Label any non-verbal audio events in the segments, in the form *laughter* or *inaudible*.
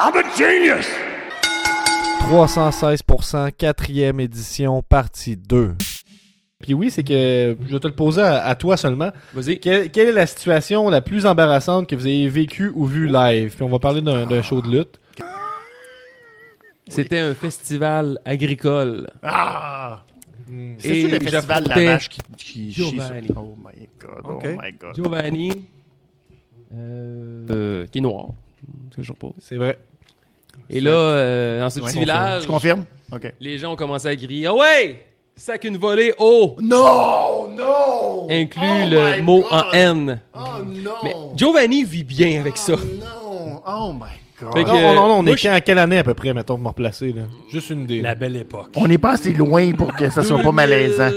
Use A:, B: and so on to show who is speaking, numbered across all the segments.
A: I'm a genius!
B: 316%, quatrième édition, partie 2. Puis oui, c'est que je vais te le poser à, à toi seulement.
C: Vas-y.
B: Quelle, quelle est la situation la plus embarrassante que vous ayez vécue ou vue live? Puis on va parler d'un d'un show de lutte.
C: C'était un festival agricole.
D: Ah!
C: Et
D: C'est-tu le festival de la
C: j'affrontais
D: vache qui, qui chie
C: Giovanni.
D: sur- Oh my god,
C: Ok.
D: oh my god.
C: Giovanni, euh, euh, qui est noir. parce que je repose.
B: C'est vrai.
C: Et là, euh, dans ce
D: Ouais.
C: petit village,
D: Tu confirmes? Ok.
C: les gens ont commencé à crier Ah ouais Sac une volée haut
D: Non! Non!
C: Inclut
D: Oh
C: le
D: my
C: mot
D: God!
C: en N.
D: Oh
C: Mais
D: non!
C: Giovanni vit bien avec ça.
D: Non! Oh my god.
C: Fait que-
B: Non, non, non, on
C: moi,
B: est quand- à quelle année à peu près, mettons, pour me replacer? Là? Juste une idée.
E: La belle époque.
D: On n'est pas assez loin pour que ça soit pas malaisant.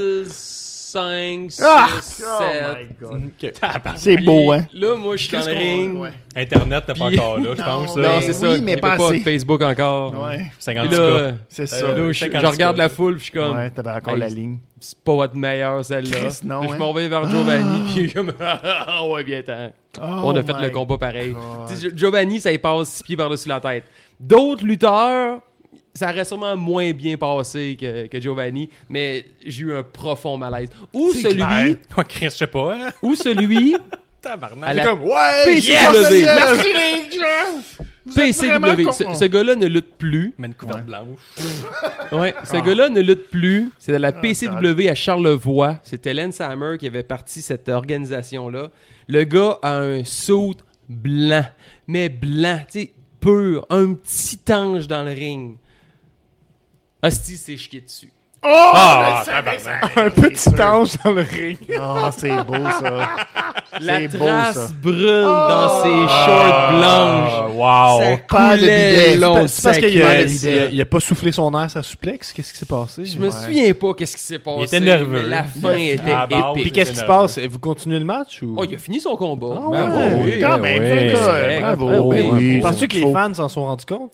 C: 5, 6,
D: Ah! Oh
C: 7.
D: my god.
B: Ok.
D: C'est beau, hein?
C: Là, moi, je suis dans le ring.
D: Ouais.
E: Internet n'est pas
C: Puis-
E: encore là, je pense.
D: Non,
E: là.
C: Non,
D: Ben
C: c'est ça.
D: oui,
C: il
D: mais
C: y avait
D: pas
C: pas,
D: assez.
C: de Facebook encore.
D: Ouais,
E: 50
C: Puis là,
D: c'est ça.
E: Euh,
C: là, je, je regarde la foule, puis je suis comme,
D: Ouais, t'avais encore
C: Hey,
D: la ligne.
C: c'est pas votre meilleur, celle-là.
D: Chris, non,
C: Puis je
D: hein.
C: m'en vais vers Giovanni, puis comme, *laughs* ah ouais, bien temps.
D: Oh
C: On a fait le combat pareil. Tu sais, Gio- Giovanni, ça y passe six pieds par-dessus la tête. D'autres lutteurs, ça aurait sûrement moins bien passé que, que Giovanni, mais j'ai eu un profond malaise. Ou celui, *laughs*
E: Ouais. Ouais, Chris, je sais pas. hein.
C: ou celui à
E: *laughs* Tabarnak.
C: la
D: Comme, ouais!
C: PCW.
D: yes, Merci les gens!
C: PCW.
D: vraiment con-
C: Ce, ce gars-là ne lutte plus.
E: Mais une couverte blanche.
C: *laughs*
E: Ah.
C: Ouais, ce gars-là ne lutte plus. C'est de la PCW à Charlevoix. C'est Hélène Sammer qui avait parti cette organisation-là. Le gars a un saut blanc, mais blanc, tu sais, pur, un petit ange dans le ring. Hostie, c'est chié dessus.
E: Ah, tabarnak.
D: Un petit ange dans le ring. Ah, c'est beau ça.
C: La
D: C'est beau,
C: trace
D: ça.
C: brune dans ses shorts blanches.
E: Ah, Wow.
C: Ça
D: pas de bidet.
C: coulait
D: C'est
C: long,
D: pas- c'est parce
C: ça
D: qu'il y a-
C: coulait.
D: il y a-
B: Il a pas soufflé son air, sa suplexe? Qu'est-ce qui s'est passé?
C: Je me souviens pas qu'est-ce qui s'est passé.
E: était nerveux.
C: mais la fin était
E: Ah, bah,
C: épique.
B: Puis qu'est-ce qui se passe? Vous continuez le match? ou
C: Oh, il a fini son combat. Ben
B: Ah ouais,
C: Bravo.
B: oui,
D: Quand même,
E: ouais,
D: le gars,
C: hein, c'est
D: bravo.
C: vrai.
D: Ben
C: Oui,
D: oui.
B: Penses-tu que les fans s'en sont rendus compte?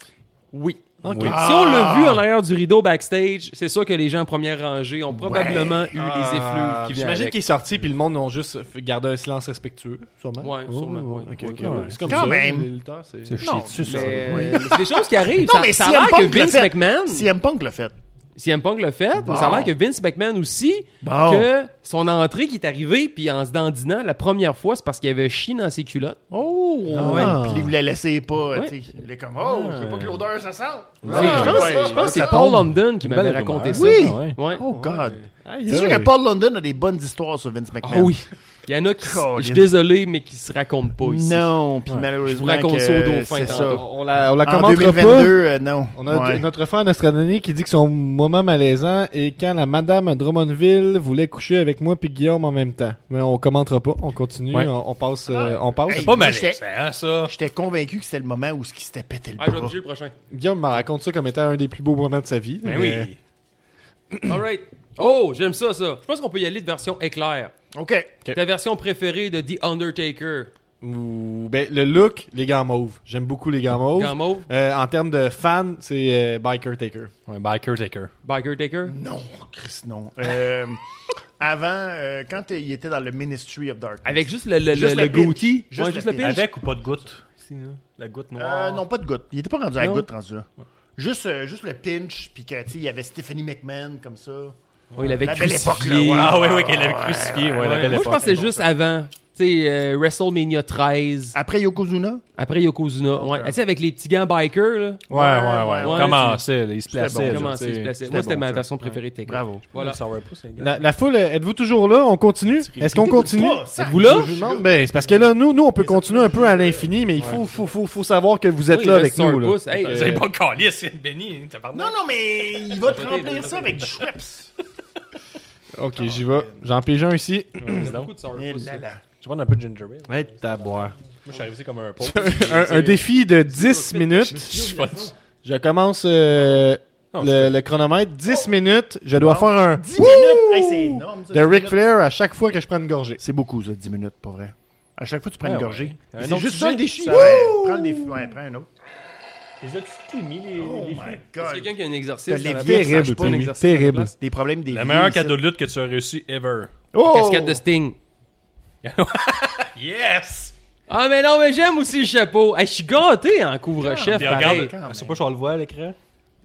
C: Oui.
B: Ok.
E: Oui.
C: Si on l'a vu en arrière du rideau backstage, c'est sûr que les gens en première rangée ont probablement eu les effluves qui viennent
B: J'imagine
C: avec.
B: qu'il est sorti, puis le monde a juste gardé un silence respectueux, sûrement.
C: Ouais,
B: Oh,
C: sûrement,
B: ouais,
C: oui.
B: ok,
C: Oui,
B: ok,
C: quand
B: ouais.
C: même.
B: C'est comme
D: Quand
B: ça.
D: même.
B: les lutteurs, c'est-
D: C'est chier dessus,
C: Mais, euh, c'est des choses qui arrivent.
D: Non,
C: ça,
D: mais
C: ça
D: CM
C: a l'air
D: Punk
C: que
D: le
C: Vince
D: fait.
C: McMahon,
D: CM Punk l'a fait.
C: CM Punk le fait, mais ça a l'air que Vince McMahon aussi,
D: Bon.
C: que son entrée qui est arrivée, puis en se dandinant la première fois, c'est parce qu'il avait chié dans ses culottes.
D: Oh!
B: Ah.
D: Puis il voulait laisser pas.
C: Ouais.
D: tu sais. Il est comme, oh, je veux pas que l'odeur ça sent.
C: Ah,
D: Ah.
C: Je pense, je pense que c'est Paul London qui m'avait
E: Belle
C: raconté ça.
E: rumeur.
D: Oui.
E: Ah
D: Ah
E: Ouais.
C: Ouais.
D: Oh, God.
B: Aïe,
D: C'est sûr que
B: aïe.
D: Paul London a des bonnes histoires sur Vince
C: Ah
D: McMahon.
C: oui. Ah Il y en a qui, je suis
D: Colin.
C: désolé, mais qui se racontent pas ici.
D: Non, puis
C: Je vous
D: malheureusement.
C: raconte ça au
D: que
C: dauphin.
D: C'est ça.
C: tantôt.
B: On la, on la
D: En
B: commentera
D: 2022,
B: pas.
D: euh, non.
B: On a
D: Ouais.
B: notre fan Nostradani qui dit que son moment malaisant est quand la madame Drummondville voulait coucher avec moi puis Guillaume en même temps. Mais on commentera pas, on continue,
E: Ouais.
B: on, on passe, euh, on passe.
D: Hey.
E: Pas
D: Moi,
E: mal.
D: j'étais-
E: C'est hein, ça.
D: J'étais convaincu que c'était le moment où ce qui s'était pété le bras.
C: Ah, je vais obliger le prochain.
B: Guillaume me raconte ça comme étant un des plus beaux moments de sa vie.
E: Ben
B: Mais-
E: oui.
C: *clears throat* All right. Oh, j'aime ça, ça. Je pense qu'on peut y aller de version éclair.
D: OK.
C: Ta version préférée de The Undertaker.
B: Ou- ben, le look, les gants mauves. J'aime beaucoup les gants
D: Oh.
B: mauves.
C: Gants mauves.
B: Euh, en termes de fan, c'est euh, Biker Taker.
E: Un biker taker.
C: Biker Taker.
D: Non, Chris, non. Euh, *laughs* avant, euh, quand il était dans le Ministry of Darkness.
C: Avec juste le, le,
D: Juste
C: le,
D: le
C: le
D: pitch.
C: goatee.
D: Juste
C: Ouais,
D: le
C: juste le
D: pitch.
C: pitch.
E: Avec ou pas de goutte? Ici, là. hein. La goutte
D: Euh,
E: noire.
D: non, pas de goutte. Il était pas rendu à la
C: Non.
D: goutte rendu là. Juste, euh, juste le pinch, puis que, tu sais, il y avait Stephanie McMahon comme ça.
C: Ouais, il l'avait
D: La belle époque, là,
C: crucifié.
D: ouais.
E: Ah ouais, ouais, qu'elle l'avait crucifié. Ouais, la
C: Ouais, Moi,
E: belle
C: je
E: époque.
C: pense que c'est juste avant. Tu sais, euh, WrestleMania 13,
D: Après Yokozuna,
C: après Yokozuna. Ouais.
D: Ah.
C: Tu sais, avec les petits gants biker, là.
E: Ouais, ouais, ouais.
C: Ouais,
E: On commençait, là, il se
D: C'était
E: plaçait.
D: bon.
C: Comment c'est, se plaçait. Moi, c'était ma version préférée de Taker.
D: bravo.
C: Voilà.
B: La, la foule, euh, êtes-vous toujours là? On continue? Est-ce qu'on continue?
D: pas, ça.
B: Êtes-vous là? Je vous demande. Ben, c'est parce que là, nous, nous, on peut continuer un peu à l'infini, mais il faut, faut, faut, faut savoir que vous êtes
C: Oui,
B: là
C: le
B: avec
C: Star
B: nous. là.
C: Pouce. Hey,
B: Euh,
E: C'est pas calé, c'est Benny. hein, T'as pardon.
D: Non, non, mais il va te remplir ça avec du Schweppes.
E: Ah.
B: Ok, j'y vais. J'en pige un
E: *laughs*
B: ici.
C: beaucoup de Sour
D: Eh
C: Puss.
D: là là.
E: Tu prends un peu de ginger ale. Moi,
B: Ouais, t'as boire.
E: je suis arrivé comme un *laughs* pot.
B: Un, un défi de 10 minutes.
E: Je suis pas-
B: Je commence euh, le, le chronomètre.
E: Oh.
B: 10 minutes. Je dois faire un
D: 10 minutes! Hey, c'est énorme, ça.
B: de
D: 10
B: Ric
D: minutes.
B: Flair à chaque fois que je prends une gorgée.
D: C'est beaucoup, ça, 10 minutes, pas vrai. À chaque fois, tu prends
B: Ah
E: Ouais,
D: une gorgée.
E: ouais. Un
D: C'est
E: autre
D: juste
E: sujet,
D: ça, le défi.
E: ça-
D: Ouais, prends le défi. Ouais, prends un autre.
E: Les autres, tu t'es mis les.
D: Oh
E: les-
D: my
C: C'est
D: God.
C: quelqu'un qui a un exercice.
D: T'as
C: ça va
D: les
C: bien.
D: vieux-
B: Terrible,
D: pas un
B: Tommy.
C: exercice
B: Terrible.
C: de
D: Des problèmes des
E: Le
D: vies,
E: meilleur
D: ça.
E: cadeau de lutte que tu as reçu ever.
D: Oh!
C: Casquette de Sting.
E: Yes!
C: Ah, mais non, mais j'aime aussi le chapeau. Hey, je suis gâté en couvre-chef.
E: Puis
C: pareil.
E: regarde, je sais pas si on le voit à l'écran.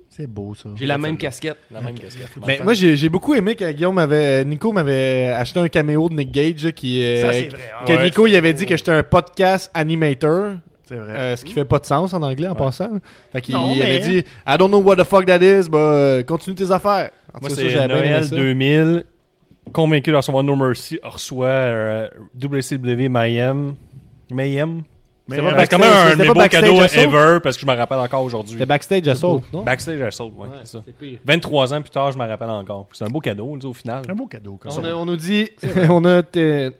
D: C'est beau, ça.
C: J'ai la même casquette.
E: La même casquette.
B: Ben, moi, j'ai j'ai beaucoup aimé que Guillaume m'avait. Nico m'avait acheté un caméo de Nick Gage là, qui. euh,
D: Ça, c'est vrai. hein.
B: que
D: Ouais.
B: Nico, il avait dit que j'étais un podcast animator.
D: C'est vrai.
B: euh, ce qui fait pas de sens en anglais en passant. Fait qu'il
D: Non, mais-
B: avait dit I don't know what the fuck that is, bah euh, continue tes affaires. En tout
E: Moi,
B: cas, ça,
E: c'est
B: j'avais bien aimé
E: Noël
B: ça.
E: 2000. Convaincu de recevoir No Mercy, on reçoit euh, WCW Mayhem. Mayhem?
D: Mais
B: c'est pas
D: euh,
E: Ben, C'est
B: backstage,
E: quand même un
B: c'était
E: de mes
B: pas
E: beaux
B: backstage
E: cadeaux
B: assault?
E: ever, parce que je me rappelle encore aujourd'hui.
B: C'était backstage assault, non?
E: Backstage Assault, ouais,
C: Ouais,
E: c'est ça.
C: c'est pire.
E: 23 ans plus tard, je me rappelle encore. C'est un beau cadeau, là, au final.
D: un beau cadeau, quand
B: On,
D: même.
B: a- on nous dit, *laughs* on a euh,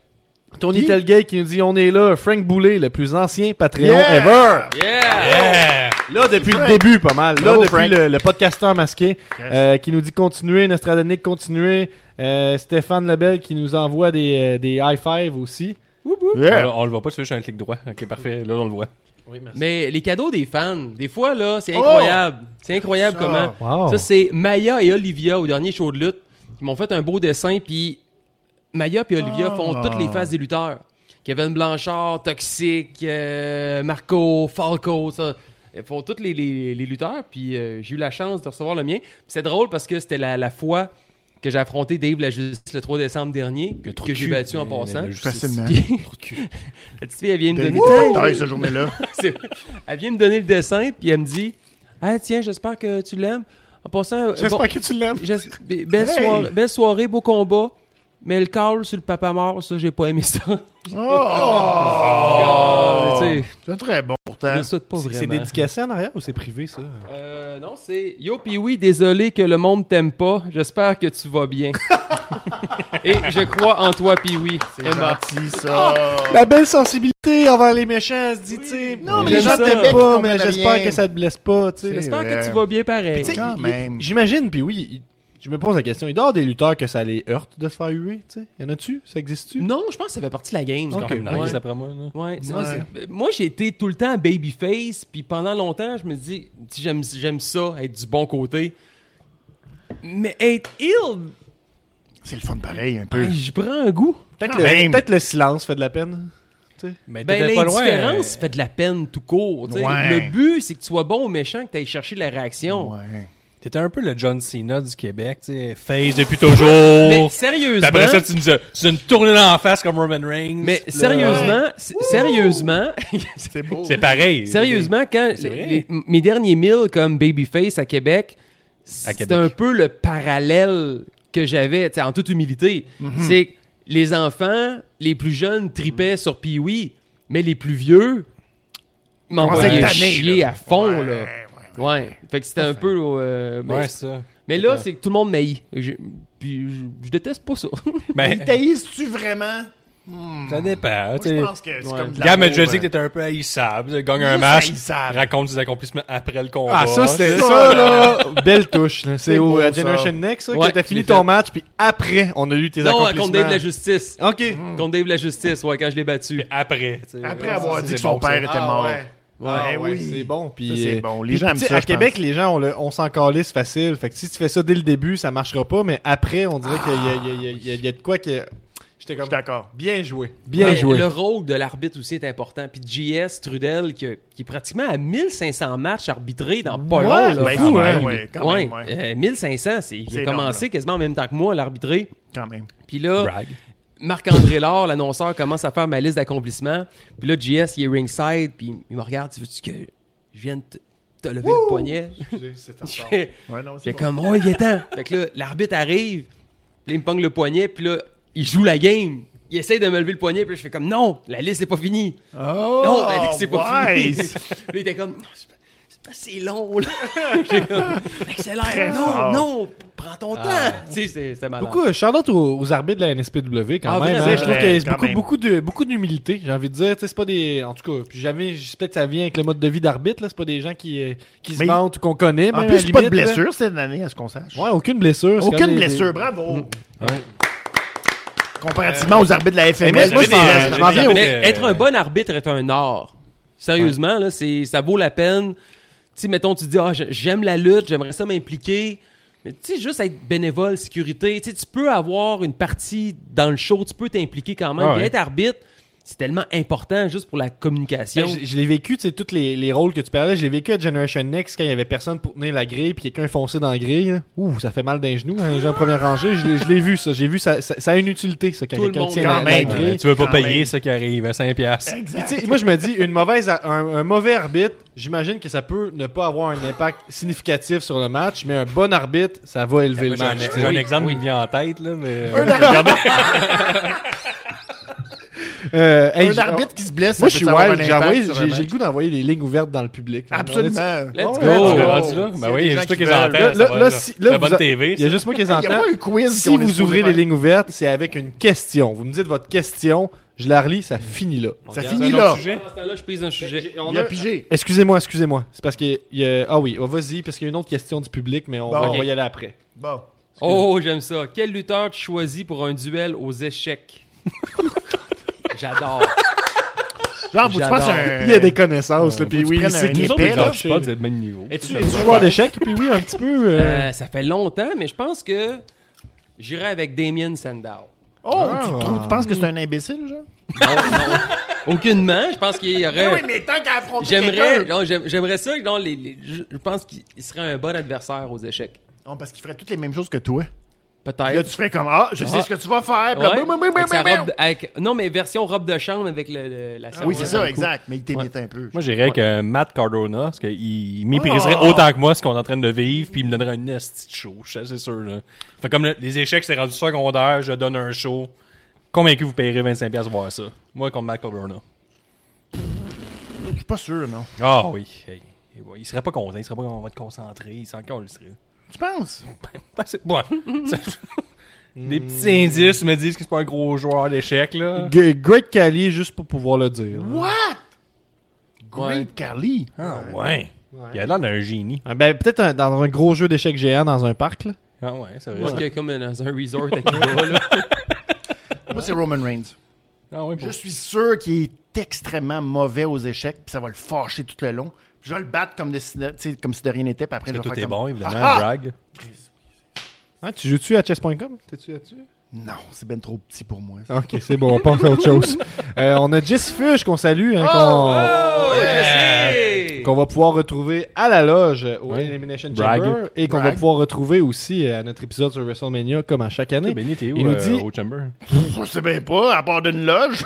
B: Tony Telgay qui nous dit on est là, Frank Boulet, le plus ancien Patreon
D: Yeah!
B: ever.
C: Yeah!
E: Yeah!
B: Là, depuis le
D: Frank.
B: début, pas mal. Là,
D: Bravo,
B: depuis
D: Frank.
B: le, le podcasteur masqué
D: Yes.
B: euh, qui nous dit continuer, Nostradamus continuer. Euh, Stéphane Lebel qui nous envoie des, euh, des high five aussi. Eh!
D: Yeah.
E: Eh! On, on le voit pas, tu fais juste un clic droit. Ok, parfait. Là, on le voit.
C: Mais les cadeaux des fans, des fois, là, c'est incroyable. C'est incroyable
D: Ça.
C: comment.
B: Wow.
C: Ça, c'est Maya et Olivia au dernier show de lutte. qui m'ont fait un beau dessin, puis Maya et Olivia
D: Ah.
C: font toutes les faces des lutteurs. Kevin Blanchard, Toxic, euh, Marco, Falco, ça. Ils font tous les, les- les lutteurs, puis euh, j'ai eu la chance de recevoir le mien. Puis C'est drôle parce que c'était la, la fois que j'ai affronté Dave la justice le 3 décembre dernier, que,
E: trou de
C: j'ai
E: cul.
C: battu en
E: Mais-
C: passant.
E: mais juste-
D: Facilement.
C: Puis- *laughs* la petite fille, elle vient me
D: T'as
C: donner...
D: eu des batailles, cette journée-là.
C: C'est- elle vient me donner le dessin, puis elle me dit Ah, tiens, j'espère que tu l'aimes. En passant, euh, bon,
B: que tu l'aimes.
C: j'es- be- belle,
D: Hey!
C: soirée, belle soirée, beau combat. Mais le call sur le papa mort, ça, j'ai pas aimé ça.
D: Oh!
C: Tu sais,
D: C'est très bon,
C: je
D: pourtant.
C: le souhaite pas vraiment.
B: C'est dédicacé en arrière ou c'est privé ça?
C: Euh, non, c'est Yo, puis oui, désolé que le monde t'aime pas. J'espère que tu
D: *laughs*
C: vas bien. Et je crois en toi, puis oui.
D: C'est gentil, ça.
B: La belle sensibilité envers les méchants, se dit, tu sais.
D: Non,
C: mais
B: j'aime
C: les
B: ça
C: gens
D: t'aiment,
B: pas,
D: ils
B: mais
D: comprennent
B: j'espère
D: rien.
B: que ça te blesse pas, tu sais.
D: C'est-
C: J'espère que
D: vrai.
C: tu vas bien pareil.
B: Tu sais,
D: Quand
B: il-
D: même.
B: J'imagine, puis oui, il- je me pose la question. Il doit y avoir des lutteurs que ça les heurte de se faire huer, tu sais. Y en a-tu? Ça existe-tu?
C: Non, je pense que ça fait partie de la game.
E: C'est quand même
C: Ouais.
E: nice, d'après moi. là.
C: Ouais, c'est-
D: Ouais.
C: c'est- moi j'ai été tout le temps babyface, puis pendant longtemps je me dis si j'aime j'aime ça être du bon côté, mais être ill,
E: Euh.
D: C'est le fun pareil, un peu.
C: je prends un goût.
B: Peut-être
D: Quand
B: le,
D: même.
B: peut-être le silence fait de la peine.
E: Mais
C: Ben
E: t'étais pas loin. euh.
C: l'indifférence fait de la peine tout court. tu sais.
D: Ouais.
C: Le but c'est que tu sois bon ou méchant, que tu ailles chercher la réaction.
D: Ouais.
E: T'étais un peu le John Cena du Québec, tu sais, face depuis toujours.
C: Mais
E: Oh. Puis
C: sérieusement,
E: après ça, tu nous as, tu nous as tourné dans la face comme Roman Reigns.
C: mais
E: Là,
C: sérieusement, s- sérieusement,
D: C'est beau.
E: C'est pareil.
C: Sérieusement, quand
E: C'est vrai.
C: les- mes derniers milles comme Babyface à Québec, c'est
E: Québec.
C: un peu le parallèle que j'avais, tu sais, en toute humilité.
E: Mhm.
C: C'est que les enfants, les plus jeunes tripaient sur Pee-Wee, mais les plus vieux
D: Ouais,
C: m'envoyaient
D: tanné,
C: chier
D: là.
C: à fond.
D: Ouais,
C: là.
D: ouais.
C: Ouais. Fait que c'était un peu. euh, mais,
E: Ouais, c'est ça.
C: mais là, c'est que tout le monde m'haït. Je- Puis je, je déteste pas ça.
E: Ben,
D: Ils t'haïssent-tu vraiment?
E: ça dépend.
D: Moi,
E: tu sais.
D: je pense que c'est
C: Ouais.
D: comme de
E: Gars, mais
D: l'amour,
E: je dis que
D: hein.
E: t'étais un peu haïssable. Tu sais, Gagne un
D: Juste
E: match,
D: haïssable.
E: raconte tes accomplissements après le combat.
B: Ah, ça, c'est
D: ça,
B: ça, là. *laughs* Belle touche. là. C'est
D: C'est
B: au
D: beau,
B: euh,
D: ça.
B: Generation Next, ça,
C: Ouais,
B: que t'as fini
C: c'est fait.
B: ton match, puis après, on a lu tes
C: *laughs* non,
B: accomplissements.
C: contre Dave la justice.
B: OK.
E: Ah.
C: Contre Dave la justice, ouais, quand je l'ai battu. euh,
E: Après. tu sais.
D: Après
E: Ouais,
D: avoir
E: ça,
D: dit
E: c'est
D: que son
E: bon, ça.
D: père était mort.
B: Ah,
D: Eh
B: ouais,
D: oui.
B: c'est bon. Puis,
D: Ça, c'est
B: euh,
D: bon. Les
B: puis,
D: gens aiment
B: tu sais,
D: ça,
B: À
D: je
B: Québec, les gens, on, le- on s'en calisse facile. Fait que si tu fais ça dès le début, ça marchera pas. Mais après, on dirait qu'il y a- il y a- il y a- il y a- il y a de quoi que. J'étais
D: Je
B: comme.
D: suis
C: Ah.
D: d'accord.
B: Bien joué.
C: Mais Le rôle de l'arbitre aussi est important. Puis JS Trudel, qui, qui est pratiquement à 1500 matchs arbitrés dans pas
B: Ouais,
C: long. là.
D: ben,
C: Fou,
D: quand
C: hein,
D: même,
C: lui.
D: ouais, quand même,
C: Ouais,
D: ouais.
C: euh, 1500, c'est, il a
D: C'est
C: commencé
D: énorme,
C: quasiment en même temps que moi à l'arbitrer.
D: Quand même.
C: Puis là,
E: Brag.
C: Marc-André Laure, l'annonceur, commence à faire ma liste d'accomplissements. Puis là, JS, il est ringside, puis il me regarde, tu veux-tu que je vienne te, te lever le poignet? Je fais,
D: *laughs* Ouais, non, c'est
C: J'ai
D: bon.
C: comme, oh, il est temps. *laughs* Fait que là, l'arbitre arrive, puis il me pogne le poignet, puis là, il joue la game. Il essaie de me lever le poignet, puis là, je fais comme, non, la liste n'est pas finie.
D: Oh,
C: non, la liste n'est pas finie.
D: wise.
C: *laughs* Puis là, il était comme, non, c'est pas- c'est pas si
D: *laughs*
C: long, là. J'ai comme, accélère, non,
D: fort.
C: non, prends ton temps. Tu sais, c'est- c'est malade.
B: Beaucoup, euh, Charlotte aux, aux arbitres de la NSPW quand
C: Ah,
B: même.
C: vraiment?
B: hein. Je trouve qu'il y
D: Quand
B: a beaucoup,
D: même.
B: beaucoup de beaucoup d'humilité. J'ai envie de dire, Tu sais, c'est pas des, en tout cas, puis jamais, je sais peut-être que ça vient avec le mode de vie d'arbitre là. C'est pas des gens qui euh, qui se
D: Mais-
B: vantent ou qu'on connaît.
D: En
B: même, à
D: plus,
B: la
D: pas de
B: limite, là.
D: blessure cette année, à ce qu'on sache.
B: Ouais, aucune blessure. c'est quand
D: Aucune
B: même des-
D: blessure,
B: des-
D: bravo. Comparativement aux arbitres de la
B: Eh, Mais
D: FMS,
B: moi,
D: moi,
B: je m'en- je m'en viens
E: au-
C: Mais
E: Euh,
C: être un bon arbitre est un art. Sérieusement, là, c'est, ça vaut la peine. Tu sais, mettons, tu dis, ah, je- j'aime la lutte, j'aimerais ça m'impliquer. Mais tu sais, juste être bénévole, sécurité, tu sais, tu peux avoir une partie dans le show, tu peux t'impliquer quand même.
E: Ah
C: Puis
E: ouais.
C: être arbitre, c'est tellement important juste pour la communication.
B: Ben, je je l'ai vécu, tu sais, tous les, les rôles que tu parlais, je l'ai vécu à Generation Next quand il y avait personne pour tenir la grille puis quelqu'un foncé dans la grille. là. Ouh, ça fait mal d'un genou, hein, un jeu en première rangée. Je l'ai- je l'ai vu, ça. J'ai vu, ça, ça, ça a une utilité, ça, quand
C: Tout le
B: quelqu'un
C: monde
B: tient
D: quand
B: la, la
D: même.
B: grille.
E: tu veux pas
D: Quand
E: payer
D: même.
E: ça qui arrive, hein, 5 piastres.
B: Puis, tu sais, moi, je me dis, une mauvaise, un, un mauvais arbitre, j'imagine que ça peut ne pas avoir un impact significatif sur le match, mais un bon arbitre, ça va élever le
E: J'ai un,
B: match. tu sais.
E: j'ai un exemple qui me vient en tête, là, mais...
B: Euh, hey,
D: un
B: j-
D: arbitre qui se blesse,
B: Moi,
D: ça
B: je suis
D: peut avoir un
B: wild. J'ai
D: impact
B: envoyé-
D: sur un
B: j'ai-
D: match.
B: j'ai le goût d'envoyer les lignes ouvertes dans le public. hein. là.
D: Absolument.
C: Let's
B: go.
E: Oh,
D: go.
E: rendu là? Ben oui, il y a juste toi qui les entends.
B: Là,
E: ça va,
B: là,
E: là.
B: si- là,
E: La
B: vous
E: bonne
B: a-
E: TV,
B: Il y a juste
D: *laughs*
B: moi qui les
D: Il y a
B: entends.
D: pas un quiz
B: Si
D: qu'on est
B: vous
D: supposé
B: ouvrez
D: faire.
B: les lignes ouvertes, c'est avec une question. Vous me dites votre question, je la relis, ça finit là.
D: Ça
E: C'est un
D: finit
E: autre
D: là.
E: sujet.
C: Pendant ce temps-là, Ah, je prise un sujet.
D: Il a pigé.
B: Excusez-moi, excusez-moi. C'est parce que. il y a- Ah oui, oh, vas-y, parce qu'il y a une autre question du public, mais on,
D: Bon.
B: va-
D: Ok.
B: on va y aller après.
D: Bon.
C: Oh, j'aime ça. Quel lutteur tu choisis pour un duel aux échecs? J'adore.
D: Genre, faut que tu
C: J'adore.
D: fasses un.
B: Il y a des connaissances, là, puis
D: tu
B: oui,
D: prennes
B: c'est
D: un
B: qu'il
E: Nous
B: est
E: autres,
D: épais,
E: les
B: pire,
D: là.
E: gens,
B: là.
E: je suis pas du même niveau.
B: Es-tu es-tu joueur d'échecs, puis oui, un petit peu. euh,
C: Euh, ça fait longtemps, mais je pense que j'irai avec Damien Sandow.
D: Oh,
B: Ah.
D: tu, trouves- tu penses que c'est un imbécile, genre? *laughs*
C: Non, non. Aucunement. Je pense qu'il y aurait.
D: Eh mais tant qu'à affronter
C: J'aimerais, non, j'aime- j'aimerais ça. Non, les, les- je je pense qu'il il serait un bon adversaire aux échecs.
D: Non, parce qu'il ferait toutes les mêmes choses que toi. Là, tu
C: Peut-être.
D: ferais comme Ah, je
C: Ah.
D: sais ce que tu vas faire.
C: Ouais.
D: bla, bla, bla, bla,
C: Avec
D: bla,
C: sa
D: bla.
C: robe de- avec- non, mais version robe de chambre avec le, le- la
D: Ah Oui,
C: cervelle
D: c'est
C: dans le
D: ça,
C: cou.
D: exact. Mais il t'imite un peu.
E: Moi, j'irais avec euh, Matt Cardona, parce qu'il mépriserait
D: Oh!
E: autant que moi ce qu'on est en train de vivre, puis il me donnerait une esti de show, je sais, c'est sûr. Là. Fait comme le- les échecs, c'est rendu secondaire, je donne un show. Convaincu, vous payerez 25$ pour voir ça. Moi, contre Matt Cardona.
D: Je suis pas sûr, non.
E: Ah oui. hey. Et ouais, Il serait pas content, il serait pas qu'on va te concentrer, il s'en le serait.
D: Tu penses?
E: Ben, c'est- *laughs* ouais. Des petits indices me disent que c'est pas un gros joueur d'échecs, là.
B: G- Great Cali, juste pour pouvoir le dire.
D: What? Great
C: Ouais.
D: Carly.
E: Ah ouais. Il a l'air d'un génie.
B: Ah, Ben, peut-être un- dans un gros jeu d'échecs géant dans un parc, là.
E: Ah ouais, c'est
C: Parce
E: vrai.
C: que comme dans un resort à Cuba, là.
D: Moi, c'est Roman Reigns.
E: Ah ouais,
D: Je suis sûr qu'il est extrêmement mauvais aux échecs, puis ça va le fâcher tout le long. Je vais le battre comme, de, si- tu sais, comme si de rien n'était, puis après,
E: que
D: je vais
E: tout
D: faire
E: est
D: comme-
E: bon, évidemment,
D: Ah, ah!
E: brag.
B: Hein, tu joues-tu à chess.com? T'es-tu là-dessus?
D: Non, c'est ben trop petit pour moi.
E: Ah
D: ça.
B: Ok, c'est bon, on passe à autre chose. Euh, on a Jess Fush qu'on salue, hein, qu'on qu'on va pouvoir retrouver à la loge euh, au
E: Ouais.
B: Elimination
E: Brag.
B: Chamber et qu'on va
D: Brag.
B: pouvoir retrouver aussi euh, à notre épisode sur WrestleMania comme à chaque année.
E: Benny, t'es où
B: Il nous
E: euh,
B: dit-
E: au Chamber?
D: Je sais bien pas, à part d'une loge.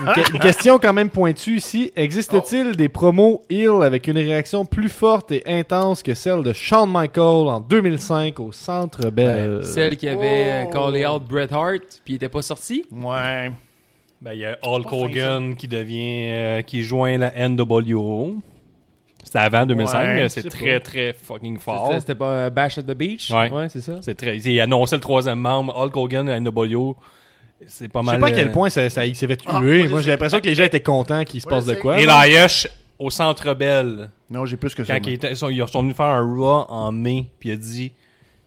B: Une, que- une question quand même pointue ici. Existe-t-il des promos heel avec une réaction plus forte et intense que celle de Shawn Michaels en 2005 au Centre Bell?
C: Celle qui avait euh,
D: Oh.
C: callé out Bret Hart, puis il était pas sorti.
D: ouais.
E: Ben, il y a Hulk
D: fin,
E: Hogan qui devient, euh, qui joint la NWO. C'était avant 2005,
D: Ouais,
E: mais
D: je
E: c'est
D: sais
E: très, très fucking fort.
C: C'était- C'était pas euh, Bash at the Beach.
E: Ouais.
C: c'est ça.
E: C'est très, il annonçait le troisième membre, Hulk Hogan à NWO. C'est pas
B: Je
E: mal.
B: sais pas à quel
E: euh,
B: point ça, ça- il s'est fait
D: Ah,
B: huer.
D: moi, je
B: Moi, j'ai
D: sais.
B: l'impression que les gens étaient contents qu'il se
D: Moi, je
B: passe de
D: sais.
B: quoi.
E: Et la Yosh au Centre Bell.
D: Non, j'ai plus que ça.
E: Quand ils, étaient- ils sont, ils sont venus faire un Raw en mai, puis il a dit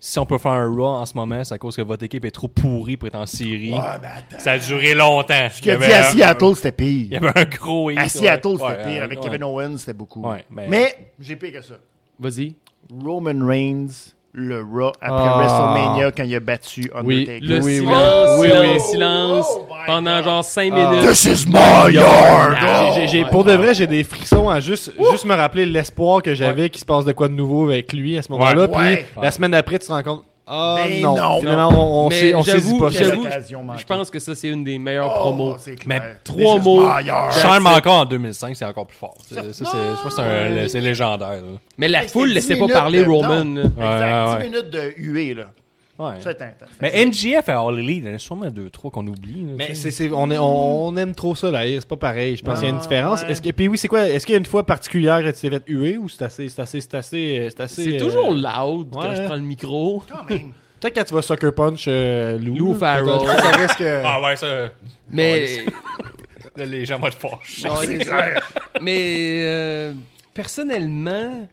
E: si on peut faire un Raw en ce moment, c'est à cause que votre équipe est trop pourrie pour être en série.
D: Ah, ben attends.
E: Ça a duré longtemps.
D: Ce qu'il a
E: Il y
D: dit
E: avait
D: à
E: un-
D: Seattle, c'était
E: Il y
D: pire.
E: avait un gros.
D: À
E: hit,
D: Seattle,
E: ouais.
D: c'était
E: Ouais,
D: pire.
E: ouais,
D: Avec
E: ouais.
D: Kevin Owens, c'était beaucoup.
E: Ouais, ben-
D: Mais j'ai pire que ça.
C: Vas-y.
D: Roman Reigns, le Raw après
B: Ah.
D: WrestleMania quand il a battu
B: Oui.
D: Undertaker.
C: Le
B: Oui, oui.
C: silence,
B: Oui,
C: silence,
B: oui.
C: silence,
D: Oh my
C: pendant
D: God.
C: genre 5
B: Ah.
C: minutes.
D: This is my yard!
B: Ah, j'ai- j'ai- pour de vrai, j'ai des frissons à juste, juste me rappeler l'espoir que j'avais qu'il se passe de quoi de nouveau avec lui à ce moment-là.
E: Ouais.
B: Puis
D: Ouais.
B: la semaine d'après, tu te rends compte. Ah
D: Ben
B: non.
D: non.
B: finalement, on, on,
C: Mais
B: sait- on saisit
C: j'avoue-
B: pas. ça.
C: j'avoue,
D: Occasion manquée.
C: je pense que ça, c'est une des meilleures
D: Oh,
C: promos.
D: c'est clair.
E: Mais
D: This
E: trois
D: is
E: mots.
D: my yard.
E: Charme encore en 2005, c'est encore plus fort. C'est- Ça, c'est, je crois que c'est, un- le- c'est légendaire. là.
C: Mais la
D: Hey,
C: foule
D: c'est
C: laissait
D: 10
C: pas
D: minutes
C: parler
D: de-
C: Roman.
D: non.
C: là.
E: Ouais, ouais,
D: Exact,
E: ouais.
D: 10 minutes de huée, là. Ça, t'as- t'as-
E: Mais NGF à All Elite, il y en a sûrement deux, trois qu'on oublie. là,
B: Mais
E: tu sais.
B: c'est, c'est- on, est- on- on aime trop ça, là. C'est pas pareil. Je pense qu'il y a une
D: Ah,
B: différence.
D: ouais.
B: Est-ce que, puis oui, c'est quoi Est-ce qu'il y a une fois particulière que tu t'es fait huer ou c'est assez. C'est, assez, c'est, assez, euh, c'est, assez,
C: C'est
B: euh,
C: toujours loud quand
B: ouais.
C: je prends le micro.
D: Quand
E: *laughs*
D: même.
B: Peut-être quand tu vas Sucker Punch euh, Lou.
C: Lou
B: là, peut-être-
C: Ferrell.
B: Ça risque. euh,
E: Ah ouais, ça.
C: Mais,
E: là, les gens vont te fâcher.
C: Non,
D: C'est clair.
C: *laughs* mais euh, personnellement,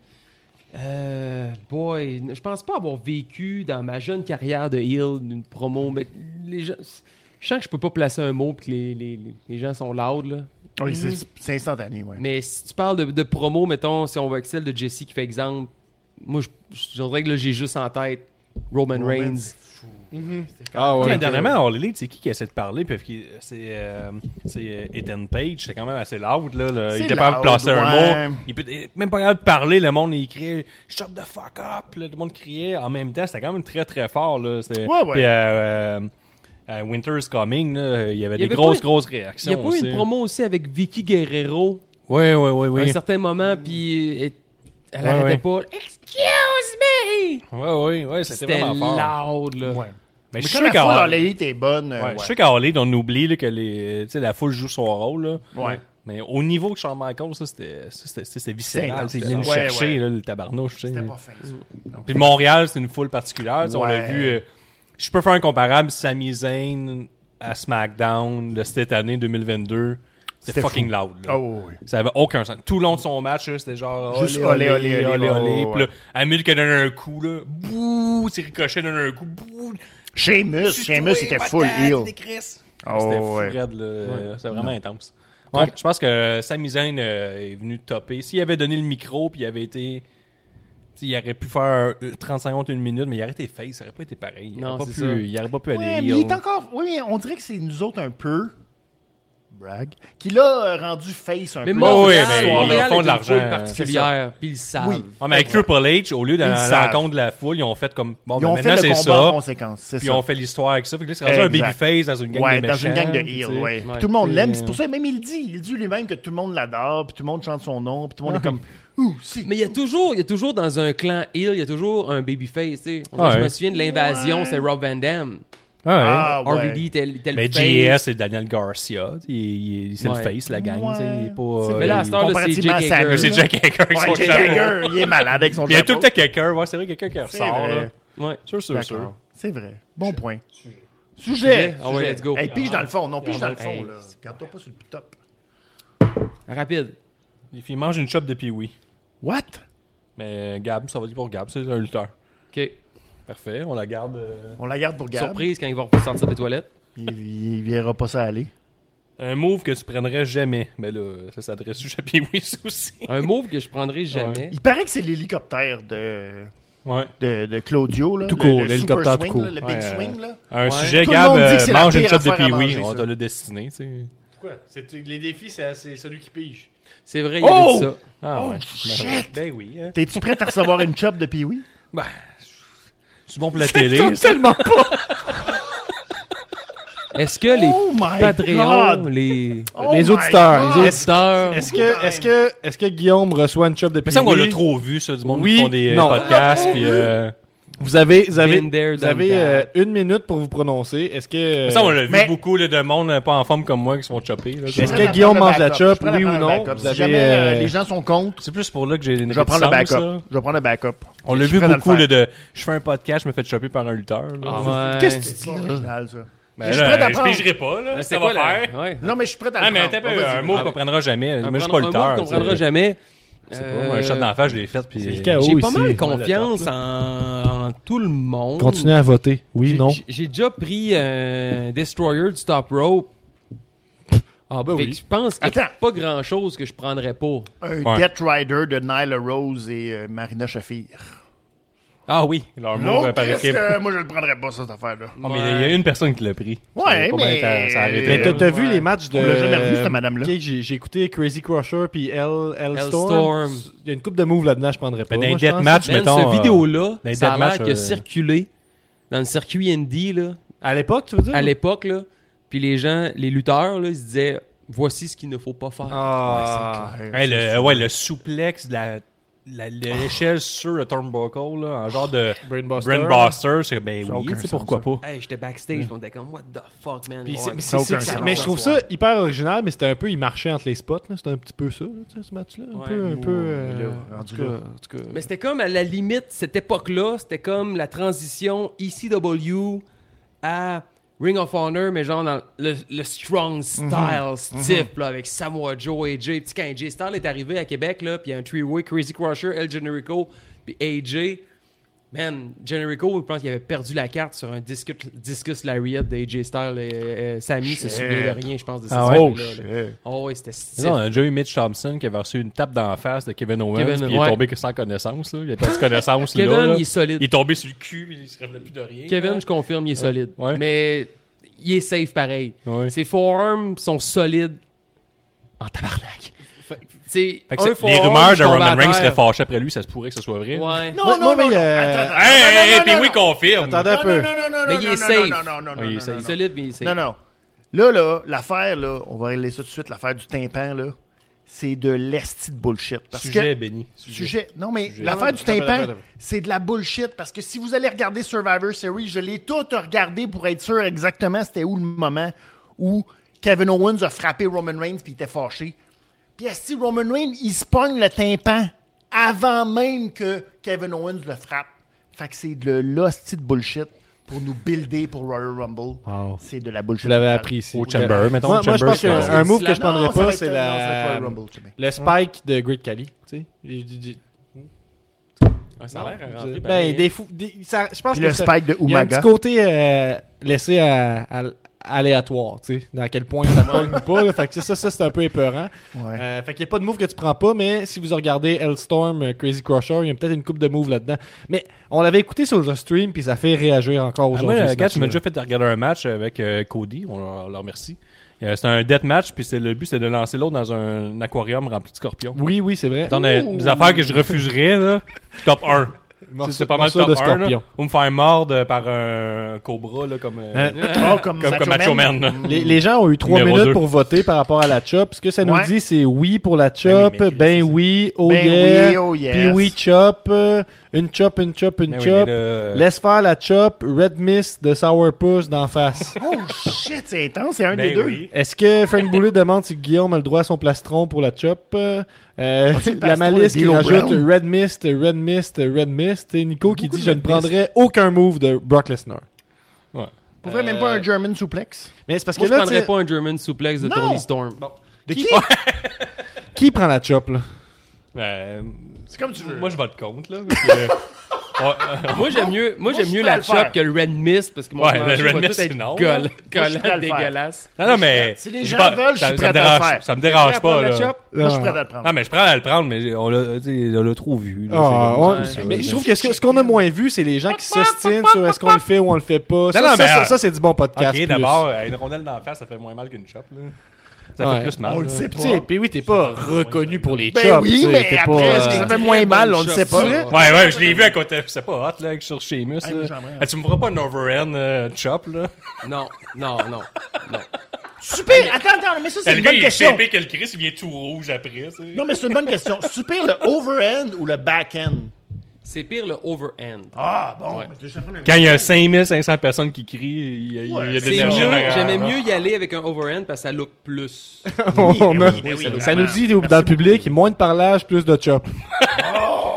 C: euh, boy, je pense pas avoir vécu dans ma jeune carrière de heel une promo. Mais les gens, je sens que je peux pas placer un mot puis que les, les, les gens sont loud là.
D: Oui, c'est- c'est instantané, ouais.
C: Mais si tu parles de, de promo, mettons, si on va avec celle de Jesse qui fait exemple, moi, je, je dirais que là, j'ai juste en tête Roman,
D: Roman,
C: Reigns.
D: c'est fou.
B: Ah
E: Ouais,
B: ouais.
E: dernièrement, à All Elite, c'est qui qui essaie de parler? Puis qui- c'est euh, c'est, euh, Ethan Page, c'est quand même assez loud. Là, le-
D: C'est
E: il était pas capable de placer
D: loud,
E: un
D: ouais.
E: mot. Il peut- il est même pas capable de parler. Le monde, il criait Shut the fuck up! Là, tout le monde criait en même temps. C'était quand même très, très fort. Là, C'était-
D: Ouais, ouais.
E: Puis euh, euh, à Winter's Coming, là, il y avait
C: Il y
E: des
C: avait
E: grosses,
C: pas-
E: grosses
C: Il y a
E: réactions.
C: pas eu une promo aussi avec Vicky Guerrero
E: Oui, oui, oui.
C: à un
E: Oui,
C: certain
D: Mm.
C: moment, puis elle- elle
E: Ouais,
C: arrêtait
E: ouais.
C: pas. Excuse me!
E: oui, oui. Ouais, c'était
C: C'était
E: vraiment fort.
C: loud, là.
E: Mais je
D: Mais
E: suis
D: comme
E: sûr
D: la
E: qu'à
D: fois,
E: All-
D: dans l'élite est bonne. euh,
E: ouais, je
D: ouais.
E: suis sûr qu'à All Elite, on oublie là, que les, tu sais, la foule joue son rôle. Là.
D: Ouais.
E: Mais au niveau que Shawn Michaels, ça, c'était, ça, c'était, c'était viscéral.
D: intense,
E: Il vient nous
D: ouais,
E: chercher,
D: ouais.
E: là, le tabarnouche. tu sais.
D: C'était pas fin. ça.
E: Puis Montréal, c'est une foule particulière. tu sais, On l'a
D: Ouais.
E: vu. euh, je peux faire un comparable. Sami Zayn à SmackDown de cette année 2022.
D: C'était
E: C'était fucking
D: fou.
E: loud. là.
D: Ah oui, oui.
E: Ça avait aucun sens. Tout le long de son match, là, c'était genre.
D: Juste olé, olé, olé, ouais, ouais,
E: Puis là, à mille qu'elle donne un coup, là. Bouh! C'est ricochet, donne un coup. Bouh!
D: Sheamus, Sheamus était full heal.
E: Ah, C'était
D: Oh, ouais.
E: fou, raide, là. C'était vraiment intense. Ouais, Je pense que Sami Zayn euh, est venu topper. S'il avait donné le micro, puis il avait été. tu sais, Il aurait pu faire euh, 30 secondes, une minute, mais il aurait été face, ça aurait pas été pareil. Il
C: Non,
E: aurait pas,
C: c'est
E: pu-
C: ça.
E: il aurait pas pu
D: Ouais,
E: aller
D: mais
E: heel.
D: il est encore. Oui, mais on dirait que c'est nous autres un peu. Brag. Qui l'a euh, rendu face un
C: Mais
D: peu.
E: bon,
C: Montréal,
E: oui, mais ils
C: Montréal
E: leur font
C: est
E: de
C: une
E: l'argent. hein,
C: foule particulière, puis ils le savent.
D: Oui.
E: Ouais, mais avec Triple H, au lieu d'aller
D: Ils
E: à
D: savent.
E: l'encontre de la foule, ils ont fait comme. Bon,
D: Ils
E: ben,
D: ont fait
E: maintenant
D: le
E: c'est
D: combat en
E: ça.
D: conséquence. C'est
E: Puis
D: ça.
E: on fait l'histoire avec ça. Fait que là, c'est rendu un
D: Exact.
E: babyface dans une gang
D: ouais,
E: de
D: dans
E: méchants.
D: une gang de
E: tu sais.
D: heal, ouais. Puis
C: Ouais.
D: tout le monde
E: Puis,
D: l'aime,
E: euh,
D: c'est pour ça, même il le dit, il dit lui-même que tout le monde l'adore, puis tout le monde chante son nom, puis tout le monde est comme Ouh, si.
C: Mais il y a toujours, il y a toujours dans un clan heel, il y a toujours un babyface, tu sais. Moi, Je
E: Ouais.
C: me souviens de l'invasion,
D: Ouais.
C: c'est Rob Van Dam.
D: Ah, ouais.
C: RVD était était le
E: Mais
C: face.
E: JS c'est Daniel Garcia. Il, il- il- c'est
C: Ouais.
E: le face, la gang.
D: Ouais.
E: tu sais, Il est pas.
D: C'est-
E: euh,
C: Mais là, à
E: il-
C: cette heure, là, c'est Jake
D: Comparativement à Sammy,
E: Mais
C: Hager.
E: c'est Jack Hager avec
D: Ouais,
E: son
D: Jake
E: chapeau.
D: Hager, il est malade avec son
E: Il y a tout
D: chapeau.
E: le temps quelqu'un, ouais, c'est vrai, quelqu'un qui ressort.
D: vrai.
E: Là.
C: Ouais.
E: Sûr, sûr, sûr.
D: D'accord. C'est vrai. Bon point.
C: Sujet.
D: Sujet.
C: Ah ouais, let's go.
D: Hey, pige dans le fond, non, pige dans le
C: Hey.
D: fond, là. Regarde-toi pas sur le top.
C: Rapide.
E: Il il mange une chope depuis oui.
D: What?
E: Mais euh, Gab, ça va dire pour Gab, c'est un lutteur.
C: OK.
E: Parfait, on la garde. euh,
D: On la garde pour Gab.
C: Surprise quand il va sortir des toilettes.
D: Il, il verra pas ça aller.
E: Un move que tu prendrais jamais. Mais là, ça s'adresse juste à Pee-Wee ça aussi. *laughs*
C: Un move que je prendrai jamais.
D: Il paraît que c'est l'hélicoptère de,
E: Ouais.
D: de, de Claudio, là.
B: Tout
D: le- le
B: court,
D: super
B: l'hélicoptère
D: swing,
B: tout court.
D: là, Le big
E: Ouais,
D: swing, là.
E: Un
C: Ouais.
E: sujet,
D: Tout le
E: Gab,
D: monde dit que
E: euh,
D: c'est la
E: mange une
D: pire
E: chope de
D: affaire à
E: Pee-Wee.
D: manger,
E: On
D: ça.
E: t'a le destiné, tu sais.
B: Les défis, c'est celui qui pige.
C: C'est vrai, il y avait ça.
E: Ah
D: Oh.
E: ouais.
D: shit!
E: Ben oui. hein.
D: T'es-tu prêt à recevoir une chop de Pee-Wee?
E: Ben, c'est bon pour
D: *laughs*
E: la télé.
D: Tellement pas!
C: Est-ce que les
D: Oh my
C: Patreons,
D: God!
C: les
D: Oh
B: les
D: my
B: auditeurs,
D: God!
B: les
C: auditeurs,
B: *laughs* Est-ce que, est-ce que, est-ce que Guillaume reçoit une chop de
E: Mais ça,
B: Pee-wee?
E: on l'a trop vu, ça, du monde
B: Oui,
E: qui font des euh,
B: non.
E: podcasts. puis, euh,
B: Vous avez, vous avez,
C: Been there,
B: vous avez
C: done
B: euh,
C: that.
B: une minute pour vous prononcer. Est-ce que, euh,
E: Mais ça, on l'a vu
D: Mais-
E: beaucoup là, de monde euh, pas en forme comme moi qui se font chopper. là.
D: Je
B: Est-ce que
D: prends
B: Guillaume mange la
D: backup,
B: chop,
D: je prends
B: oui ou
D: prends le
B: non?
D: backup.
B: Vous
D: Si
B: avez,
D: jamais euh,
B: euh,
D: les gens sont contre,
E: C'est plus pour là que j'ai une
D: je vais prendre le
E: réticence,
D: backup.
E: ça.
D: Je vais prendre le backup.
E: On l'a
D: Je
E: vu
D: suis prêt à
E: beaucoup
D: le
E: là,
D: faire.
E: de je fais un podcast, je me fais chopper par un lutteur. là.
C: Ah,
B: Qu'est-ce que
C: ouais. Ben,
B: tu
D: C'est original, ça.
E: Ben
D: je suis
E: là,
D: prêt à
E: je
D: prendre.
E: pigerai pas, là.
C: C'est
E: Ça
C: quoi
E: va
C: la-
E: faire.
C: ouais.
D: Non, mais je suis prêt à le
E: Ah, mais
D: prendre.
E: attends, un peu,
D: Vas-y.
E: un mot qu'on prendra jamais. Moi, je suis
C: Un
E: pas
C: mot
E: lutteur.
C: qu'on
E: tu sais.
C: prendra jamais. Euh,
E: C'est pas moi, un shot dans la face, je l'ai fait. Puis...
B: le chaos.
C: J'ai
B: Oh,
C: pas mal
B: ici.
C: confiance en, en tout le monde.
B: Continuez à voter. Oui,
C: J'ai-
B: non.
C: j'ai- J'ai déjà pris un Destroyer du Top Rope. Ah,
B: ben
C: fait
B: oui.
C: que Je pense qu'il n'y a
D: Attends.
C: pas grand chose que je prendrais pas.
D: Un
E: Ouais.
D: Death Rider de Nyla Rose et euh, Marina Shafir.
E: Ah oui, leur mot
D: Non,
E: euh, par
D: parce
E: équipe.
D: que moi, je le prendrais pas, ça, cette affaire-là.
E: Ah, mais il y a une personne qui l'a pris.
D: Ouais,
E: Ça va pas
D: mais-
E: bien, ça- ça a arrêté
B: Mais
E: là.
B: t'as t'as
C: Ouais.
B: vu les matchs de.
D: On l'a jamais revu, cette madame-là.
B: Ok, j'ai j'ai écouté Crazy Crusher puis L, L,
C: L
B: Storm.
C: Storm.
B: Il y a une coupe de moves là-dedans, je prendrais pas.
E: Mais dans
B: moi,
E: les
B: je pense.
E: deathmatchs,
C: Man,
E: mettons.
C: ce
E: euh,
C: vidéo-là,
E: dans les
C: ça a l'air
E: deathmatchs,
C: qu'il a
E: euh,
C: circulé dans le circuit indie là,
B: À l'époque, tu veux dire?
C: à l'époque. là. Puis les gens, les lutteurs, là, ils se disaient voici ce qu'il ne faut pas faire.
B: Ah.
E: Hey, le, ouais, le souplex, de la, la- l'échelle sur le turnbuckle, là, en genre de
B: Brainbuster.
E: Brainbuster, c'est ben
D: Ça a
E: oui,
D: aucun
E: tu sais
D: sens,
E: pourquoi
D: ça.
E: pas.
C: Hey, j'étais backstage, on était comme what the fuck, man.
B: Puis
C: Ouais,
B: c'est-
C: mais-
B: c'est-
D: aucun
B: c'est-
D: sens.
B: mais je trouve ça hyper original, mais c'était un peu, il marchait entre les spots, là. c'était un petit peu ça, là, tu sais, ce match-là, un
C: Ouais.
B: peu, un peu, euh,
D: là,
B: en tout
D: rendu
B: cas,
D: là.
B: en tout cas.
C: Mais c'était comme à la limite, cette époque-là, c'était comme la transition ECW à Ring of Honor, mais genre dans le, le strong style stiff, là, avec Samoa Joe, AJ. Puis quand AJ Styles est arrivé à Québec, là, puis il y a un three-way Crazy Crusher, El Generico, puis AJ, Man, Generico, je pense qu'il avait perdu la carte sur un discus, discus Lariat d'AJ Styles. Et, euh, Sammy se
D: Shit.
C: souvient de rien, je pense, de cette
E: Ah ouais?
C: là
E: Oh,
C: Oh, ouais, c'était stiff.
E: Non, on a déjà eu Mitch Thompson qui avait reçu une tape dans la face de Kevin Owens.
C: Kevin,
E: puis il
C: ouais.
E: est tombé sans connaissance. Là. Il a perdu connaissance.
C: Kevin,
E: là, là.
C: il est solide.
E: Il est tombé sur le cul et il se rappelait plus de rien.
C: Kevin,
E: là.
C: je confirme, il est solide.
E: Ouais.
C: Mais il est safe pareil.
E: Ouais.
C: Ses forearms sont solides en tabarnak. C'est
E: Fait que c'est- les rumeurs de Roman Reigns seraient fâchées après lui, ça se pourrait que ce soit vrai.
C: Ouais.
D: Non,
B: Moi-
D: non, non,
B: moi, mais,
D: non.
B: euh,
D: Attends,
E: Hey,
D: non,
E: hey,
D: non,
E: hey,
D: non,
E: puis
D: non,
E: oui, confirme.
B: Attendez un
D: non,
B: peu.
D: non, non, non, non,
C: Mais il
D: non,
C: est
D: non,
C: safe.
D: non, non, non, non,
E: Oui, il est
D: non,
E: safe.
C: Il est
D: non,
C: solide, mais il est safe.
D: Non, non. Là, là, l'affaire, là, on va régler ça tout de suite, l'affaire du tympan, là, c'est de l'esti de bullshit. Parce
E: Sujet
D: que...
E: béni.
D: Sujet. Non, mais l'affaire du
B: Attends, attends,
D: tympan,
B: attends.
D: c'est de la bullshit. Parce que si vous allez regarder Survivor Series, je l'ai tout regardé pour être sûr exactement c'était où le moment où Kevin Owens a frappé Roman Reigns puis il était fâché. Puis si Roman Reigns, il se pogne le tympan avant même que Kevin Owens le frappe. Fait que c'est de l'hostie de bullshit pour nous builder pour Royal Rumble.
B: Wow.
D: C'est de la bullshit.
B: Je l'avais appris ici.
E: Au Chamber, mettons.
B: Moi,
E: au
B: moi, je
E: Chamber,
B: pense
E: c'est
B: qu'un
E: pas-
B: move que je
D: Euh, Non,
B: prendrais
D: ça
B: pas,
D: va être-
B: c'est
D: non, ça va être
B: la...
D: Royal Rumble, tu sais bien.
B: le spike de Great Khali. tu sais. J'ai- j'ai- j'ai-
E: Ah, Ça a l'air à rentrer. pareil,
B: Ben,
E: hein.
B: des fous. des- ça- Je pense
D: Puis
B: que
D: le
B: ça-
D: spike de
B: Il y a un petit
D: Umaga.
B: côté euh, laissé à, à- aléatoire, tu sais, dans quel point
E: *laughs*
B: ça pogne ou pas. là. Fait que ça, ça c'est un peu épeurant.
D: Ouais.
B: Euh, fait qu'il n'y a pas de move que tu prends pas, mais si vous regardez Hellstorm, euh, Crazy Crusher, il y a peut-être une coupe de moves là-dedans. Mais on l'avait écouté sur le stream, puis ça fait réagir encore
E: Ah, moi,
B: aujourd'hui.
E: euh,
B: ce
E: gars, tu m'as
B: match-là.
E: déjà fait regarder un match avec euh, Cody, on leur- on leur remercie. Euh, C'était un death match, puis c'est- le but, c'est de lancer l'autre dans un aquarium rempli de scorpions.
B: Oui, oui, c'est vrai.
E: Dans les, des affaires que je refuserais, là, top 1.
B: Morceau-
E: C'est pas mal
B: morceau
E: top
B: de
E: 1. là.
B: scorpion.
E: Ou me faire mordre euh, par un cobra, là, comme, euh,
B: Euh,
D: Oh, comme, Mm.
E: comme, comme Macho Man. là.
B: les, les gens ont eu trois
E: Numéro
B: minutes
E: deux.
B: pour voter par rapport à la chop. Ce que ça nous
D: Ouais.
B: dit, c'est oui pour la chop,
E: mais
B: ben,
E: oui,
B: oui, oh
D: Ben
B: yeah,
D: oui, oh yes.
B: puis oui chop, euh, une chop, une chop, une
E: Mais oui, mais
B: chop.
E: là, euh,
B: Laisse faire la chop, Red Mist de Sourpuss d'en face.
D: Oh shit, c'est intense, c'est un
E: ben
D: des deux.
E: oui.
B: Est-ce que Frank Boulet demande si Guillaume a le droit à son plastron pour la chop? Euh, euh,
D: Ah, c'est le
B: la
D: plastron
B: malice
D: de
B: qui
D: D'Lo
B: rajoute
D: Brown.
B: Red Mist, Red Mist, Red Mist. Et Nico qui
E: Beaucoup
B: dit
E: de
B: Je ne
E: Red Mist.
B: prendrai aucun move de Brock Lesnar.
E: Ouais.
D: Pour vrai, même pas un German suplex.
B: Mais c'est parce
C: Moi,
B: que là,
C: je
B: tu
C: prendrais
B: sais,
C: pas un German suplex de
D: Non.
C: Tony Storm.
B: qui... qui prend la chop là?
E: Euh,
D: C'est comme tu veux.
E: moi, je vote contre, là. parce
D: *laughs*
E: que- Ouais, euh,
C: Moi, j'aime mieux, moi, j'aime
D: je
C: mieux
D: peux
C: la
D: le faire.
C: chop que le Red Mist parce que mon
E: Ouais,
C: manche
E: le Red
C: va
E: Mist,
C: tout être
E: c'est non.
C: coll-
D: je
E: Moi,
D: suis prêt
C: collant,
D: à le faire.
C: dégueulasse.
E: non, non, mais.
D: Si les
E: j'ai
D: gens
E: pas-
D: veulent, je
E: ça-
D: suis
E: ça me
D: prêt à le
E: dérange-
D: faire.
E: Ça me
D: Prêt
E: dérange
D: à
E: pas,
D: prendre la
E: là.
D: chop? Moi, je suis
B: Ah.
D: prêt à le prendre.
E: Non, mais je prends à le prendre, mais on l'a, tu sais, on l'a trop vu.
B: Ah,
E: là, c'est comme
B: ouais.
E: ça, c'est
B: mais
E: comme
B: je
E: ça.
B: trouve que ce que- ce qu'on a moins vu, c'est les gens qui s'ostinent sur est-ce qu'on le fait ou on le fait pas. Ça,
E: Non, non,
B: ça,
E: mais,
B: ça,
E: euh,
B: ça, c'est du bon podcast.
E: Ok,
B: plus.
E: d'abord, euh, une rondelle d'en face, ça fait moins mal qu'une chop, là. Ça
B: Ouais.
E: fait plus mal.
D: On le
E: là.
D: sait
B: Tu sais,
D: pas.
B: puis oui, t'es pas reconnu pour les
D: Ben
B: chops. tu
D: oui,
B: sais,
D: mais
B: t'es
D: après,
B: pas,
D: est-ce que
B: euh,
D: ça fait moins mal? On ne sait pas.
B: vrai?
E: Ouais, ouais, je l'ai vu à côté. C'est pas hot, là, avec- sur Sheamus.
D: Ah,
E: là.
D: moi, j'aimerais.
E: Ah, tu me feras pas un overhand euh, chop, là.
C: Non, non, non, non.
D: Super! Attends, attends, mais ça, c'est
E: le
D: une
E: gars,
D: bonne
E: il est
D: question.
E: shapé que le Chris, il vient tout rouge après, tu sais.
D: Non, mais c'est une bonne question. Super le overhand ou le backhand?
C: C'est pire le overhand.
D: Ah, bon.
C: Ouais.
D: mais je vais prendre un-
E: Quand il y a 5500 personnes qui crient, il y a, il y a
D: Ouais,
E: de
D: c'est
C: C'est
E: l'énergie en
C: mieux,
E: arrière,
C: j'aimais
E: là.
C: mieux y aller avec un overhand parce que ça look plus.
B: *laughs* on a-
D: oui, oui,
B: ça
D: vraiment.
B: nous dit dans le public, moins de parlage, plus de chop.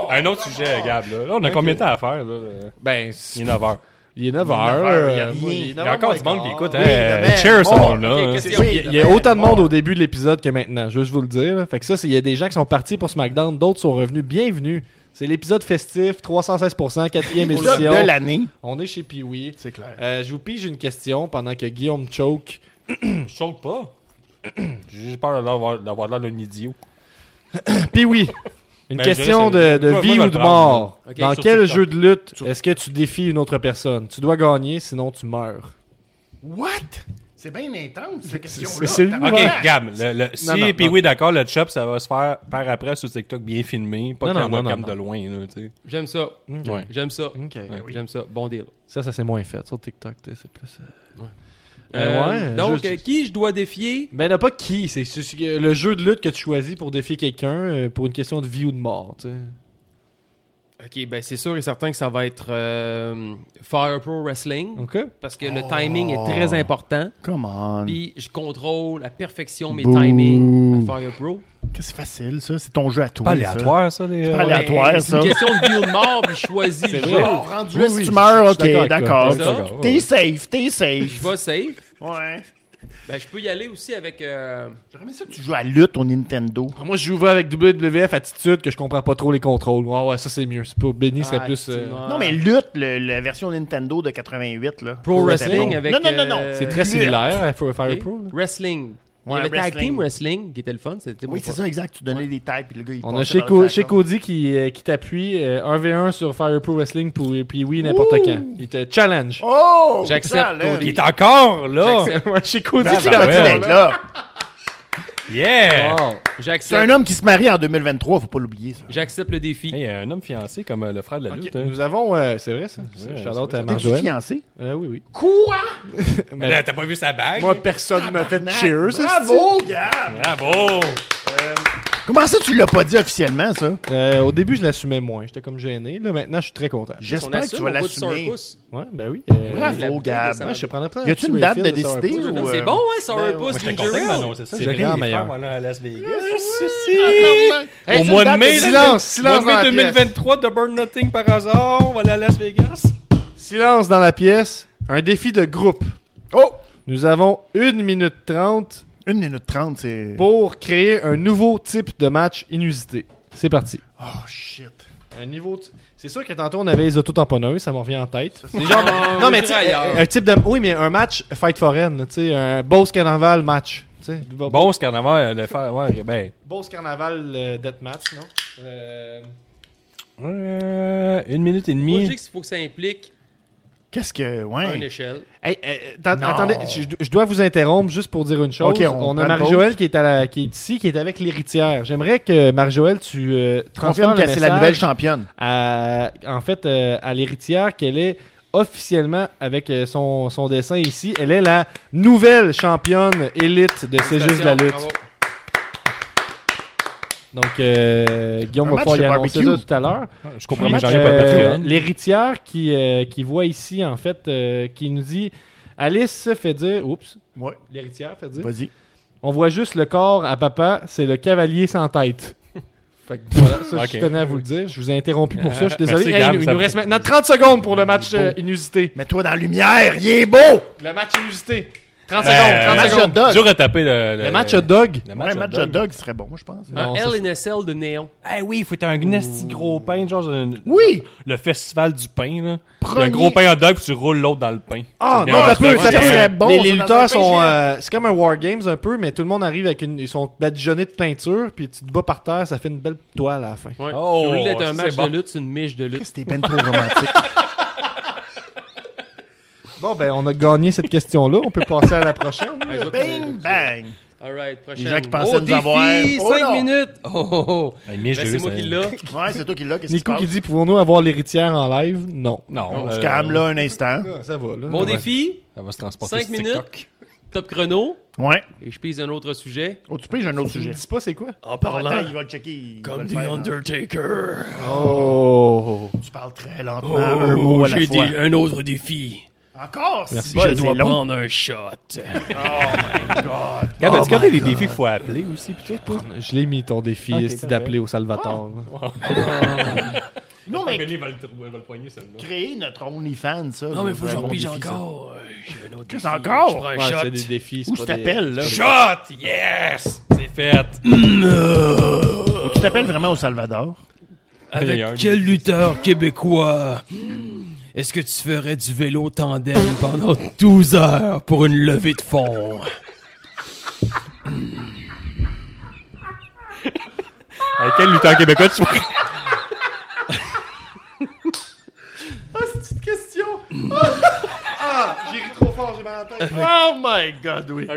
E: Un autre sujet, Gab, là. Là, on a combien de temps à faire, là?
B: Ben,
E: Il est 9h.
B: il est euh, 9
D: heures, il y a rien.
B: h
D: Il y
E: Il y a encore
B: oh
E: du monde qui écoute, hein.
D: demain.
E: Cheers, ce
D: Bon,
E: monde-là.
C: ok,
E: hein.
C: question.
D: Oui,
B: Il y a autant de monde au début de l'épisode que maintenant, juste vous le dire. là. Fait que ça, c'est- il y a des gens qui sont partis pour SmackDown, d'autres sont revenus. Bienvenue. C'est l'épisode festif, 316%, quatrième
D: Épisode
B: édition.
D: de l'année.
B: On est chez Pee-Wee.
D: C'est clair.
B: Euh, je vous pige une question pendant que Guillaume choke.
E: Je saute pas. *clears throat* J'ai peur d'avoir d'avoir l'air d'un idiot.
B: Pee-Wee, une
E: Ben, je
B: question
E: dirais,
B: de,
E: c'est-
B: de
E: Moi, moi,
B: vie
E: je vais
B: ou
E: le
B: de
E: prendre,
B: mort.
C: là. Ok,
B: Dans
E: sur
B: quel
E: TikTok.
B: jeu de lutte est-ce que tu défies une autre personne? Tu dois gagner, sinon tu meurs.
D: What? C'est bien intense, cette question-là.
B: c'est- c'est lui,
E: Ok,
B: Ouais.
E: Gab, le, le- si
B: Non, non,
E: puis
B: non.
E: oui d'accord, le chop ça va se faire par après sur TikTok bien filmé, pas
B: Non,
E: qu'il y
B: non,
E: en
B: non,
E: webcam
B: non,
E: de loin là, tu sais.
C: J'aime ça.
E: Ouais.
C: J'aime ça.
B: Ouais.
C: J'aime ça. Bon deal.
B: Ça, ça c'est moins fait. Sur TikTok, t'sais, c'est plus. euh,
C: Euh,
D: Ben
B: ouais,
C: donc,
B: juste-
C: euh, qui je dois défier
B: Ben, il n'y a pas qui, c'est c'est- c'est le jeu de lutte que tu choisis pour défier quelqu'un euh, pour une question de vie ou de mort. tu sais.
C: Ok, ben c'est sûr et certain que ça va être euh, Fire Pro Wrestling
B: OK?
C: parce que le timing est très
D: Oh.
C: important.
D: Come on.
C: Puis je contrôle à perfection mes
D: Bouh.
C: timings à Fire Pro.
D: Que C'est facile, ça. C'est ton jeu à toi.
E: Pas aléatoire ça
B: euh,
E: les
D: Pas aléatoire,
C: Ben, C'est une
D: ça.
C: question de vie ou de mort, puis je choisis le
B: vrai.
C: jeu.
D: Oh, rendu là,
B: Oui, oui,
D: si tu
B: je-
D: meurs,
B: je suis
D: ok,
B: d'accord avec toi.
D: d'accord.
C: C'est ça?
D: T'es safe, t'es safe.
C: Je vais safe.
D: Ouais.
C: Ben, je peux y aller aussi avec. euh,
D: J'aurais aimé ça que tu joues à lutte au Nintendo.
B: Moi, je jouais avec WWF Attitude que je comprends pas trop les contrôles. Ouais, ouais, ça c'est mieux. C'est pas Benny serait
C: Ah,
B: plus. euh,
C: c'est noir.
D: Non, mais lutte, le- la version Nintendo de 88, là.
C: Pro Wrestling
D: Non,
C: avec.
D: Non, non, non, non.
C: euh,
B: C'est très similaire hein, à Fire
C: ok.
B: Pro. là.
C: Wrestling. Il y
D: Ouais,
C: avait Tag
D: wrestling.
C: Team Wrestling qui était le fun. C'était
D: Oui,
C: mon
D: c'est
C: fun.
D: ça, exact. Tu donnais des têtes, puis le gars, il
B: On a
D: passait
B: chez,
D: dans
B: Co-
D: le
B: chez
D: sac,
B: Cody qui, euh, qui t'appuie euh, 1v1 sur Fire Pro Wrestling pour, puis oui, n'importe quand. Il te challenge.
D: là. Oh!
C: J'accepte,
D: ça, là.
E: Il est encore là!
D: Oh!
B: *laughs* Ouais, chez Cody,
E: Bravo.
B: c'est
D: Il est
E: Ah
D: gentil
E: ouais.
D: d'être là.
E: Yeah!
B: Oh.
C: Wow.
D: C'est un
C: J'accepte.
D: homme qui se marie en 2023, faut pas l'oublier, ça.
C: J'accepte le défi.
E: Hey, un homme fiancé comme euh, le frère de la lutte.
B: Ok,
E: hein.
B: Nous avons. euh, c'est vrai ça?
E: Ouais,
B: Charlotte
E: c'est
B: à
E: vrai.
D: T'es-tu
B: Marjoël.
D: fiancé?
B: Euh, oui, oui.
D: Quoi?
E: Mais là, T'as pas vu sa bague? Ah,
B: Moi, personne ne m'a fait de cheers.
D: Bravo, gars!
E: Bravo!
D: Comment ça, tu l'as pas dit officiellement, ça?
B: Euh, au début, je l'assumais moins. J'étais comme gêné. Là, maintenant, je suis très content.
C: On
D: J'espère que tu
C: assume
D: vas
C: au bout du sour
D: l'assumer.
C: pouce.
B: Ouais, ben oui. euh,
D: Bravo,
C: La bouteille
D: Gab.
C: de sour
B: ouais, je te prendrais peut-être
D: Y
B: un
D: a-t-il
B: petit
D: une date
B: refill
D: de
B: Sour
D: décider
B: Puss.
D: ou-
C: pouce. C'est
D: euh,
C: bon, hein, Sour Pouce,
E: J'étais
C: Ginger
E: content
C: Ale?
E: de m'annoncer ça.
B: C'est
E: J'ai
B: vraiment
E: rien
B: meilleur.
E: Voilà, à Las Vegas.
D: Hey, c'est
E: Au mois
D: une
E: de
D: date
E: mai,
B: silence, silence
E: Au mois
B: dans
E: de
B: la
E: mai
B: pièce.
E: 2023, The Burn Nothing par hasard, on va aller à Las Vegas.
B: Silence dans la pièce. Un défi de groupe.
D: Oh!
B: Nous avons 1 minute 30
D: Une minute trente, c'est...
B: pour créer un nouveau type de match inusité. C'est parti.
D: Oh, shit.
B: Un niveau. de- C'est sûr que tantôt on avait les autotamponneuses, ça m'en revient en tête. C'est genre-
C: Ah,
B: non mais
C: on
B: tu sais, euh,
C: ira ailleurs.
B: un type de. Oui mais un match fight foreign, tu sais, un Boss Carnaval match. tu sais.
E: Bon, ce carnaval, le faire. Ouais, ben.
B: Boss Carnaval euh, death match, non Euh,
E: euh, une minute et
C: Moi, je
E: demie.
C: dis qu'il faut que ça implique
D: Qu'est-ce que...
C: une
D: Ouais.
C: échelle.
B: hey, euh, t'en-
D: Non.
B: attendez, je, je dois vous interrompre juste pour dire une chose.
D: Ok, on
B: on,
D: prend
B: a Marie-Joëlle qui est à la- qui est ici, qui est avec l'héritière. J'aimerais que Marie-Joëlle tu euh, transfères
D: Confirme
B: le
D: qu'elle c'est la nouvelle
B: message
D: championne.
B: à, en fait, euh, à l'héritière qu'elle est officiellement, avec euh, son, son dessin ici, elle est la nouvelle championne élite de C'est juste la lutte.
C: Bravo.
B: Donc, euh, Guillaume
D: Un
B: va
D: match
B: pouvoir y
D: de
B: annoncer ça
D: barbecue.
B: tout à l'heure.
E: Je comprends, mais
B: Puis,
E: j'arrive
B: euh,
E: à Patreon.
B: L'héritière qui, euh, qui voit ici, en fait, euh, qui nous dit Alice se fait dire. Oups,
D: Ouais,
B: l'héritière fait dire.
D: vas-y.
B: On voit juste le corps à papa, c'est le cavalier sans *laughs* tête. Fait que voilà, ça,
E: Ok.
B: je tenais à vous le dire. Je vous ai interrompu pour ça, je suis *laughs* désolé.
E: Merci,
B: Hey,
E: Gab,
B: il, nous- il
E: ça
B: nous
E: me-
B: reste maintenant 30 secondes pour le match euh, inusité.
D: Mets-toi dans la lumière, il est beau!
B: Le match inusité. 30
E: Euh,
B: secondes, 30
D: match
B: secondes.
D: hot dog.
E: Dur à taper le,
B: Le match euh, hot dog.
E: Le
D: Euh, Ouais,
E: match euh,
D: un match
E: hot
D: hot
E: dog.
D: dog serait bon, je pense.
B: Non,
C: Un
B: ça,
C: LNSL de néon.
E: Eh oui, il faut être un nasty gros pain, genre le-
D: Oui!
E: le festival du pain. Là.
D: Premier-
E: Un gros pain hot dog, puis tu roules l'autre dans le pain.
B: Ah
E: C'est
B: non,
E: bien,
B: ça
E: c'est
B: peut,
E: bien.
B: ça
D: ça
B: peut.
D: serait bon,
B: Les,
D: ça,
B: les
D: dans un
B: lutteurs sont,
D: PGA.
B: euh, c'est comme un war games un peu, mais tout le monde arrive avec une, ils sont badigeonnés de peinture, puis tu te bats par terre, ça fait une belle toile à la fin.
C: Ouais.
E: Oh,
C: Au lieu d'être
E: ça,
C: un match
E: c'est bon.
C: de lutte, c'est une miche de lutte.
D: C'était ben trop
C: *laughs*
D: romantique.
B: Bon ben, on a gagné cette question-là, on peut passer à la prochaine. *laughs*
D: Bing, bang!
C: All right, prochaine.
D: Les gens qui pensaient nous avoir. Oh
C: 5
D: non.
C: minutes. Oh, oh, oh.
E: Hey, mais je
C: Ben,
E: l'ai
C: c'est
E: eu,
C: moi
E: ça.
C: qui l'a.
D: Ouais, c'est toi qui l'as, qu'est-ce qui se
B: Nico
D: passe?
B: qui dit pouvons-nous avoir l'héritière en live Non.
E: Non,
D: On se
E: euh,
D: calme là un instant.
B: Ça va là.
C: Mon défi,
E: Ça va se transporter.
C: 5
E: sur TikTok.
C: minutes, top chrono.
D: Ouais.
C: Et je pise un autre sujet.
D: Oh, tu peux, j'ai un autre
B: Je
D: sujet.
B: dis pas c'est quoi
D: En parlant, il va le checker. il va le faire, hein.
C: Undertaker.
B: Oh.
D: Tu parles très lentement, un mot à
C: Oh,
D: la fois.
C: un autre défi.
D: Encore, si bon, c'est long.
C: un shot.
D: God.
E: Regarde, est-ce qu'il y a des défis qu'il faut appeler aussi, puis tout, toi?
B: Je l'ai mis ton défi
E: Ok,
B: esti,
E: parfait.
B: d'appeler au Salvatore.
D: Non, mais
E: va le poigner, celle-là.
D: créer notre OnlyFans, ça.
C: Non, mais faut que
D: c'est
C: j'en
D: mon
C: pige
D: défi,
C: encore. Euh, J'ai un autre
D: Qu'est-ce
C: défi.
D: encore?
C: Je prends un
B: Ouais,
C: shot.
B: c'est des défis.
D: ça. Où je t'appelle, là?
E: Shot! Yes! C'est fait!
D: Tu t'appelles vraiment au Salvador?
E: Il y a un-
A: Avec quel lutteur québécois est-ce que tu ferais du vélo tandem pendant 12 heures pour une levée de fonds?
E: Avec quel lutteur québécois tu *laughs* vois? Oh,
B: J'ai ri trop fort, j'ai mal à la tête.
D: Oh my God, oui.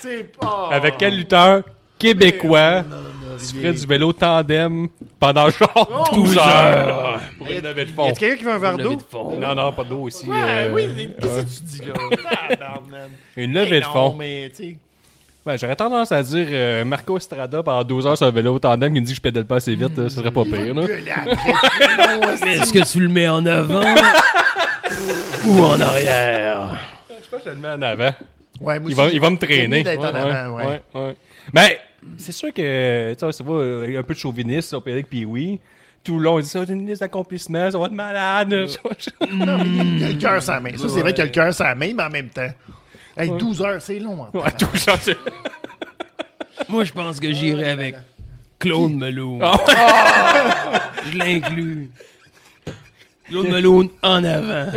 D: C'est pas...
E: Avec quel lutteur québécois tu ferais du vélo tandem pendant genre 12 heures? Pour une levée de fond.
B: Est-ce qu'il y a quelqu'un qui veut un verre d'eau
E: Non, non, pas d'eau ici.
D: Ah,
E: euh,
D: oui, mais qu'est-ce que tu dis, là? *laughs* Tabarnak.
E: Une levée de
D: Non,
E: fond.
D: mais, tu sais...
E: Ben, J'aurais tendance à dire euh, Marco Estrada pendant 12 heures sur un vélo tandem qui me dit que je pédale pas assez vite, là, ce serait pas pire. Là.
D: gueuler après. Non, c'est-
A: Est-ce que tu le mets en avant ou en arrière?
E: Je pense que je le mets en avant.
D: Ouais, moi
E: Il
D: aussi,
E: va, il va me
D: c'est
E: traîner.
D: mieux d'être en avant, ouais.
E: ouais, ouais. Ben, c'est sûr que, tu sais, ça va, euh, un peu de chauvinisme, on peut dire que puis oui. Tout le long, il dit ça, c'est une liste d'accomplissements, ça va être malade. *laughs*
D: Non, mais il y a le cœur sur la main. Ça, c'est vrai qu'il y a le cœur sur la main, mais en même temps. Hey, 12 heures, c'est long. en
E: Ouais,
D: tabarnak.
E: tout ça, c'est- *laughs*
A: Moi, je pense que j'irai avec Claude Meloun.
E: Ah
C: Ah.
A: Je l'inclus. Claude Meloun en avant.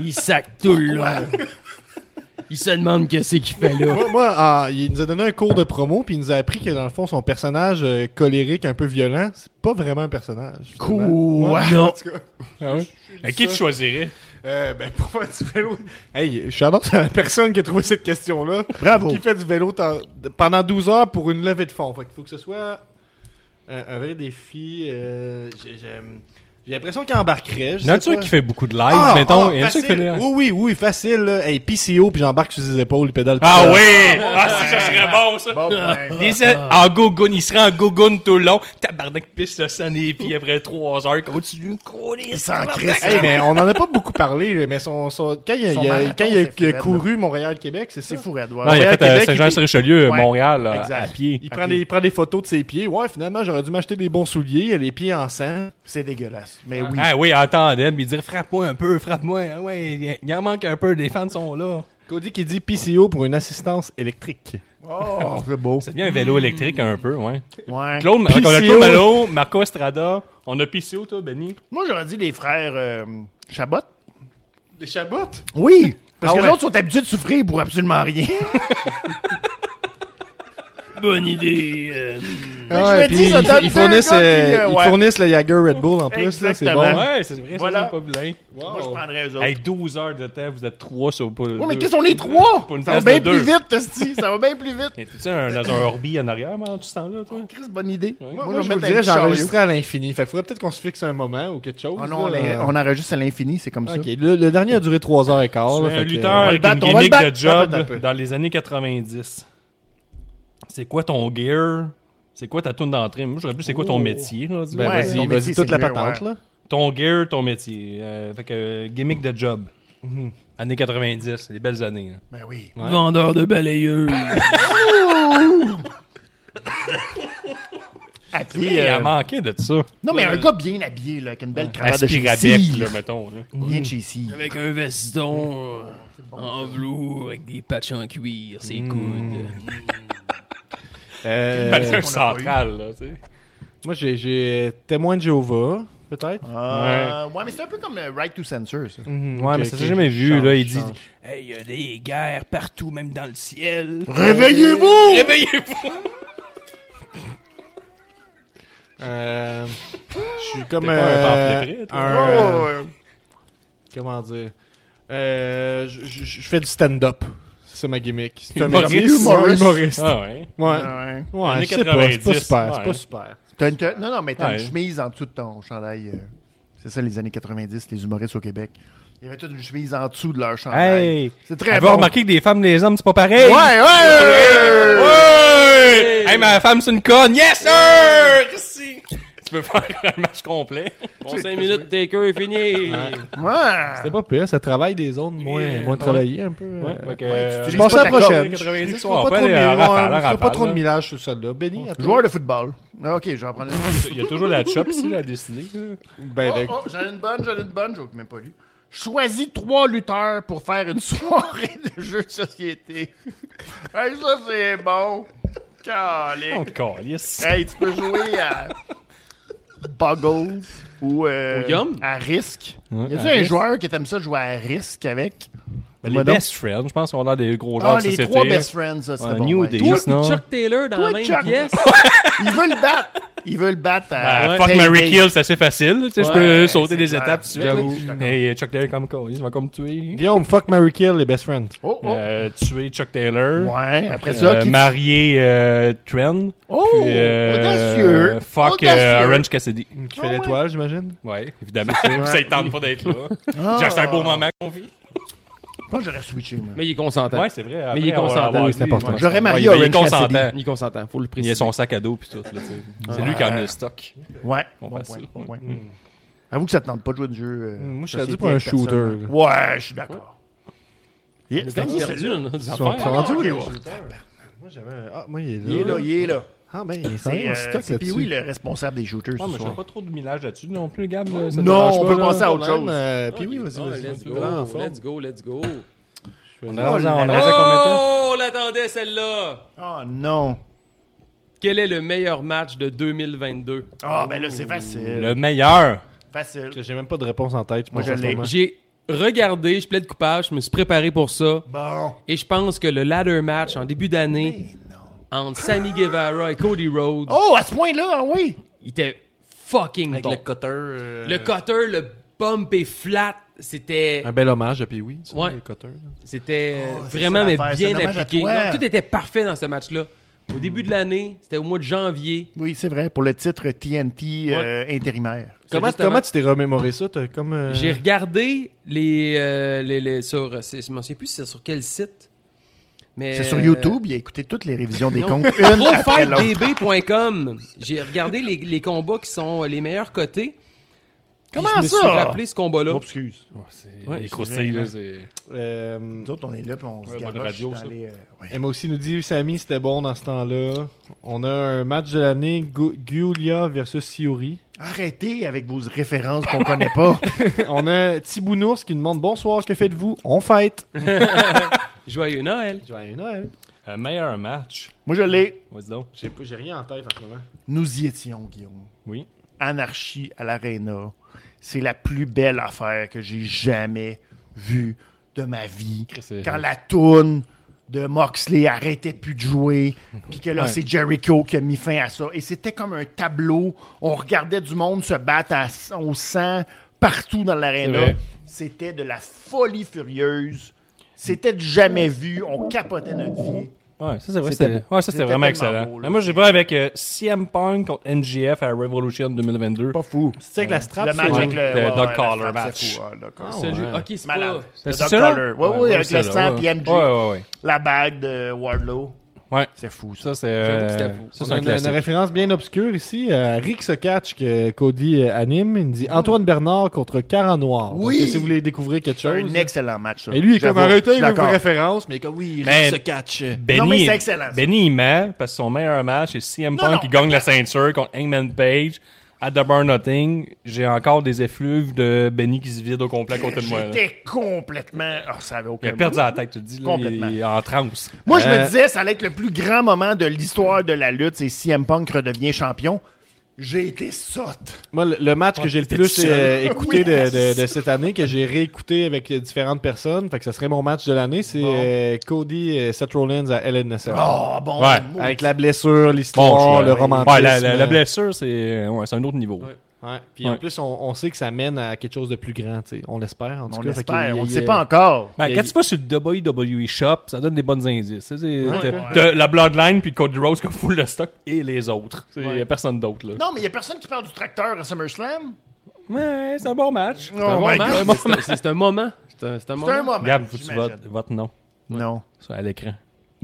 A: Il sac tout le long. Il se demande qu'est-ce qu'il fait là.
B: Moi, moi, ah, il nous a donné un cours de promo, puis il nous a appris que dans le fond, son personnage euh, colérique, un peu violent, c'est pas vraiment un personnage.
A: Quoi?
B: finalement. Ouais,
A: Non.
B: en tout cas.
E: Ah ouais? À qui tu choisirais?
B: Euh, ben, pour faire du vélo. Hey, shout out à la personne qui a trouvé cette question-là.
D: Bravo.
B: Qui fait du vélo tant- pendant 12 heures pour une levée de fonds. Fait qu'il faut que ce soit un, un vrai défi. euh, j'ai- j'ai- J'ai l'impression qu'il embarquerait. je sais
E: Nature
B: pas.
E: qui fait beaucoup de live,
B: Ah,
E: mettons.
B: ah,
E: et Nature qui fait
B: facile.
E: des lives.
B: Oui, oui, oui, facile. là. Hey, PCO, puis j'embarque sur ses épaules, il pédale.
E: Ah
B: tout seul.
E: oui! Ah, si, ça serait bon, ça!
D: Bon, ben,
E: *laughs* Des- en gogoun, il serait en gogoun tout le long. Tabarnak pisse le sang des pieds après trois heures. Continue de courir.
D: il s'en
E: tabarnak.
D: crisse.
B: Hey, mais on en a pas beaucoup parlé, mais son, son- quand il a,
D: Son
B: il a-
D: marathon,
B: quand il a-
D: c'est
B: il a
D: fou,
B: couru Montréal-Québec, c'est ça.
D: C'est fou, Red ouais.
E: Non, il a fait
B: Montréal-Québec,
E: euh, Saint-Jean-sur-Richelieu,
D: il-
E: Montréal, là,
D: Exact.
E: à pied.
B: Il prend, des, il prend des photos de ses pieds. Ouais, finalement, j'aurais dû m'acheter des bons souliers, les pieds en sang.
D: C'est dégueulasse. Mais oui.
E: Ah oui, attendez, mais il dit frappe-moi un peu, frappe-moi. Ah ouais, il- il en manque un peu, les fans sont là.
B: Cody qui dit PCO pour une assistance électrique. *laughs*
D: Oh, c'est beau.
E: C'est bien un vélo électrique un peu, ouais.
D: Ouais.
E: Claude, on a
B: PCO.
E: Claude Malo, Marco Estrada, on a PCO, toi, Benny.
D: Moi, j'aurais dit les frères euh, Chabot.
B: Des chabottes?
D: Oui. Parce
B: Ah
D: que
B: ouais.
D: les autres sont habitués de souffrir pour absolument rien.
A: Bonne idée. euh.
D: me dis, ça donne
B: ils
D: deux
B: fournissent,
D: gars
B: euh,
D: qui, euh,
B: ils
D: ouais.
B: fournissent le Jagger Red Bull en plus. là, C'est
D: Exactement.
B: bon.
E: Ouais, c'est vrai,
D: Voilà.
E: c'est pas vilain.
D: *laughs* Moi, je prendrais eux autres.
E: Hey, 12 heures de temps, vous êtes trois sur pas.
D: Oui, mais qu'est-ce qu'on est trois?
E: Pour une
D: Ça va
E: place de
D: bien plus
E: deux.
D: vite, Tosti. Ça va bien plus vite.
E: Tu sais, un- dans un Orbi en arrière, pendant tout ce temps-là, toi?
D: Chris, bonne idée.
B: Moi,
D: vais
B: je
D: mettre
B: vous
D: un
B: dirais,
D: petit chariot.
B: j'enregistrais à l'infini. Fait qu'il faudrait peut-être qu'on se fixe un moment ou quelque chose.
D: Ah non, on,
B: là.
D: est-
E: Euh.
D: on enregistre à l'infini, c'est comme
B: Ok, le, le dernier a duré 3 heures et quart. là,
E: un
B: fait que- euh,
E: lutteur
D: le
E: avec une
D: battre, on va le
E: gimmick
D: battre.
E: de job
D: Attends un peu.
E: dans les années 90. C'est quoi ton gear? C'est quoi ta toune d'entrée? Moi, j'aurais plus c'est quoi
D: Oh.
E: ton métier? là, dis-
B: Ben,
D: Ouais,
B: vas-y,
D: ton
B: vas-y,
D: métier,
B: toute
D: c'est
B: la
D: mieux,
B: patente,
D: ouais.
B: là.
E: Ton gear, ton métier. Euh, fait que euh, gimmick de job. Années 90, les belles années. hein. là.
D: Ben oui.
A: Vendeur de balayeux.
D: À
E: Et
D: pied,
E: il
D: euh,
E: a manqué de ça.
D: Non, mais un gars bien habillé, là, avec une belle cravate de chez
E: Aspirabec,
D: ici.
E: là, mettons. là.
D: Bien de chez ici.
A: Avec un veston euh, en velours, avec des patchs en cuir, ses
C: Mm.
A: coudes.
B: Euh,
E: Parce que
D: qu'on a
E: un
D: pas
E: central, là, tu sais.
B: moi, j'ai- j'ai témoin de Jéhovah, peut-être. Mhm,
D: Euh, ouais. mais c'est un peu comme le Right to Censor, ça.
E: Ouais, mais ça j'ai jamais vu, là. Il dit
A: Hey, y a des guerres partout, même dans le ciel.
D: Réveillez-vous!
E: Réveillez-vous!
B: Euh, je suis comme
E: pas un
B: euh,
E: pamphlet prêt, toi? Oh,
B: un, euh, comment dire euh, je- je je fais du stand-up c'est ça ma gimmick c'est un
E: Humoriste.
B: métier, c'est un
D: Humoriste.
B: humoriste
E: Ah ouais.
B: ouais
D: Ouais.
B: ouais
E: Années
B: je sais pas c'est pas
E: 90,
B: super c'est
E: ouais.
B: pas super
D: T'as une te- Non, non, mais t'as
E: Ouais.
D: une chemise en dessous de ton chandail. euh, C'est ça, les années 90, les humoristes au Québec. Ils avaient toute une chemise en dessous de leur chandail.
E: Hey!
D: C'est très
E: Avez-vous
D: bon.
E: remarqué que des femmes et des hommes, c'est pas pareil?
D: Ouais, ouais, ouais, ouais.
E: Ouais! Hey, ma femme, c'est une conne! Yes, sir! Merci! Tu peux faire un match complet?
C: Bon, 5 minutes, taker est fini.
B: c'est
D: Ouais.
B: pas pire ça travaille des zones moins moins travaillées un peu euh.
D: tu
B: je
D: dis
B: pense
D: pas
B: à la
D: ta
B: prochaine.
E: corde.
B: Je ne
E: 90,
B: ferai pas
E: on va
B: trop de
E: aller en
B: millage-
E: rafale, en
B: je ferai pas
E: rafale,
B: trop de
E: là.
B: millage sur celle-là. Benny, après.
D: Joueur de football. Ah, Ok, je vais en prendre une.
E: Il y a toujours la chop ici, la destinée.
B: Ben,
D: Oh,
B: ben,
D: oh, j'en ai une bonne, j'en ai une bonne, j'ai même pas lu. Choisis trois lutteurs pour faire une *laughs* soirée de jeux de
E: *laughs*
D: société. hey, ça, c'est bon. Calé.
E: On calisse.
D: *laughs*
E: *laughs*
D: Hey, tu peux jouer à Buggles ou euh,
C: Ou Yum.
D: à Risk. y
E: à Ben,
D: a-tu un joueur qui t'aime ça jouer à Risk avec
E: Les
D: Moi donc.
E: best friends, je pense qu'on a des gros
D: Ah,
E: joueurs de
D: les
E: société.
D: trois best friends, ça, c'est
E: Ouais,
D: bon.
E: New
D: ouais.
E: Day.
C: Toi,
E: Sinon-
C: Chuck Taylor dans
D: Toi,
C: la même
D: Chuck.
C: pièce.
D: *laughs* Il veut le battre. Il veut le battre à.
E: Ah, fuck
D: Tay
E: Mary
D: Day.
E: Kill, c'est assez facile. Tu sais, je peux
D: Ouais,
E: sauter
D: c'est
E: des
D: clair.
E: étapes tout de suite.
D: J'avoue.
E: là. Hey, euh, Chuck Taylor comme quoi, il va comme tuer.
B: Guillaume, fuck Mary Kill, les best friends.
D: Oh, oh.
E: Euh, tuer Chuck Taylor.
D: ouais, après ça.
E: Euh,
D: qui-
E: marier euh, Trent.
D: Oh,
E: Puis, euh,
D: audacieux.
E: Fuck euh,
D: audacieux.
E: Orange Cassidy.
D: Ah
B: Tu fais l'étoile, j'imagine?
E: Ouais, évidemment. *laughs* ça, il tente pas d'être là. Genre, c'est un beau moment qu'on vit.
D: Moi, j'aurais switché, moi.
C: Mais il est consentant.
E: Ouais, c'est vrai.
C: Mais il est consentant. Oui, c'est important.
D: J'aurais marié
E: il, est
D: Orange Cassidy.
E: consentant.
C: Il est consentant, faut le
E: Il
C: préciser.
E: a son sac à dos puis tout. là, tu sais. C'est lui qui en a le stock.
D: Ouais.
E: Bon,
D: Bon,
E: bah,
D: point,
E: ça.
D: bon point. Avoue que ça te tente pas de jouer de jeu. euh,
B: Moi, je serais
D: société
B: dû pour un
D: avec personne.
B: shooter, là.
D: Ouais, je suis d'accord. Yeah,
C: Il
D: c'est
C: est
D: un-
C: perdu, là, dans des
B: Ils sont
C: affaires.
B: sont rendus où,
D: ok,
B: les
D: ouais.
B: résultats? Moi, j'avais un- Ah, moi, il est là.
D: Il est là, il est là.
B: Ah, ben, il est
D: C'est
B: sérieux,
D: euh,
B: on se toque
D: c'est
B: là-dessus.
D: Pee-Wee le responsable des shooters
E: Non,
D: ce
E: Ah, mais je fais
D: soir.
E: pas trop de millage là-dessus non plus, Gab.
D: Non, on peut passer à
B: Pas
D: autre
B: de
D: chose.
B: problème, euh, Pee-Wee, vas-y,
C: Ah,
B: vas-y.
C: Let's
B: Grand
C: go,
B: forme.
C: let's go, let's go.
D: Ah,
E: On
B: est rendu- on est rendu-
C: Oh, on l'attendait celle-là.
D: Oh non.
C: Quel est le meilleur match de 2022
D: Ah, ben là, c'est facile.
E: Le meilleur.
D: Facile.
B: J'ai même pas de réponse en tête.
D: Moi,
B: pense,
D: je
B: en ce
D: l'ai.
B: moment.
C: J'ai regardé, je plaide coupable, je me suis préparé pour ça.
D: Bon.
C: Et je pense que le ladder match en début d'année entre Sammy Guevara et Cody Rhodes,
D: Oh, à ce point-là, ah oui.
C: il était fucking bon.
E: cutter.
C: Le cutter, le bump et flat, c'était
B: Un bel hommage à Pee-Wee. ça,
C: Ouais.
B: le cutter.
C: c'était euh,
D: Oh, c'est
C: vraiment
D: ça
C: mais
D: l'affaire,
C: bien
D: c'est dommage à
C: appliqué.
D: toi.
C: Non, tout était parfait dans ce match-là. Au début de l'année, c'était au mois de janvier.
D: Oui, c'est vrai, pour le titre TNT euh, intérimaire.
C: C'est
B: Comment,
C: justement-
B: comment tu t'es remémoré ça? T'as comme, euh,
C: J'ai regardé les, euh, les, les- sur c'est- je m'en souviens plus c'est sur quel site. Mais
E: Euh,
C: euh,
D: C'est sur YouTube, il a écouté toutes les révisions des
C: *laughs*
E: *laughs*
D: comptes. Une après l'autre.
C: ProFightDB.com. J'ai regardé les, les combats qui sont les meilleurs cotés.
D: Comment
C: je me suis
D: ça?
C: rappelé ce combat-là.
D: Oh, excuse.
E: Ouais, les croustilles, là, c'est.
B: euh,
D: Nous autres, on est là, puis on se
E: Ouais,
D: garoche
E: bonne radio,
D: dans
E: ça.
D: les, euh, ouais.
B: Emma aussi nous dit Samy, c'était bon dans ce temps-là. On a un match de l'année Gu- Giulia versus Siori.
D: Arrêtez avec vos références qu'on connaît
E: *laughs*
D: pas.
B: On a Tibounours qui nous demande Bonsoir, que faites-vous On fête.
C: Joyeux Noël.
B: Joyeux Noël.
E: Un Euh, meilleur match.
D: Moi, je l'ai.
E: Vas-y donc.
B: J'ai pas- j'ai rien en tête en ce moment.
D: Nous y étions, Guillaume.
E: Oui.
D: Anarchie à l'Arena. C'est la plus belle affaire que j'ai jamais vue de ma vie.
E: C'est-
D: Quand la toune de Moxley arrêtait plus de jouer, puis que là, c'est Jericho qui a mis fin à ça. Et c'était comme un tableau. On regardait du monde se battre à, au sang partout dans
E: C'est
D: l'aréna.
E: vrai.
D: C'était de la folie furieuse. C'était du jamais vu. On capotait notre vie.
E: Ouais, ça c'est vrai.
D: C'était-
E: c'était- Ouais, ça
D: c'était
E: c'était vraiment
D: tellement
E: excellent.
D: beau, là.
E: Mais moi, j'ai pas avec euh, CM Punk contre NGF à Revolution 2022.
D: Pas fou.
B: C'est avec la strap.
D: Le match
E: fou.
D: avec le,
E: Le
D: ouais,
E: dog
D: ouais, la
E: collar
D: frappe,
E: match.
D: c'est fou, ah, le dog collar.
C: Celui-
B: ouais.
C: Ok, c'est
D: Malade.
C: pas...
D: Le
E: C'est
D: dog
E: ça, là?
D: collar. Oui,
E: Ouais,
D: oui,
E: ouais,
D: avec
E: c'est
D: le
E: ça,
D: sang,
E: ouais.
D: puis MJ.
E: Ouais, ouais, ouais.
D: La bague de Wardlow.
E: Ouais.
D: C'est fou, ça.
E: Ça c'est.
C: J'avoue que c'était
E: euh,
C: fou.
B: On
E: Ça c'est
B: a
E: un
B: une, une
E: classique.
B: référence bien obscure ici. à Rick se catch que Cody euh, anime. Il nous dit Antoine Bernard contre Cara Noir. Donc,
D: Oui.
B: si vous voulez découvrir quelque chose.
D: Un excellent match, ça.
B: Et Ben, lui, il est comme
D: J'avoue,
B: arrêté,
D: je suis
B: il veut vos
D: d'accord.
B: références, mais comme oui, Rick
E: Mais-
B: se catch.
E: Benny,
D: Non, mais c'est excellent, ça.
E: Benny, il ment parce que son meilleur match, c'est CM Punk
D: non.
E: qui gagne la ceinture contre Hangman Page à The Burn Nothing. J'ai encore des effluves de Benny qui se vide au complet à côté de moi. là.
D: J'étais complètement... Oh, ça avait
E: Il
D: aucun
E: a perdu la tête, tu te dis. Là,
D: Complètement.
E: il est en transe.
D: Moi, je
B: Euh,
D: me disais, ça allait être le plus grand moment de l'histoire de la lutte, c'est CM Punk redevient champion. J'ai été sotte.
B: Moi, le, le match que j'ai le plus euh, écouté de, de- de cette année, que j'ai réécouté avec euh, différentes personnes, fait que ce serait mon match de l'année, c'est euh, Cody et Seth Rollins à LNSL.
D: Oh, bon.
E: Ouais,
D: maudit.
B: Avec la blessure, l'histoire,
E: choix.
B: le romantisme.
E: Ouais, la, la-
D: euh,
E: la blessure, c'est ouais, c'est un autre niveau.
B: Ouais. Puis en
E: Ouais.
B: plus, on, on sait que ça mène à quelque chose de plus grand, tu sais. On l'espère, en tout
D: On
B: cas. Fait qu'il-
D: l'espère, on
B: il-
D: ne
B: il-
D: sait pas encore.
E: Ben,
B: Et-
E: quand tu vas sur le WWE Shop, ça donne des bonnes indices. C'est- c'est- t'as-
D: ouais.
E: t'as la Bloodline puis Cody Rhodes comme full le stock et les autres. Il n'y a personne d'autre. là.
D: Non, mais il n'y a personne qui parle du tracteur à SummerSlam.
E: Ouais, c'est un bon match.
D: Oh
C: un bon
D: my
C: match,
D: God.
C: c'est un- C'est un moment. C'est un, c'est un
D: C'est un
C: moment.
D: moment.
E: Regarde, faut que tu
D: j'imagine.
E: votes, vote non
D: Non,
E: sur- à l'écran.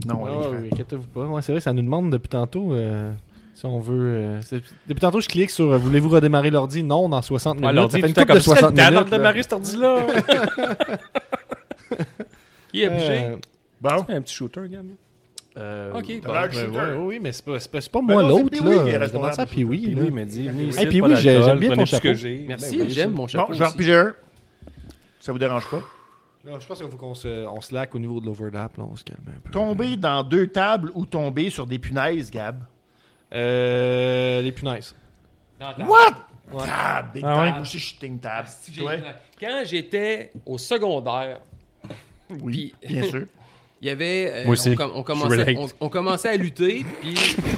C: Ah
D: non.
B: Ouais,
D: on
B: ouais,
D: est
B: ouais, Ah inquiétez-vous pas. Ouais, c'est vrai, ça nous demande depuis tantôt euh, si on veut. euh, c'est- depuis tantôt, je clique sur euh, voulez-vous redémarrer l'ordi Non, dans 60 minutes.
E: Ah, l'ordi,
B: Ça fait une
E: tout le
B: coupe
E: temps
B: de
E: comme ça,
B: 60
E: t'as l'air
B: minutes.
E: de
B: là.
E: marrer cet ordi-là. Il est bougé.
B: Euh, bon.
E: Un petit shooter, gars.
B: Euh,
E: Ok,
B: ouais,
E: bon.
B: ouais,
D: Shooter.
B: ouais, oui, mais c'est pas, c'est pas, c'est pas moi
D: non, c'est
B: l'autre.
D: Pee-wee qui est
B: là. Je
D: responsable
B: demande ça à
D: du
B: Pee-Wee.
E: Puis
B: là.
E: oui, m'a dit, venez ici.
B: Hey, puis
E: pas
B: oui, j'ai-
E: d'alcool,
B: j'aime bien ton
E: prenez tout ce
B: chapeau.
E: que j'ai.
C: Merci,
E: Ben oui,
C: j'aime mon chapeau.
D: Bon, je vais
C: aussi.
D: repiger un. Ça vous dérange pas?
B: Non, je pense qu'il faut qu'on se, on se laque au niveau de l'overlap. là, On se calme un peu.
D: Tomber dans deux tables ou tomber sur des punaises, Gab?
B: Euh, les punaises.
D: What? Table, big
E: Ah ouais?
D: table. Moi, je suis shooting table.
C: Ah, J'ai-
D: Toi?
C: Quand j'étais au secondaire,
D: Oui, bien
C: *laughs*
D: sûr.
C: Il y avait. euh,
E: Moi aussi,
C: on, com- on commençait,
E: relate.
C: on, on commençait à lutter, puis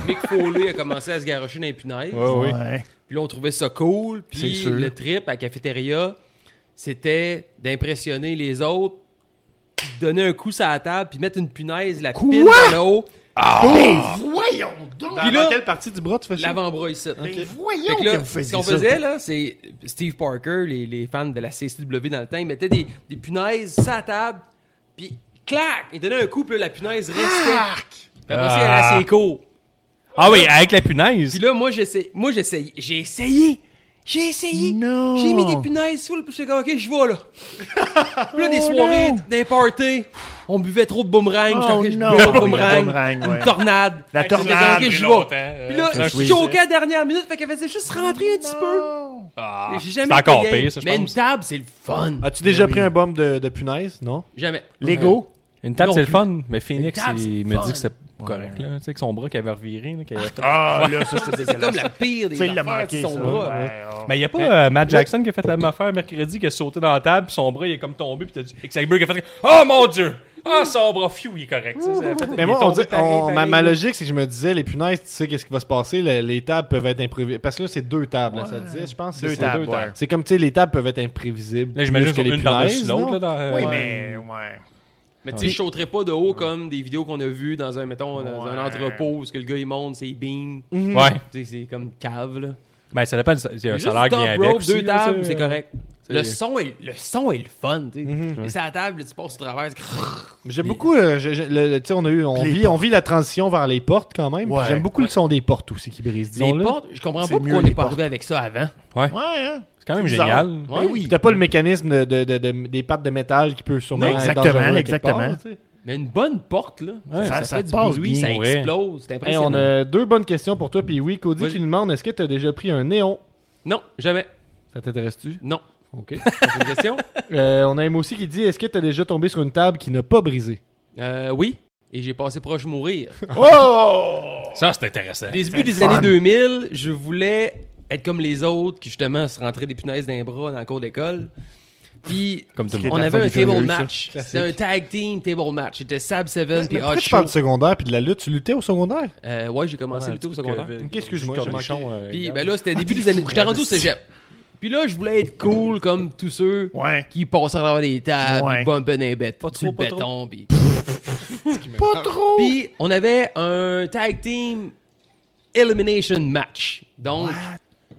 C: Mick Foley a commencé à se garrocher dans les punaises.
E: oui.
D: Ouais.
C: Puis là, on trouvait ça cool. Puis
D: sûr.
C: le trip à la cafétéria, c'était d'impressionner les autres, puis de donner un coup sur la table, puis mettre une punaise, la pile dans l'eau,
D: Ah! Mais voyons donc!
C: Puis là-
B: quelle partie du bras tu fais ça
C: l'avant-bras ici.
D: Mais
C: Fait
D: voyons
C: que
D: que,
C: là,
D: vous
C: ce
D: faisiez
C: qu'on
D: ça.
C: faisait, là, c'est Steve Parker, les, les fans de la CCW dans le temps, ils mettaient des, des punaises sur la table, puis clac! Ils donnaient un coup, puis là, la punaise restait.
D: Arc!
C: Puis après, ça, elle allait à ses cours.
E: Ah oui, avec la punaise.
C: Puis là, moi, j'essaie. Moi, j'essaye. J'ai essayé. J'ai essayé.
D: Non.
C: J'ai mis des punaises sous le. Puis j'étais comme, ok, je vais là. Puis là, des soirées, des parties, on buvait trop de boomerang.
D: Oh,
C: J'étais comme,
D: Oh
C: Ok, je
D: non.
C: buvais trop de
D: Oui, la
C: boomerang.
D: boomerang, ouais.
C: Une tornade.
D: La
C: Fait que j'étais comme,
D: tornade,
C: Ok,
E: pris
C: je
E: longtemps,
C: vais.
E: euh,
C: Puis là,
E: ça,
C: je
E: oui.
C: choquais à la dernière minute. Fait qu'elle faisait juste rentrer un petit peu.
E: Ah,
C: J'ai
E: c'est
C: jamais
E: encore
C: payé.
E: pire, ça, je
C: Mais une
E: pense. Ah,
C: table, c'est le fun.
B: As-tu déjà
D: oui.
B: pris un bomb de, de punaise Ben Non
C: Jamais.
D: Lego?
E: Une table,
A: Non
E: c'est le
A: plus.
E: fun, mais Phoenix,
D: Une table, c'est
E: il
D: le
E: me
D: fun.
E: dit que c'était pas correct. là. Tu sais, que son bras qui avait reviré. là, qu'il avait-
D: Ah, là, ça, c'était
C: *laughs* C'est comme la pire des
D: Tu sais, il l'a
C: affaires,
D: manqué,
C: son
D: ça.
C: bras.
D: Ouais, oh.
E: Mais il n'y a pas euh, Matt Jackson qui a fait la même affaire mercredi, qui a sauté dans la table, puis son bras, il est comme tombé, puis t'as dit Xavier qui a fait Oh mon Dieu Ah, son bras, fiu, il est correct. Ça, ça a fait- il
B: Mais
E: est
B: Ben moi, on
E: tombé
B: dit-
E: pareil,
B: on- ma,
E: pareil.
B: ma logique, c'est que je me disais, les punaises, tu sais, qu'est-ce qui va se passer? le- les tables peuvent être imprévisibles. Parce que là, c'est deux tables, là, ça disait, je pense.
D: Deux
B: c'est- c'est
D: tables, ouais.
B: C'est comme, tu sais, les tables peuvent être imprévisibles.
E: Là, j'imagine
B: plus
E: que une par-dessus l'autre.
B: non?
E: là, dans- euh,
D: Oui,
E: ouais.
D: mais ouais.
C: Mais tu sais, je sauterais pas de haut comme des vidéos qu'on a vues dans un, mettons, dans
D: Ouais.
C: un entrepôt où ce que le gars il monte, c'est beam.
E: Ouais.
C: Tu sais, c'est comme cave, là.
E: Ben, Mhm. ça dépend. Il y a un
C: Juste
E: salaire qui
C: top
E: vient
C: rope,
E: avec. aussi,
C: deux
E: là,
C: tables,
E: tu sais.
C: c'est correct. Le
E: C'est- Mhm.
C: son, est, le son est le fun, tu sais. Mais c'est à la table, tu passes au travers, tu
B: Mhm. J'aime beaucoup, euh, je- je- le- le- tu sais, on a eu, on
D: Les
B: vit, on vit la transition vers les portes quand même. puis
D: Ouais.
B: J'aime beaucoup le son des portes aussi qui brisent.
C: Les
B: disons-le.
C: portes, je comprends pas
D: C'est
C: pourquoi
D: mieux,
C: on n'est
D: les
C: pas
D: portes.
C: arrivé avec ça avant.
D: Ouais, hein?
E: C'est quand même
D: C'est bizarre.
E: génial.
D: Ouais, oui.
B: T'as pas le mécanisme de, de- de- de- des pattes de métal qui peut sûrement
D: Non,
B: être
D: exactement,
B: dangereux à quelque
D: exactement.
B: part, tu sais.
C: Mais une bonne porte, là,
E: Ouais,
D: ça-
C: ça, ça
D: ça
C: fait du
D: passe
C: bruit,
D: bien,
C: ça
E: ouais.
C: explose, c'est
B: Hey, on
C: impressionnant.
B: a deux bonnes questions pour toi. Puis oui, Cody
C: Vas-y.
B: qui demande est-ce que tu as déjà pris un néon
C: Non, jamais.
B: Ça t'intéresse-tu
C: Non.
B: Ok. *laughs*
C: C'est une question?
B: Euh, on a M aussi qui dit est-ce que tu as déjà tombé sur une table qui n'a pas brisé
C: Euh, oui. Et j'ai passé proche
B: *laughs*
C: de mourir.
E: Ça, c'est intéressant.
C: Début des années 2000, je voulais être comme les autres qui, justement, se rentraient des punaises d'un bras dans le cours d'école. Puis,
E: Comme tout le
C: on
E: monde.
C: avait un
B: Furieux,
C: table
B: ça.
C: match. C'était un tag team table match. C'était Sab Seven puis
B: Pourquoi
C: Hot
B: tu parles
C: Show.
B: du secondaire puis de la lutte Tu luttais au secondaire
C: Euh, ouais, j'ai commencé plutôt au secondaire.
B: Euh, Ok, excuse-moi, j'ai manqué.
C: Puis, ben là, c'était début des années. J'étais rendu au cégep. Puis là, je voulais être cool comme tous ceux
D: Ouais.
C: qui passaient à travers des tables,
D: Ouais.
C: qui bumpaient des bêtes, pas
E: trop,
C: le
E: pas trop.
C: béton. Puis,
E: *laughs*
D: Pas trop!
C: Puis, on avait un tag team elimination match. Donc,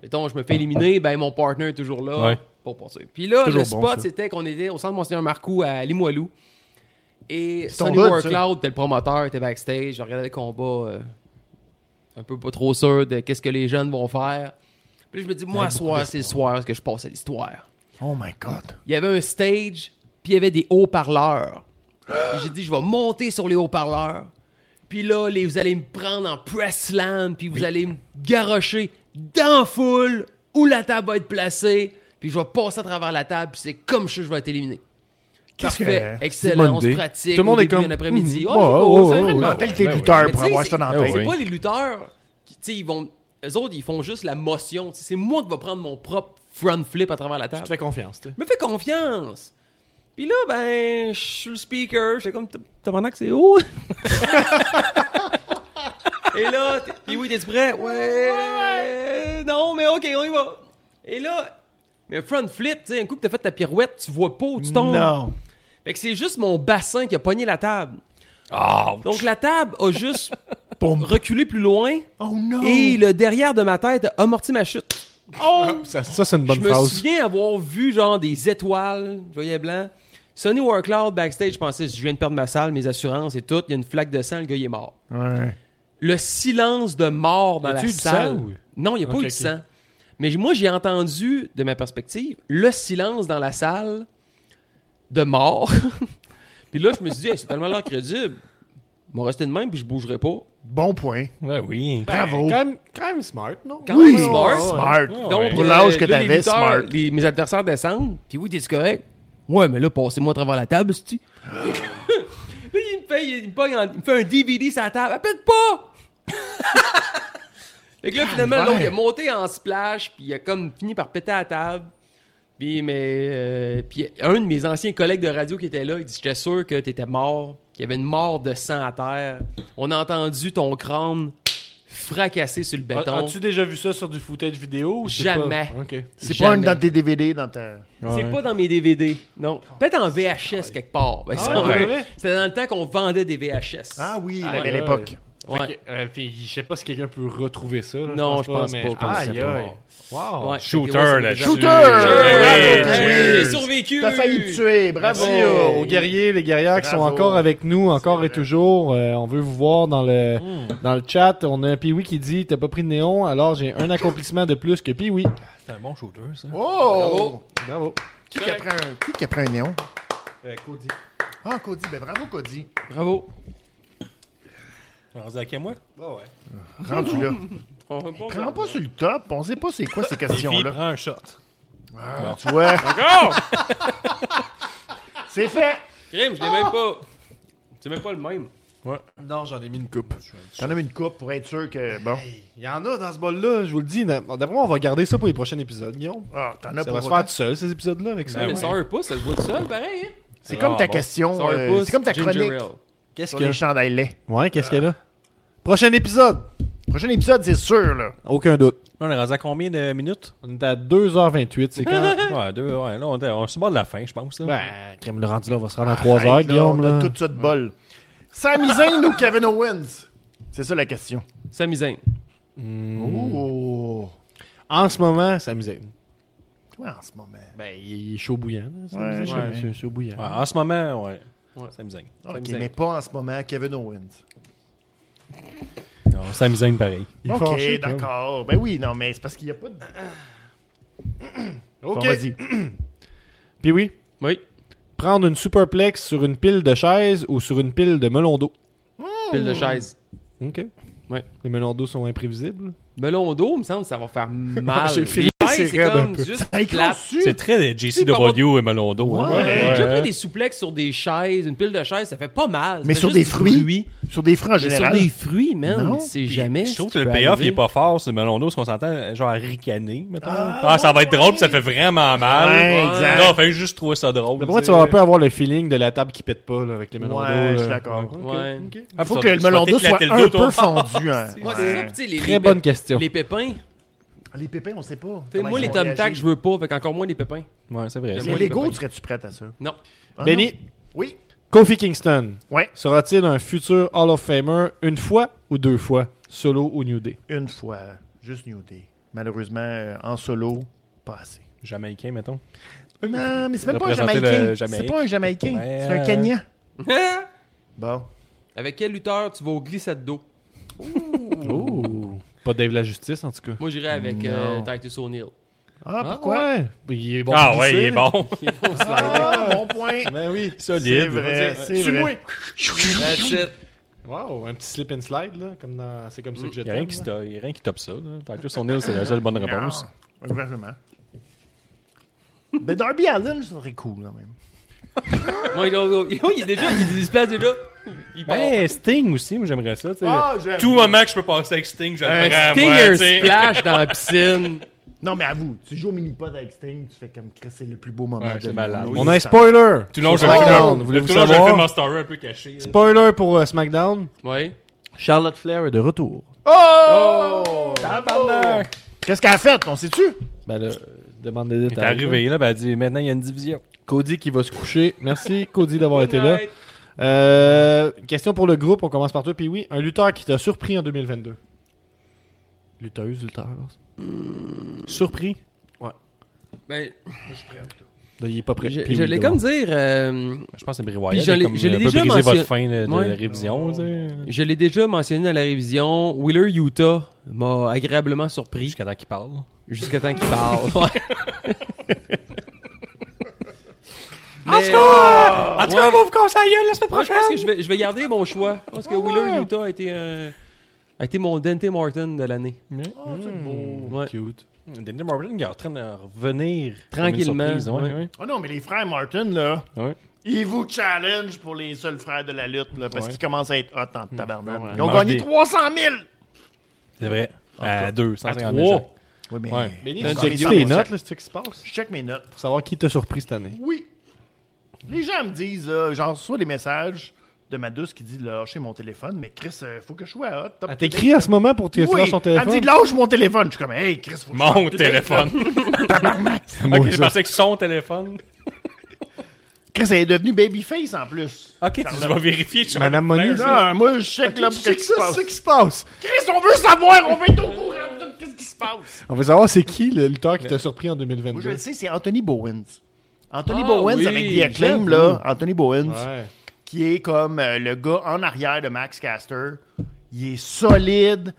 C: mettons, je me fais éliminer, ben mon partner est toujours là
E: Ouais.
C: pour passer. Puis là, le
D: toujours
C: spot,
D: bon, ça.
C: c'était qu'on était au centre Monseigneur Marcoux à Limoilou. Et
D: ton
C: Sonny
D: bud,
C: Warcloud était le promoteur, était backstage. Je regardais le combat euh, un peu pas trop sûr de qu'est-ce que les jeunes vont faire. Puis là, je me dis, moi, ce soir, c'est le soir que je passe à l'histoire
D: Oh my god.
C: il y avait un stage, puis il y avait des haut-parleurs. Puis J'ai dit, je vais monter sur les haut-parleurs. Puis là, les, vous allez me prendre en press slam, puis vous allez me garrocher dans la foule où la table va être placée. Puis je vais passer à travers la table, puis c'est comme ça que je vais être éliminé.
D: Qu'est-ce
C: Parfait,
D: que-
C: excellent, on se
E: idée.
C: pratique.
B: Tout le monde
C: au
B: est
C: début
B: comme,
C: d'un après-midi.
B: mhm,
C: Oh,
B: ouais,
C: c'est cool,
B: ouais,
C: c'est
B: ouais,
C: vraiment
B: ouais.
D: Mental tes lutteurs
C: mais
D: pour
C: tu sais,
D: avoir
C: c'est-
D: ça
C: Ben
D: dans la
E: Ah
C: c'est
E: oui.
D: tête.
C: pas les lutteurs qui, tu sais, ils vont. Eux autres, ils font juste la motion. Tu sais, C'est moi qui vais prendre mon propre front flip à travers la table.
B: Je fais confiance. tu sais.
C: me fais confiance. Puis là, ben, je suis le speaker. Je fais comme, t'as pendant que c'est haut. Et là, t'es- puis oui, t'es prêt? Ouais. Non, mais ok, on y va. Et là, mais front flip, tu sais, un coup que t'as fait ta pirouette, tu vois pas où tu tombes.
D: Non.
C: Fait que c'est juste mon bassin qui a pogné la table. Donc la table
D: *laughs*
C: a juste reculé plus loin
D: Oh non!
C: et le derrière de ma tête a amorti ma chute.
B: Ça, ça, c'est une bonne
C: Je me
B: phrase.
C: souviens avoir vu genre des étoiles, je voyais blanc. Sonny Warcloud backstage, je pensais, je viens de perdre ma salle, mes assurances et tout. Il y a une flaque de sang, le gars, il est mort.
D: Ouais.
C: Le silence de mort dans
E: Y
C: la
E: a-tu eu du
C: salle.
E: sang ou-
C: Non, il n'y a pas
E: Ok,
C: eu de
E: ok.
C: sang. Mais moi, j'ai entendu, de ma perspective, le silence dans la salle de mort. *laughs* puis là, je me suis dit, Hey, c'est tellement l'air crédible. Ils m'ont resté de même, puis je bougerai pas.
D: Bon point.
E: Ouais, oui.
D: Bravo.
B: Quand même, quand même smart, non
C: Quand
D: Oui,
C: même
E: Ah,
C: smart.
D: Smart.
C: Donc,
D: Pour l'âge que
C: là, les
D: t'avais,
C: lutteurs,
D: smart.
C: les- mes adversaires descendent, puis oui, t'es correct. Ouais, mais là, passez-moi à travers la table, *gasps* c'tu. Puis il me fait, il me pogne en- il me fait un DVD sur la table. Appelle pas! *laughs* fait que là, finalement, l'autre, il est monté en splash, puis il a comme fini par péter à la table. Puis, mais, euh, puis un de mes anciens collègues de radio qui était là, il dit J'étais sûr que t'étais mort, qu'il y avait une mort de sang à terre. On a entendu ton crâne fracasser sur le
D: Ah,
C: béton.
B: As-tu déjà vu ça sur du footage vidéo ou c'est
C: Jamais.
B: pas- Ok.
D: C'est Ah, pas une
C: Jamais.
D: dans tes DVD, dans ta.
C: C'est pas dans mes DVD, non. Peut-être en VHS quelque part. Ben, ça,
B: ouais,
C: ouais.
B: c'est vrai?
C: C'était dans le temps qu'on vendait des VHS.
D: Ah oui,
C: Ah,
D: la
C: ouais.
D: belle époque.
C: Ouais.
B: Ok, euh, puis je sais pas si quelqu'un peut retrouver ça. là,
C: Non, je pense
B: mais-
C: pas, je pense
B: Aïe,
C: pas.
B: aïe.
D: Oh,
B: Wow.
C: Ouais,
E: Shooter,
C: fait que, ouais,
E: là,
C: c'est des
E: shooter!
C: gens-
D: Ah, Ouais,
C: Ouais,
D: ouais,
C: ouais,
D: ouais.
C: J'ai survécu!
D: T'as failli me tuer, bravo!
B: Merci euh, aux, aux guerriers, les guerrières qui sont
D: Bravo.
B: encore avec nous, encore et toujours. Euh, on veut vous voir dans le, dans le chat. On a Pee-Wee qui dit T'as pas pris de néon, alors j'ai un accomplissement de plus que Pee-Wee.
E: C'est un bon shooter, ça.
D: Oh!
B: Bravo.
D: Qui qui a pris un, qui qui a pris un néon? Ah, Cody, ben bravo, Cody.
C: Bravo!
E: On se dit à moi?
D: Rendu là.
C: On répond,
D: Prends pas sur le top, on sait pas c'est quoi ces
E: Puis,
D: questions-là.
E: prend un shot.
D: Ah, tu vois,
E: Oh!
D: *laughs* c'est fait! Ah!
C: Crime, je l'ai même pas!
E: C'est même pas le même.
B: Non, j'en ai mis une coupe.
D: J'en ai mis une coupe pour être sûr que. Bon.
B: Il y en a dans ce bol-là, je vous le dis. dans- D'après moi, on va garder ça pour les prochains épisodes, Guillaume.
D: Ah, t'en as
B: Ça
D: pour
B: va se
D: autant.
B: faire tout seul, ces épisodes-là, avec ça.
C: mais ça un pouce, ça se voit tout seul, pareil. Hein?
D: C'est comme ta
E: Ah, bon.
D: question.
C: Sors un
D: euh,
C: pouce,
D: c'est comme ta
C: ginger
D: chronique
C: ale.
B: Qu'est-ce
D: sur
B: qu'il y
D: les
B: a?
D: chandails laits.
B: Ouais, qu'est-ce qu'il y a là? Euh, Prochain épisode!
D: Prochain épisode, c'est sûr, là.
B: Aucun doute.
E: Là, on est rendu à combien de minutes?
B: On est à 2h28, c'est quand?
E: Ah, ouais, deux, ouais, là, on, est- on se bat de la fin, je pense.
B: *laughs*
E: là.
B: ben, crème le rendu là, on va se rendre à 3h,
D: Arrête, là,
B: Guillaume.
D: On
B: Là.
D: a tout ça de bol. Sami Zayn ou Kevin Owens? C'est ça la question.
C: Sami Zayn.
D: Oh.
B: En ce moment, ça amusait.
D: Toi, en ce moment.
B: Ben, il est chaud bouillant. là, ça
D: Ouais,
B: amusait,
D: ouais.
B: c'est- c'est chaud bouillant.
E: Ouais, en ce moment, ouais.
C: Ouais.
E: Sami Zayn.
D: Ok,
C: Zayn.
D: mais pas en ce moment, Kevin Owens.
E: Non, Sami Zayn, pareil.
B: Il est
D: Ok,
B: fâché, quoi.
D: d'accord. Ben oui, non, mais c'est parce qu'il n'y a pas de.
B: Ok.
D: vas-y.
B: Puis oui,
C: Oui.
B: prendre une superplex sur une pile de chaises ou sur une pile de melons d'eau.
C: Pile
D: Mm.
C: de chaise.
B: OK.
C: Ouais.
B: Les melons d'eau sont imprévisibles.
C: Melon d'eau, il me semble, ça
D: *laughs*
C: va faire mal.
B: J'ai fait-
C: Les chaises,
B: c'est
C: c'est
B: raide un
C: comme
B: peu.
C: juste
D: Hey,
C: plat.
D: conçu!
E: C'est très euh, JCW et Melondo.
D: Ouais.
E: hein.
C: J'ai déjà pris
E: Ouais.
C: des souplexes sur des chaises, une pile de chaises, ça fait pas mal. Ça
D: Mais
C: fait
D: sur
C: juste
D: des
C: du
D: fruits,
C: bruit.
D: Sur des francs en
C: Mais
D: général.
C: Sur des fruits, man,
D: Non.
C: c'est
E: Puis,
C: jamais.
E: Je trouve
C: ce
E: que
C: qui peut
E: le payoff, il est
C: arriver.
E: pas fort sur Melondo, parce qu'on s'entend, genre, à ricaner, mettons. Ah, ça va être drôle, puis ça fait vraiment mal.
D: Ouais, exact.
E: Non, fait juste trouver ça drôle.
B: D'après moi, tu
E: sais.
B: vas un peu avoir le feeling de la table qui pète pas là, avec les melons
D: Ouais,
B: d'eau.
D: je suis
B: là.
D: d'accord.
B: Ok,
C: Ouais.
B: ok.
E: Ah,
D: Il faut
E: tu
D: que
E: vas-
D: le
E: tu vas
D: melon d'eau soit
E: t'éclater le
D: un
E: dos, toi.
D: peu fondu. hein.
C: Ouais, c'est ça,
D: Ouais.
C: puis tu sais, les,
B: Très
C: les
B: bonne
C: pép-
B: question.
C: Les pépins. Tu
D: Les pépins, on sait pas.
C: sais, moi, les Tom Tac, je veux pas, fait qu'encore moins les pépins.
E: Ouais, c'est vrai.
C: Les
E: ça.
D: Les
C: Moi,
D: Lego,
C: pépins.
D: serais-tu prête à ça?
C: Non.
D: Ah,
B: Benny,
D: non. Oui.
B: Kofi Kingston
D: Ouais.
B: sera-t-il un futur Hall of Famer une fois ou deux fois, solo ou New Day?
D: Une fois. Juste New Day. Malheureusement, euh, en solo, pas assez.
E: Jamaïcain, mettons.
D: Non, mais c'est même pas un
E: Représenter le
D: Jamaïcain.
E: Jamaïque.
D: C'est pas un Jamaïcain.
E: Ouais,
D: c'est un
E: euh,
D: Kenyan.
C: Avec
D: *laughs* Bon.
C: quel lutteur tu vas au glissade d'eau?
B: Oh. Pas Dave la Justice, en tout cas.
C: Moi, j'irai avec euh, Titus O'Neill.
D: Ah, pourquoi?
B: Pourquoi? Il est bon
E: Ah
B: pour
E: ouais, il
B: glisser,
E: est
B: là.
E: bon.
D: Ah, bon point.
B: Ben oui.
E: Solide.
D: C'est vrai, c'est vrai.
C: That's it.
B: Wow, un petit slip and slide, là, comme dans... C'est comme ça que je
E: *laughs* Il n'y a rien
B: t'aime,
E: qui
B: là.
E: sto- y a rien qui top ça. là. Tant que son île, c'est la seule bonne
D: Ah.
E: réponse.
D: Non, Vraiment. *laughs* Mais Darby Allen, ça serait cool quand même.
C: Moi, il a- il est déjà, il se place déjà. Il part.
E: Ben, Sting aussi, moi j'aimerais ça. tu sais.
D: Ah, j'aime.
E: Tout moment que je peux passer avec Sting, je
C: Un
E: le prends. moi,
C: stinger
E: Ah, tu sais.
C: splash dans la piscine.
D: Non, mais avoue, tu joues au mini-pod avec Sting, tu fais comme Chris, c'est le plus beau moment.
E: Ouais,
D: de
E: c'est
D: ma
E: malade.
D: vie.
E: Oui,
B: On a un spoiler!
E: Tout le long,
B: sur
E: je le
B: SmackDown,
E: fais-
B: voulez-vous
E: tout le long, je le fais
B: savoir?
E: mon story un peu caché. là.
B: Spoiler pour euh, SmackDown.
C: Ouais.
B: Charlotte Flair est de retour.
D: Oh! Tabarnak! Qu'est-ce qu'elle a fait? On sait-tu?
B: Ben là, euh, demande des
E: Elle est
B: détails.
E: arrivée, là, ben, elle dit maintenant il y a une division.
B: Cody qui va se coucher. Merci, Cody, d'avoir été là.
C: Right.
B: Euh, question pour le groupe, on commence par toi. Puis oui, un lutteur qui t'a surpris en 2022. Lutteuse, lutteur.
E: Surpris.
C: Ben,
B: Là, il est pas prêt.
C: je
B: Puis
C: je
B: oui,
C: l'ai
B: d'abord.
C: comme dire, euh,
E: Je pense que c'est Bray Wyatt.
C: je l'ai-
E: comme,
C: je
E: euh,
C: l'ai
E: peut
C: déjà
E: briser
C: mentionné-
E: votre fin de, de
C: Ouais.
E: révision. tu sais.
C: je l'ai déjà mentionné dans la révision. Wheeler Utah m'a agréablement surpris
E: Jusqu'à temps qu'il parle.
C: jusqu'à temps qu'il parle. Ouais. Mais,
E: En tout cas, on va vous conseiller la semaine
C: Moi, je pense que je vais, je vais garder mon choix. Je pense que Wheeler Utah a été, euh, a été mon Dante Martin de l'année. Ouais.
B: Cute.
E: Danny Morgan est en train de revenir.
C: Tranquillement,
E: Comme une surprise, ouais,
C: ouais.
E: ouais.
D: Oh non, mais les frères Martin, là,
E: Ouais.
D: ils vous challenge pour les seuls frères de la lutte, là, parce qu'ils commencent à être hot en tabarnak.
E: Ouais.
D: Ils ont
E: Ils
D: gagné
E: mangent des-
D: 300 000!
E: C'est vrai. À deux, 150
C: trois.
E: échecs.
D: Oui, mais...
E: Ouais.
B: Benny,
D: Ils ont
B: tu
D: gagné
B: checkes tes
D: 100
B: notes, là, c'est ce qui se passe.
D: Je check mes notes.
B: Pour savoir qui t'a surpris cette année.
D: Oui. Les gens me disent, là, j'en reçois des messages de ma douce qui dit lâchez mon téléphone, mais Chris, euh, faut que je sois hot. Top
B: Elle t'écrit à ce moment pour que tu
D: oui.
B: lâches ton
D: Elle me
B: téléphone.
D: dit lâche mon téléphone. Je suis comme hey Chris, faut que je
E: *laughs* Mon téléphone. ok, je pensais que son téléphone.
D: Chris elle est devenue babyface en plus.
E: Ok, tu vas vérifier. Tu
B: Madame Moni, ça.
D: Non, moi je check là pour
B: C'est
D: qu'est-ce qui se passe.
B: Ben qui se passe.
D: Chris, on veut savoir, on veut être au courant de tout, qu'est-ce qui se passe.
B: On veut savoir c'est qui le lutteur qui t'a surpris en
D: Moi je
B: 2022.
D: le sais, c'est Anthony Bowens. Anthony
C: Ah,
D: Bowens
C: oui,
D: avec The Acclaim
B: j'avoue.
D: là, Anthony Bowens
B: Ouais.
D: qui est comme euh, le gars en arrière de Max Caster. Il est solide,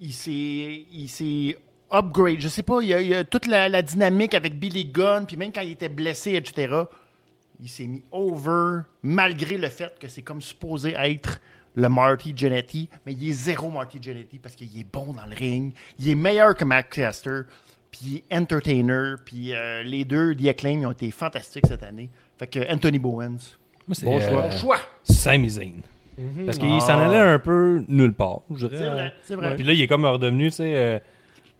D: il s'est il s'est upgrade, je sais pas, il y a, il y a toute la, la dynamique avec Billy Gunn, puis même quand il était blessé, etc., il s'est mis over, malgré le fait que c'est comme supposé être le Marty Jannetty, mais il est zéro Marty Jannetty parce qu'il est bon dans le ring, il est meilleur que Max Caster, puis il est entertainer, puis euh, les deux, The Acclaim, ils ont été fantastiques cette année. Fait que Anthony Bowens,
E: Moi, c'est
B: Bon
E: euh,
B: choix.
D: Bon choix.
E: Sami Zayn. Parce qu'il s'en allait un peu nulle part, je dirais.
D: Mhm. Ah. C'est vrai, c'est vrai.
E: Ouais. Puis là, il est comme redevenu, tu sais, euh,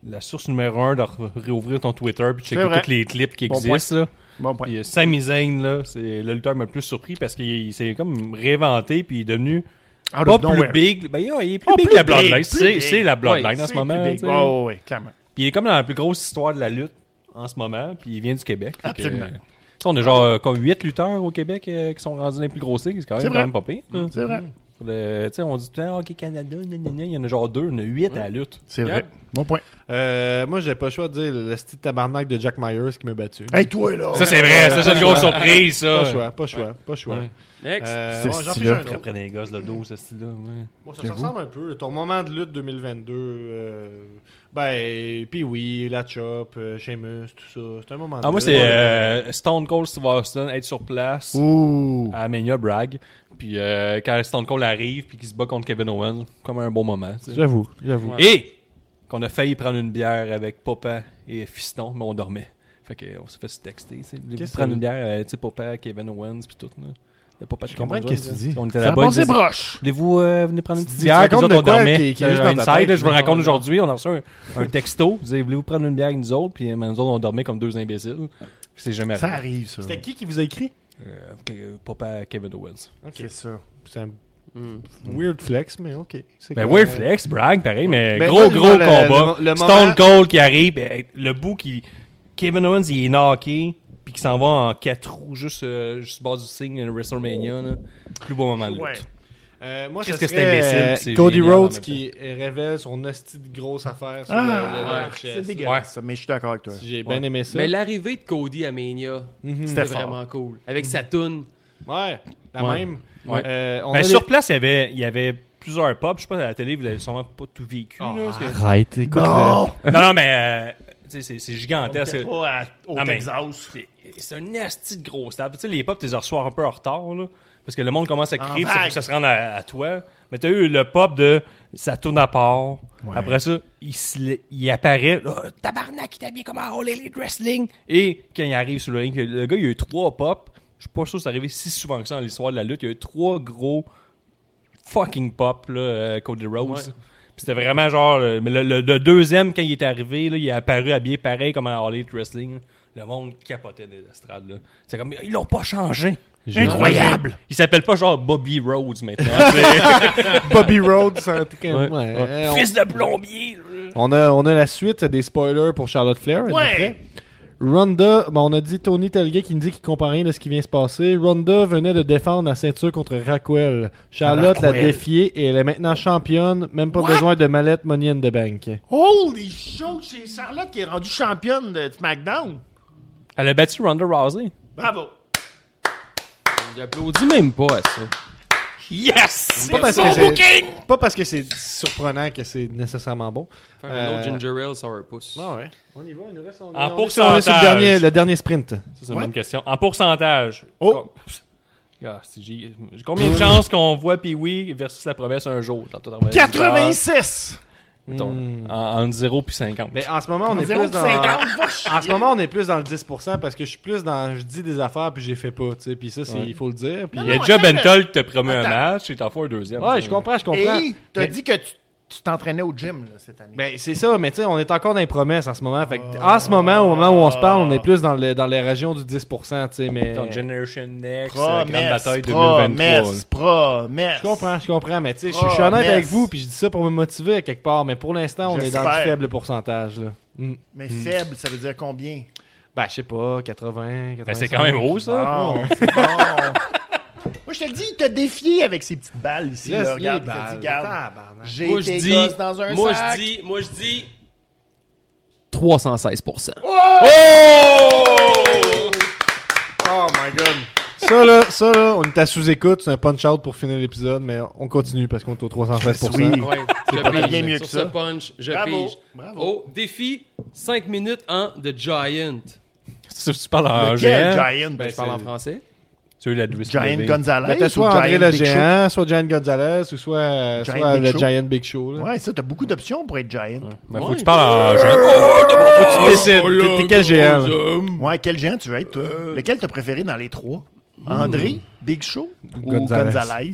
E: la source numéro un de re- réouvrir ton Twitter puis checker
D: vrai.
E: tous les clips qui
D: Bon
E: existent. là.
D: Bon point.
E: Puis euh, Sami Zayn, là, c'est le lutteur qui m'a le plus surpris parce qu'il il s'est comme réinventé puis il est devenu
D: Out
E: pas
D: of
E: plus
D: nowhere.
E: big. Ben, yeah, il est plus
D: Oh,
E: big que
D: plus
E: la Bloodline.
D: big, plus
E: C'est
D: big.
E: c'est la Bloodline
D: Ouais, c'est
E: en ce moment.
D: plus
E: tu
D: big.
E: sais.
D: Ouais, ouais, ouais, clairement.
E: Puis il est comme dans la plus grosse histoire de la lutte en ce moment, puis il vient du Québec. Fait que,
D: Absolument.
E: euh, tu sais, on a genre euh, comme 8 lutteurs au Québec euh, qui sont rendus dans les plus grosses ligues, c'est quand
D: C'est
E: même, quand
D: vrai. Mm.
E: même pas pire. hein.
D: C'est vrai.
E: Le- tu sais, on dit tout le temps, OK, Canada, gna, gna, gna. il y en a genre deux, il y en a 8 à la lutte.
D: C'est vrai. Bon point.
B: Euh, moi, j'ai pas le choix de dire le style tabarnak de Jack Myers qui m'a battu.
D: Hey, toi, là.
E: Ça, c'est vrai, ça, c'est une grosse surprise,
B: Pas le
E: ça.
B: choix, pas le choix, pas le choix.
C: Next.
B: Euh,
D: Ce
B: bon, j'en
D: style-là.
B: fiche un autre.
E: Après les gosses, le dos, ce style-là. ouais.
B: Bon, ça se ressemble un peu. Ton moment de lutte 2022, euh, ben, puis oui, la chop, euh, Sheamus, tout ça. C'est un moment de
E: Ah, moi,
B: lutte.
E: c'est euh, Stone Cold Steve Austin, être sur place
D: Ouh.
E: à Mania Bragg. Puis euh, quand Stone Cold arrive, puis qu'il se bat contre Kevin Owens, comme un bon moment. tu sais.
B: J'avoue, j'avoue.
E: Et qu'on a failli prendre une bière avec papa et fiston, mais on dormait. Fait que, on s'est fait se texter. tu sais.
B: Qu'est-ce
E: prendre
B: que-
E: une bière, euh, tu sais, papa, Kevin Owens, puis tout. Là. Le papa de
B: Je comprends
E: Kevin
B: qu'est-ce que
E: Owens,
B: tu dis.
E: là. On était
D: Ça
E: là-bas.
D: pense
E: ils
D: c'est
E: disaient,
D: proche.
E: Voulez-vous euh, venir prendre une petite
B: Tu
E: bière?
B: racontes
E: Puis nous autres,
B: de
E: on
B: quoi
E: dormait.
B: qui- qui
E: Euh,
B: est juste dans ta
E: inside,
B: tête,
E: là, je vous
B: mais-
E: raconte aujourd'hui, on a reçu un, un texto. Vous avez voulez-vous prendre une bière avec nous autres? Puis euh, mais nous autres, on dormait comme deux imbéciles. C'est jamais
D: Ça
E: arrivé.
D: arrive, ça.
B: C'était qui qui vous a écrit
E: Euh, que- papa Kevin Owens.
B: Ok, ça. C'est un Hmm. weird flex, mais ok. C'est
E: Ben,
B: correct.
E: Weird Flex, brag, pareil, mais
B: Ben,
E: gros,
B: ça,
E: gros
B: le-
E: combat.
B: le- le
E: Stone
B: moment-
E: Cold qui arrive, ben, le bout qui. Kevin Owens, il est knocké, puis qui s'en va en quatre roues, juste, euh, juste bas du signe, le WrestleMania. là. Plus beau moment de lutte.
D: Ouais.
B: Euh, moi,
E: Qu'est-ce
B: ça
E: que c'est imbécile,
B: serait, euh,
E: c'est
B: Cody
E: génial en
B: Rhodes
E: même
B: qui révèle son hostie de grosse affaire sur le, le
D: Ah,
B: live
D: c'est
B: chess.
D: dégueulasse, ça, mais je suis d'accord avec toi.
B: J'ai bien aimé ça.
C: Mais l'arrivée de Cody à Mania, c'était
D: C'était fort.
C: vraiment cool. Avec sa toune.
B: Ouais, la
E: Ouais.
B: même.
E: Ouais.
B: Euh, on
E: Ben,
B: a
E: sur
B: les-
E: place, il y avait, il y avait plusieurs pubs. Je sais pas, à la télé, vous avez sûrement pas tout vécu. là, parce que-
B: Arrête, écoute.
D: Non!
E: Non, non, mais euh, tu sais, c'est c'est gigantesque.
D: T'es pas à- au
E: Ah, mais-
D: Texas.
E: C'est- C'est un asti de gros stable. Tu sais, les pubs, tu les reçois un peu en retard, là, parce que le monde commence à crier, puis ça, faut que ça se rende à, à toi. Mais tu as eu le pop de ça tourne à part. Après ça, il, se la- il apparaît, là, tabarnak, il est habillé comme un All Elite Wrestling. Et quand il arrive sur le ring, le gars, il y a eu trois pop. Je suis pas sûr que c'est arrivé si souvent que ça dans l'histoire de la lutte. Il y a eu trois gros fucking pop, là, euh, Cody Rhodes. Puis C'était vraiment genre. euh, mais Le, le- le deuxième, quand il est arrivé, là, il est apparu habillé pareil comme à All Elite Wrestling. Le monde capotait des estrades. là. C'est comme. Ils l'ont pas changé. Incroyable! Il s'appelle pas genre Bobby Rhodes maintenant.
B: *laughs* Bobby Rhodes, c'est un truc-
E: Ouais.
B: *laughs* ouais.
E: Ouais.
B: Euh,
E: Fils de plombier!
B: On, on a, on a la suite des spoilers pour Charlotte Flair. elle est prête.
D: Ouais!
B: Ronda, ben, on a dit Tony Telgay qui nous dit qu'il comprend rien de ce qui vient se passer. Ronda venait de défendre la ceinture contre Raquel. Charlotte l'a
D: Raquel.
B: défiée et elle est maintenant championne, même pas
D: What?
B: besoin de mallette Money in the Bank.
D: Holy show! C'est Charlotte qui est rendue championne de SmackDown.
E: Elle a battu Ronda Rousey.
D: Bravo!
C: J'applaudis même pas à ça.
E: Yes!
B: Pas parce,
D: son
B: que c'est,
D: booking!
B: pas parce que c'est surprenant que c'est nécessairement bon.
C: Faire un autre
B: Euh,
C: ginger ale sourpuss.
B: Ah ouais. On y va, il nous reste. On,
E: En
B: on est sur- on est
E: pourcentage.
B: sur le dernier, le dernier sprint.
E: Ça, c'est une bonne question. En pourcentage.
B: Oh.
E: Ah, c'est- j'ai- j'ai combien de chances qu'on voit Pee-Wee versus la province un jour? Tantôt, dans-
D: 86!
E: Mettons, en, entre 0 puis 50.
B: Mais en ce moment, on est plus dans.
D: 0,50, va
B: En ce moment, on est plus dans le 10% parce que je suis plus dans je dis des affaires puis j'ai fait pas, tu sais. Puis ça, c'est il faut le dire. Puis
E: Il y a
D: Non,
E: déjà
D: attends,
E: Bentol qui te promet un
D: attends.
E: match et t'en fais un deuxième.
B: ouais, je comprends, je comprends.
D: Et t'as
B: Mais-
D: dit que tu tu t'entraînais au gym là, cette année.
B: Ben, c'est ça, mais tu sais, on est encore dans les promesses en ce moment. Fait que, en ce moment, au moment où on se parle, on est plus dans, le, dans les régions du 10%, tu sais, mais...
E: Ton Generation Next, euh, grande
D: Euh, Promesse,
E: bataille 2023.
D: promesse, promesse.
B: Je comprends, je comprends, mais tu sais, je suis- je suis honnête
D: Promesse.
B: avec vous, puis je dis ça pour me motiver à quelque part, mais pour l'instant, on est dans
D: J'espère.
B: du faible pourcentage, là. Mm.
D: Mais faible, ça veut dire combien?
B: Ben, je sais pas, 80, 80...
E: Ben, c'est quand même haut, ça.
B: Ah,
D: Non, Oh, c'est bon. Moi, je te le dis, il t'a défié avec ses petites balles ici.
B: Laisse
D: là, regarde, il t'a
B: les
D: dit,
B: balles.
D: regarde,
B: Tabarnak.
D: j'ai été gosse dans un
C: moi
D: sac.
C: je dis, moi je dis 316%.
B: Oh my god. Ça là, ça là, on est à sous-écoute, c'est un punch-out pour finir l'épisode, mais on continue parce qu'on est au 316%.
D: Oui.
C: Ouais,
D: pas
C: je
D: bien mieux
C: Sur
D: que ça.
C: ce punch, je
D: Bravo,
C: pige.
D: bravo.
C: Oh, défi 5 minutes en The Giant.
E: Si tu parles en
D: Lequel
E: géant,
D: Giant?
C: Ben, je parle en français.
E: tu la WCW.
D: Giant Gonzalez.
B: Ben, t'as
D: ou
B: soit André
D: Giant
B: le
D: Big Show?
B: Géant, soit Giant Gonzalez, ou soit, euh,
D: Giant
B: soit
D: Big
B: le
D: Show.
B: Giant Big Show. Là.
D: Ouais, ça, t'as beaucoup d'options pour être Giant.
E: Ben, faut
C: Ouais.
E: que tu parles en géant.
D: Oh,
B: tu décides, t'es- t'es quel géant? là?
C: Euh.
D: Ouais, quel Giant tu veux être, toi? Lequel t'as préféré dans les trois? André, Big Show ou
B: Gonzalez.
D: Gonzalez.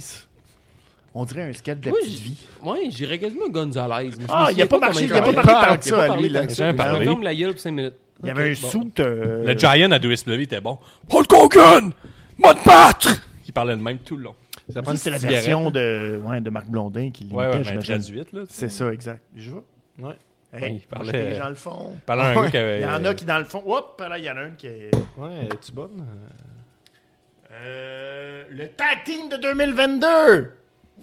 D: On dirait un sketch de la
C: Oui,
D: petite
C: j-
D: vie.
C: Ouais, j'irais quasiment Gonzalez. mais je
D: Ah, il
C: me
D: a
C: souviens
D: pas
C: comment
D: marché-
C: il
D: il a pas
C: parlait.
D: marché tant
C: Ah,
D: que
C: il
D: ça,
C: a pas
D: lui,
C: parlé
D: là.
C: tant que
E: J'ai un
C: ça.
E: parlé.
C: Il ferme la gueule pour 5 minutes.
D: Il y avait un soute. euh,
E: Le Giant à WSW était bon. Hulk Hogan! Mode battre! Il parlait de même tout le long.
B: Ça prend
D: ça,
B: une
D: c'est la
B: cigarette.
D: version de, ouais, de Marc Blondin qui l'imitait,
E: Ouais, ouais, ben,
D: j'imagine.
E: traduite, là.
D: C'est ça, exact. Je vois.
B: Ouais.
D: Hey,
E: Ouais, il
D: moi,
E: parlait- euh,
D: j'étais dans le fond.
E: Parlant à un gars qui avait-
D: Il y en a qui dans le fond. Hop, là, il y en a un qui est.
B: Ouais, es-tu bonne?
D: Euh, le tag team de 2022!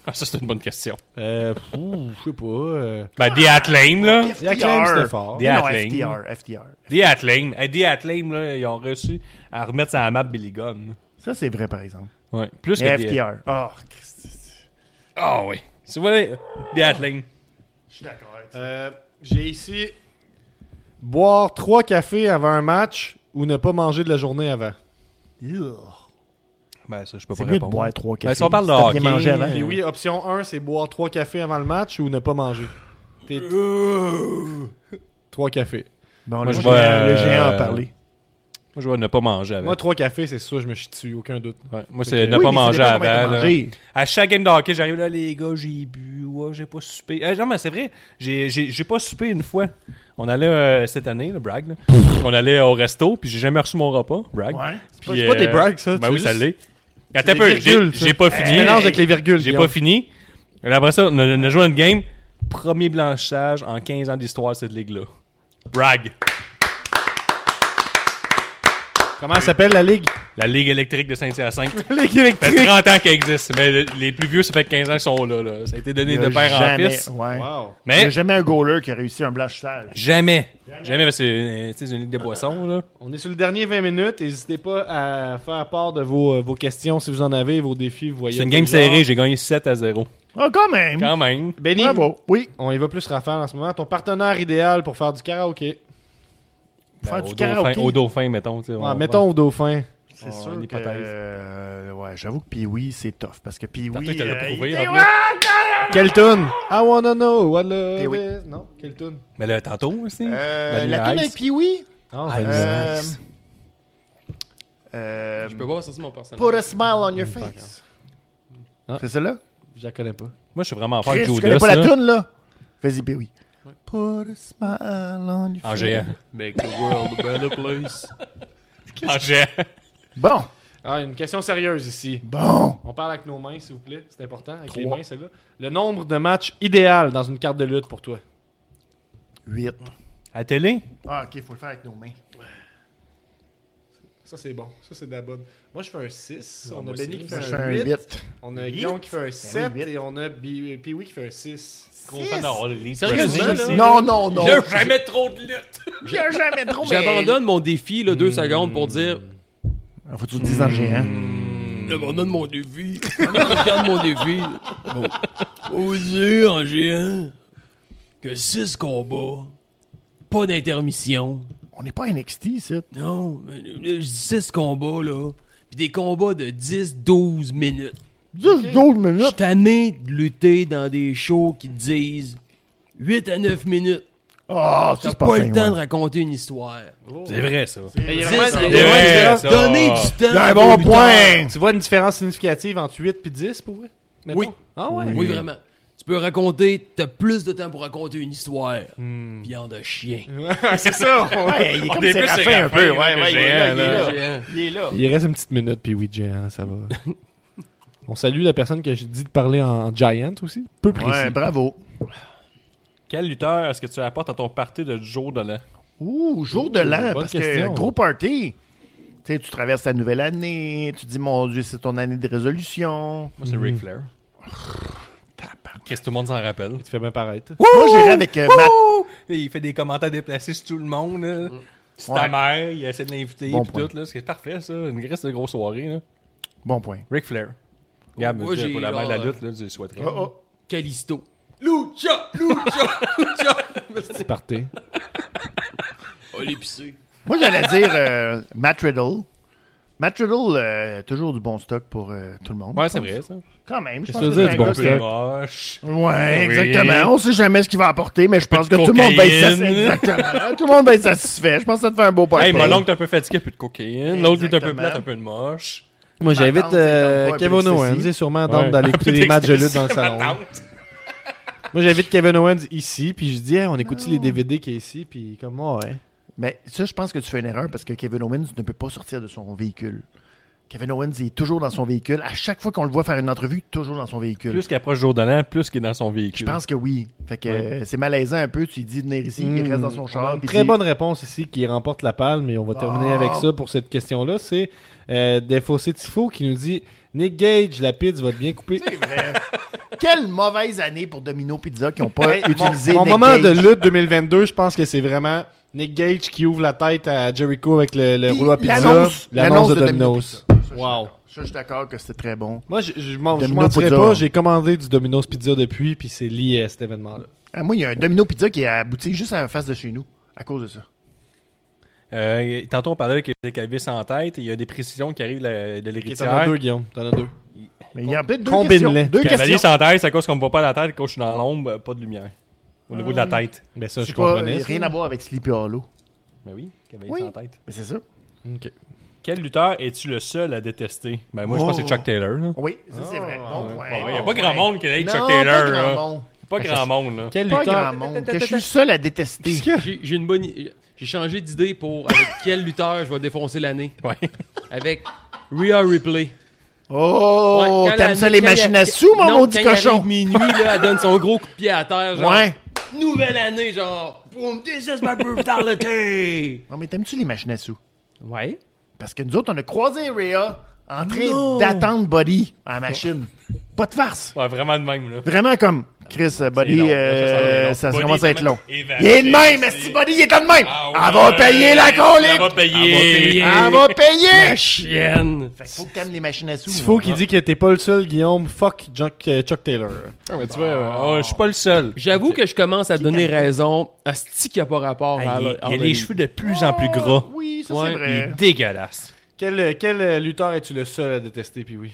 E: Ah, ça, c'est une bonne question.
B: Euh, pff, ouh, je sais pas. euh,
E: Ben, The Acclaim, là.
D: FTR!
B: Il y a Clem, c'était fort.
E: Des
D: Non,
E: Athling.
D: FTR, FTR.
E: The Acclaim. Hey, The Acclaim, là, ils ont reçu à remettre sur la map Billy Gunn.
D: Ça, c'est vrai, par exemple.
E: Ouais. Plus
D: Mais
E: que The-
D: FTR. Oh, Christ,
E: Ah, oui. C'est vrai, The Acclaim.
D: je suis d'accord. avec ça.
B: Euh, J'ai ici boire trois cafés avant un match ou ne pas manger de la journée avant.
E: Ben, ça, je peux
D: C'est mieux
E: pas
D: de
E: Euh, répondre.
D: boire trois cafés.
E: Ben, si on parle de
D: t'as bien
E: hockey,
D: mangé avant.
E: euh,
B: Et oui, option 1, c'est boire trois cafés avant le match ou ne pas manger. T'es- Trois cafés.
D: Bon,
E: Moi,
D: le
E: je
D: géant
E: vois, euh,
D: le géant a parlé.
E: Moi, je vois ne pas manger avant.
B: Moi, trois cafés, c'est ça, je me suis tué, aucun doute.
E: Ouais, Moi, c'est
B: Ok.
E: ne
D: Oui,
E: pas
D: mais ça
E: manger
D: dépend comment
E: avant.
D: t'as
E: là.
D: mangé.
E: À chaque game de hockey, j'arrive là, les gars, j'ai bu, ouais, j'ai pas soupé. Eh, non, mais c'est vrai, j'ai- j'ai j'ai pas soupé une fois. On allait euh, cette année, le brag, là. on allait au resto, puis j'ai jamais reçu mon repas, brag.
D: Ouais.
E: Puis,
B: c'est pas des brags, ça,
E: Ben
B: c'est
E: oui,
B: juste-
E: ça l'est. Attends un
B: des
E: peu, j'ai
B: virgules, ça. Eh,
E: j'ai pas
B: Tu
E: fini.
B: mélanges avec les virgules.
E: J'ai
B: Guillaume.
E: pas fini. Et après ça, on a, on a joué une game. Premier blanchissage en 15 ans d'histoire de cette ligue-là. Brag.
B: Comment elle s'appelle la ligue
E: La Ligue électrique de Saint-Hyacinthe.
B: Ligue
E: Ça fait 30 ans qu'elle existe, mais le- les plus vieux, ça fait 15 ans qu'ils sont là, là. Ça a été donné
D: Il y
E: de
D: a
E: père en
D: euh, jamais-
E: fils.
D: ouais. Il
B: Wow.
D: n'y a
E: Mais
D: jamais un goaler qui a réussi un blanchissage.
E: jamais. Jamais, parce que euh, tu sais, c'est une ligue de boissons, là.
B: On est sur le dernier 20 minutes. N'hésitez pas à faire part de vos, euh, vos questions si vous en avez, vos défis. vous voyez
E: C'est une
B: quel
E: game
B: genre.
E: serrée, j'ai gagné 7 à 0.
D: Ah, quand même!
E: Quand même.
B: Benny,
D: Bravo. Oui,
B: on y va plus Raphaël en ce moment. Ton partenaire idéal pour faire du karaoké.
D: faire
E: Ben,
D: du
E: au, dauphin,
D: karaoké. Ah,
E: au dauphin, mettons. tu sais,
B: Ouais,
E: on-
B: mettons au dauphin.
D: C'est
E: Oh,
D: sûr
E: une
D: que...
E: hypothèse.
D: euh, ouais, j'avoue que Pee-Wee, c'est tough. Parce que
E: Tantôt, il
D: Pee-Wee...
E: te l'a
D: euh,
E: prouvé,
D: il-
E: en plus.
B: Quelle tune I wanna know what love
D: Eh oui.
B: is. Non, quelle tune
E: Mais là, tantôt aussi. Ben, Ah,
D: Euh,
E: Vanilla
D: la tune
E: Ice.
D: avec Pee-Wee?
B: Non,
D: Euh, euh,
C: Je peux voir ça, c'est mon personnage.
D: Put a smile on your face.
B: Ah.
D: C'est celle-là?
B: je la connais pas.
E: Moi, je suis vraiment fort
D: Chris,
E: avec
D: tu
E: Judas.
D: connais pas la
E: là.
D: tune là? Vas-y, Pee-Wee. Put a smile on your
E: En
D: face.
E: géant.
C: Make the world a better place.
E: En géant.
D: Bon,
B: Ah, une question sérieuse ici.
D: bon.
B: On parle avec nos mains, s'il vous plaît. C'est important. Avec les mains, celle-là. Le nombre de matchs idéal dans une carte de lutte pour toi.
D: 8.
E: À télé?
D: Ah, ok, faut le faire avec nos mains.
B: Ça, c'est bon. Ça, c'est de la bonne. Moi, je fais un 6. on a
E: moi
B: Benny
E: aussi.
B: qui
D: Moi,
B: fait
D: je fais
B: un
D: un
B: 8.
D: 8.
B: On a Guillaume qui fait un 7.
D: Ben huit.
B: et on a Bi- Pee-Wee qui fait un 6.
E: Content d'avoir le livre.
C: Sérieusement,
E: Vas-y,
C: là?
E: vas-y.
D: Non, non, non.
E: Il y a jamais trop de lutte.
D: Il y a jamais trop, mais-
C: J'abandonne mon défi, là, deux
D: Hmm.
C: secondes pour dire.
D: Ah, Faut-tu le dire en géant?
E: Hmm.
A: J'abandonne mon *laughs* défi. Regarde mon défi. Bon. Aux yeux, en géant, que 6 combats, pas d'intermission.
D: On n'est pas NXT, ça.
A: Non, mais, euh, je dis 6 combats, là. Puis des combats de 10-12 minutes.
D: 10, 12
A: Je suis
D: minutes.
A: tanné de lutter dans des shows qui disent 8 à 9 minutes.
D: Ah, ça,
A: T'as
D: c'est
A: pas,
D: pas
A: le
D: fin,
A: temps de
D: ouais.
A: raconter une histoire.
E: C'est vrai, ça.
B: Il y a
A: Dix-
B: vraiment une
A: Ouais,
E: vrai, ça.
A: Donner du temps.
D: Il y a un
A: à
D: bon
A: nos
D: point.
A: lutteurs.
B: Tu vois une différence significative entre 8 et 10 pour vrai Mettons.
A: Oui.
B: Ah ouais
A: Oui, vraiment. Tu peux raconter, t'as plus de temps pour raconter une histoire.
E: Hmm.
A: Viande de chien.
B: C'est ça
D: Ouais, il est
E: On
D: comme
E: est plus
D: Séraphin un peu.
E: Séraphin,
D: Ouais,
E: que
D: ouais, il est
E: géant,
D: là, il est là.
E: là.
A: Géant.
D: Il est là.
B: Il reste une petite minute, puis oui, Giant, ça va. *laughs* On salue la personne que j'ai dit de parler en Giant aussi. Peu précis.
D: Ouais, bravo.
E: Quel lutteur est-ce que tu apportes à ton party de jour de l'an?
D: Ouh, jour de l'an,
B: bonne
D: parce que
B: question.
D: gros party. Tu sais, tu traverses la nouvelle année, tu dis, mon Dieu, c'est ton année de résolution.
E: Moi, c'est
D: *sighs*
E: Ric Flair. Qu'est-ce que tout le monde s'en rappelle?
B: Tu fais bien paraître.
D: Moi, j'irais avec euh, Matt.
E: Et il fait des commentaires déplacés sur tout le monde. là. C'est ta
D: Ouais.
E: mère, il essaie de l'inviter,
D: Bon
E: pis
D: point.
E: tout. là. C'est parfait, ça. Une graisse de grosse soirée. Là.
D: Bon point.
E: Ric Flair. euh, Regarde,
A: Moi,
E: me dis,
A: j'ai
E: pour la mère de la
C: genre,
E: lutte, là, je le souhaiterais.
D: Oh,
A: Calisto. Lucha! Lucha! Lucha!
B: C'est parti.
A: Oh, l'épicé.
D: Moi, j'allais dire euh, Matt Riddle. Matt Riddle, euh, toujours du bon stock pour euh, tout le monde.
E: Ouais, c'est vrai, ça.
D: Quand même, je pense
B: Qu'est-ce
D: que
B: que
D: c'est
B: tu
D: un
B: veux dire,
D: gars
B: du
D: qui-
B: bon
E: moche.
D: oh, Ouais,
E: Oui.
D: exactement. On sait jamais ce qu'il va apporter, mais je pense que tout le monde va être
E: cocaïne.
D: satisfait. Exactement. tout le monde va être satisfait. Je pense que ça te fait un beau party.
E: Hey, mon oncle est un peu fatigué, plus de cocaïne. L'autre, il est un peu
D: Exactement.
E: plate, un peu de moche.
B: Moi,
D: Ma
B: j'invite
D: tante, c'est
B: euh,
D: comme pas un
B: Kevin
D: peu
B: Owens.
D: ici.
B: Il est sûrement tente
E: Ouais.
D: *laughs*
B: d'aller écouter des matchs de lutte dans le salon.
E: Ma
B: Moi, j'invite Kevin Owens ici, puis je dis, Hey, on écoute
D: Ah.
B: les DVD qui est ici, puis comme moi, ouais.
D: Mais ça, je pense que tu fais une erreur parce que Kevin Owens ne peut pas sortir de son véhicule. Kevin Owens il est toujours dans son véhicule. À chaque fois qu'on le voit faire une entrevue, toujours dans son véhicule.
E: Plus qu'il approche jour de l'an, plus qu'il est dans son
D: Je
E: véhicule.
D: pense que oui. Fait que euh, c'est malaisant un peu. Tu lui dis de venir ici, il reste dans son
B: On a
D: char. puis
B: une Hmm. Mm. très
D: il dit-
B: bonne réponse ici qui remporte la palme, et on va terminer
D: Ah.
B: avec ça pour cette question-là. C'est euh, Défaussé Tifo qui nous dit Nick Gage, la pizza va te bien couper.
D: Quelle mauvaise année pour Domino Pizza qui n'ont pas utilisé.
B: Mon
D: Nick
B: moment de
D: Gage.
B: lutte 2022, je pense que c'est vraiment Nick Gage qui ouvre la tête à Jericho avec le, le
D: Puis
B: euh, rouleau à pizza.
D: l'annonce-
B: L'annonce de
D: Pizza.
B: Domino's.
D: Ça, je suis
B: Wow.
D: d'accord. Ça, je suis d'accord que c'était très bon.
B: Moi, je, je m'en- je
D: Domino
B: mentirais
D: Pizza.
B: pas, j'ai commandé du Domino's Pizza depuis, puis c'est lié à cet événement-là.
D: Ah, moi, il y a un Domino Pizza qui est à la boutique juste à la face de chez nous à cause de ça.
E: Euh, tantôt, on parlait avec Calvis en tête. et Il y a des précisions qui arrivent la- de
B: T'en as
E: l'héritière.
B: deux, Guillaume, t'en as deux.
D: Mais il y a peut-être deux
B: Combine-les.
D: questions. Deux
E: Cavalier
D: questions.
E: sans tête, c'est à cause qu'on me voit pas la tête. Quand je suis dans l'ombre, pas de lumière. Au niveau de
D: Euh.
E: la tête.
B: Ben ça,
D: C'est
B: je
D: pas- euh,
B: comprenais. ça.
D: rien à voir avec Sleepy Hollow.
E: Ben oui, cavalier
D: Oui.
E: sans tête.
D: Mais c'est ça.
B: Ok.
E: Quel lutteur es-tu le seul à détester? Ben moi, je pense que c'est Chuck Taylor. là.
D: Oui, ça, c'est vrai. Bon, ouais.
E: Ah, Il n'y a
D: Bon,
C: Oh,
E: pas
D: ouais.
E: grand monde qui hate
D: Non,
E: Chuck Taylor.
D: Pas grand
E: là.
D: monde.
E: Pas grand monde. là.
B: Quel
D: Pas
B: lutteur
D: grand monde. Que je suis seul à détester.
C: J'ai j'ai une bonne. i- J'ai changé d'idée pour avec quel lutteur je vais défoncer l'année.
E: Ouais.
C: Avec Rhea Ripley.
D: Oh,
C: Ouais, quand
D: t'aimes
C: la-
D: ça les
C: quand
D: machines
C: il-
D: à sous, mon
C: non,
D: maudit
C: quand il
D: cochon?
C: arrive minuit, là, elle donne son gros coup de pied à terre. Genre,
D: Ouais.
C: Nouvelle année, genre. Boom, this is my brutality.
D: Non, mais t'aimes-tu les machines à sous?
C: Ouais.
D: Parce que nous autres, on a croisé Rhea en train d'attendre Buddy à la machine. Pas de farce.
E: Ouais, vraiment de même. Là.
D: Vraiment comme Chris, euh, Buddy,
E: long, là,
D: euh,
E: ça
D: ça,
E: s'en va long.
D: commence à être long.
E: Buddy,
D: Il
E: vraiment,
D: est de même,
E: évacué.
D: mais si Buddy il est de même,
E: Ah
D: on va
E: ouais.
D: payer la
E: Elle va
D: colique!
E: payer.
D: On va payer!
C: Chienne.
D: Fait que faut que t'aimes les machines à sous.
B: Tifo qui dit que t'es pas le seul, Guillaume. Fuck Chuck, euh, Chuck Taylor.
E: Ah, mais tu vois, euh, oh, je suis pas le seul.
C: J'avoue que je commence à donner raison à ce qui a pas rapport à.
E: il,
C: à-
E: a les cheveux de plus en plus gras.
D: Oui, ça c'est
C: Ouais,
E: Ah, Il est
D: vrai.
E: dégueulasse.
B: Quel, euh, quel euh, lutteur es-tu le seul à détester, puis oui?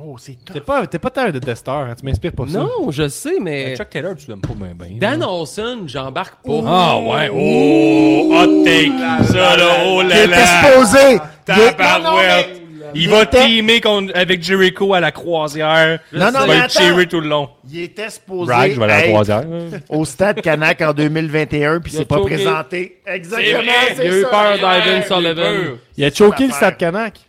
D: Oh, c'est top.
B: T'es pas, t'es pas tant un détesteur, hein, tu m'inspires pas ça.
C: Non, je sais, mais.
E: Chuck Taylor, tu l'aimes pas ben, bien. bien.
C: Dan Olsen, j'embarque pas.
E: Ah ouais, oh, hot take, ça là, oh
D: Il
E: là
D: était
E: là,
D: supposé! Il est-
E: tabarouette. Il va teamer contre- avec Jericho à la croisière, il
D: Non, non, mais
E: va être
D: attends.
E: cheeré tout le long.
D: Il était supposé
E: Bragg, je vais aller à la
D: être
E: croisière.
D: au stade Canac en 2021, puis
C: a
D: c'est pas
C: choqué.
D: présenté. Exactement,
E: vrai,
C: Il
D: c'est
C: a eu
D: ça.
C: peur d'Ivan
E: Hey,
C: Sullivan.
E: peur.
B: Il a choqué le
D: l'affaire.
B: Stade Canac.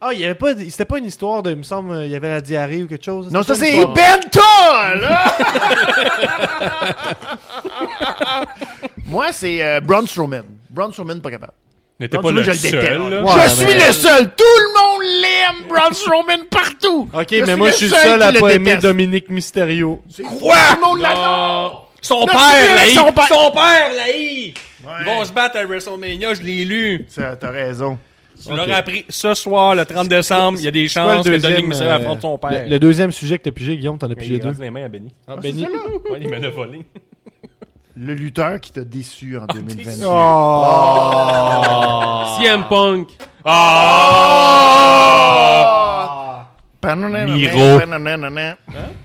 B: Ah, il y avait pas, c'était pas une histoire de, il me semble, il y avait la diarrhée ou quelque chose.
D: Non, ça
B: une
D: c'est
B: histoire.
D: Benta, là! *laughs* Moi, c'est euh, Braun Strowman. Braun Strowman, pas capable.
E: N'était
D: Non,
E: pas
D: tu vois,
E: le
D: je le déteste.
E: seul, là.
B: Ouais,
D: je
B: mais-
D: suis le seul! Tout le monde l'aime, Braun Strowman, partout!
B: Ok, mais moi je suis le seul à pas aimer Dominique Mysterio.
D: Quoi? Tout le monde l'adore!
E: Oh! Son
D: Non,
E: père,
D: c'est
E: la
D: son père.
E: Son père, la Ils
D: Ouais.
E: vont se battre à WrestleMania, je l'ai lu.
D: Ça, T'as raison.
E: Tu l'auras appris ce soir, le 30 décembre, il y a des
B: Quoi,
E: chances que Dominique Mysterio
B: euh,
E: affronte son père. ben,
B: le- le deuxième sujet que t'as pigé, Guillaume, t'en as
E: Il
B: pigé
E: a
B: deux.
E: rendu les mains à Benny.
B: Ah, Benny.
E: Ouais, il me l'a volé.
D: Le lutteur qui t'a déçu en 2021.
C: CM Punk.
D: Panana,
E: Miro.
D: panana, panana.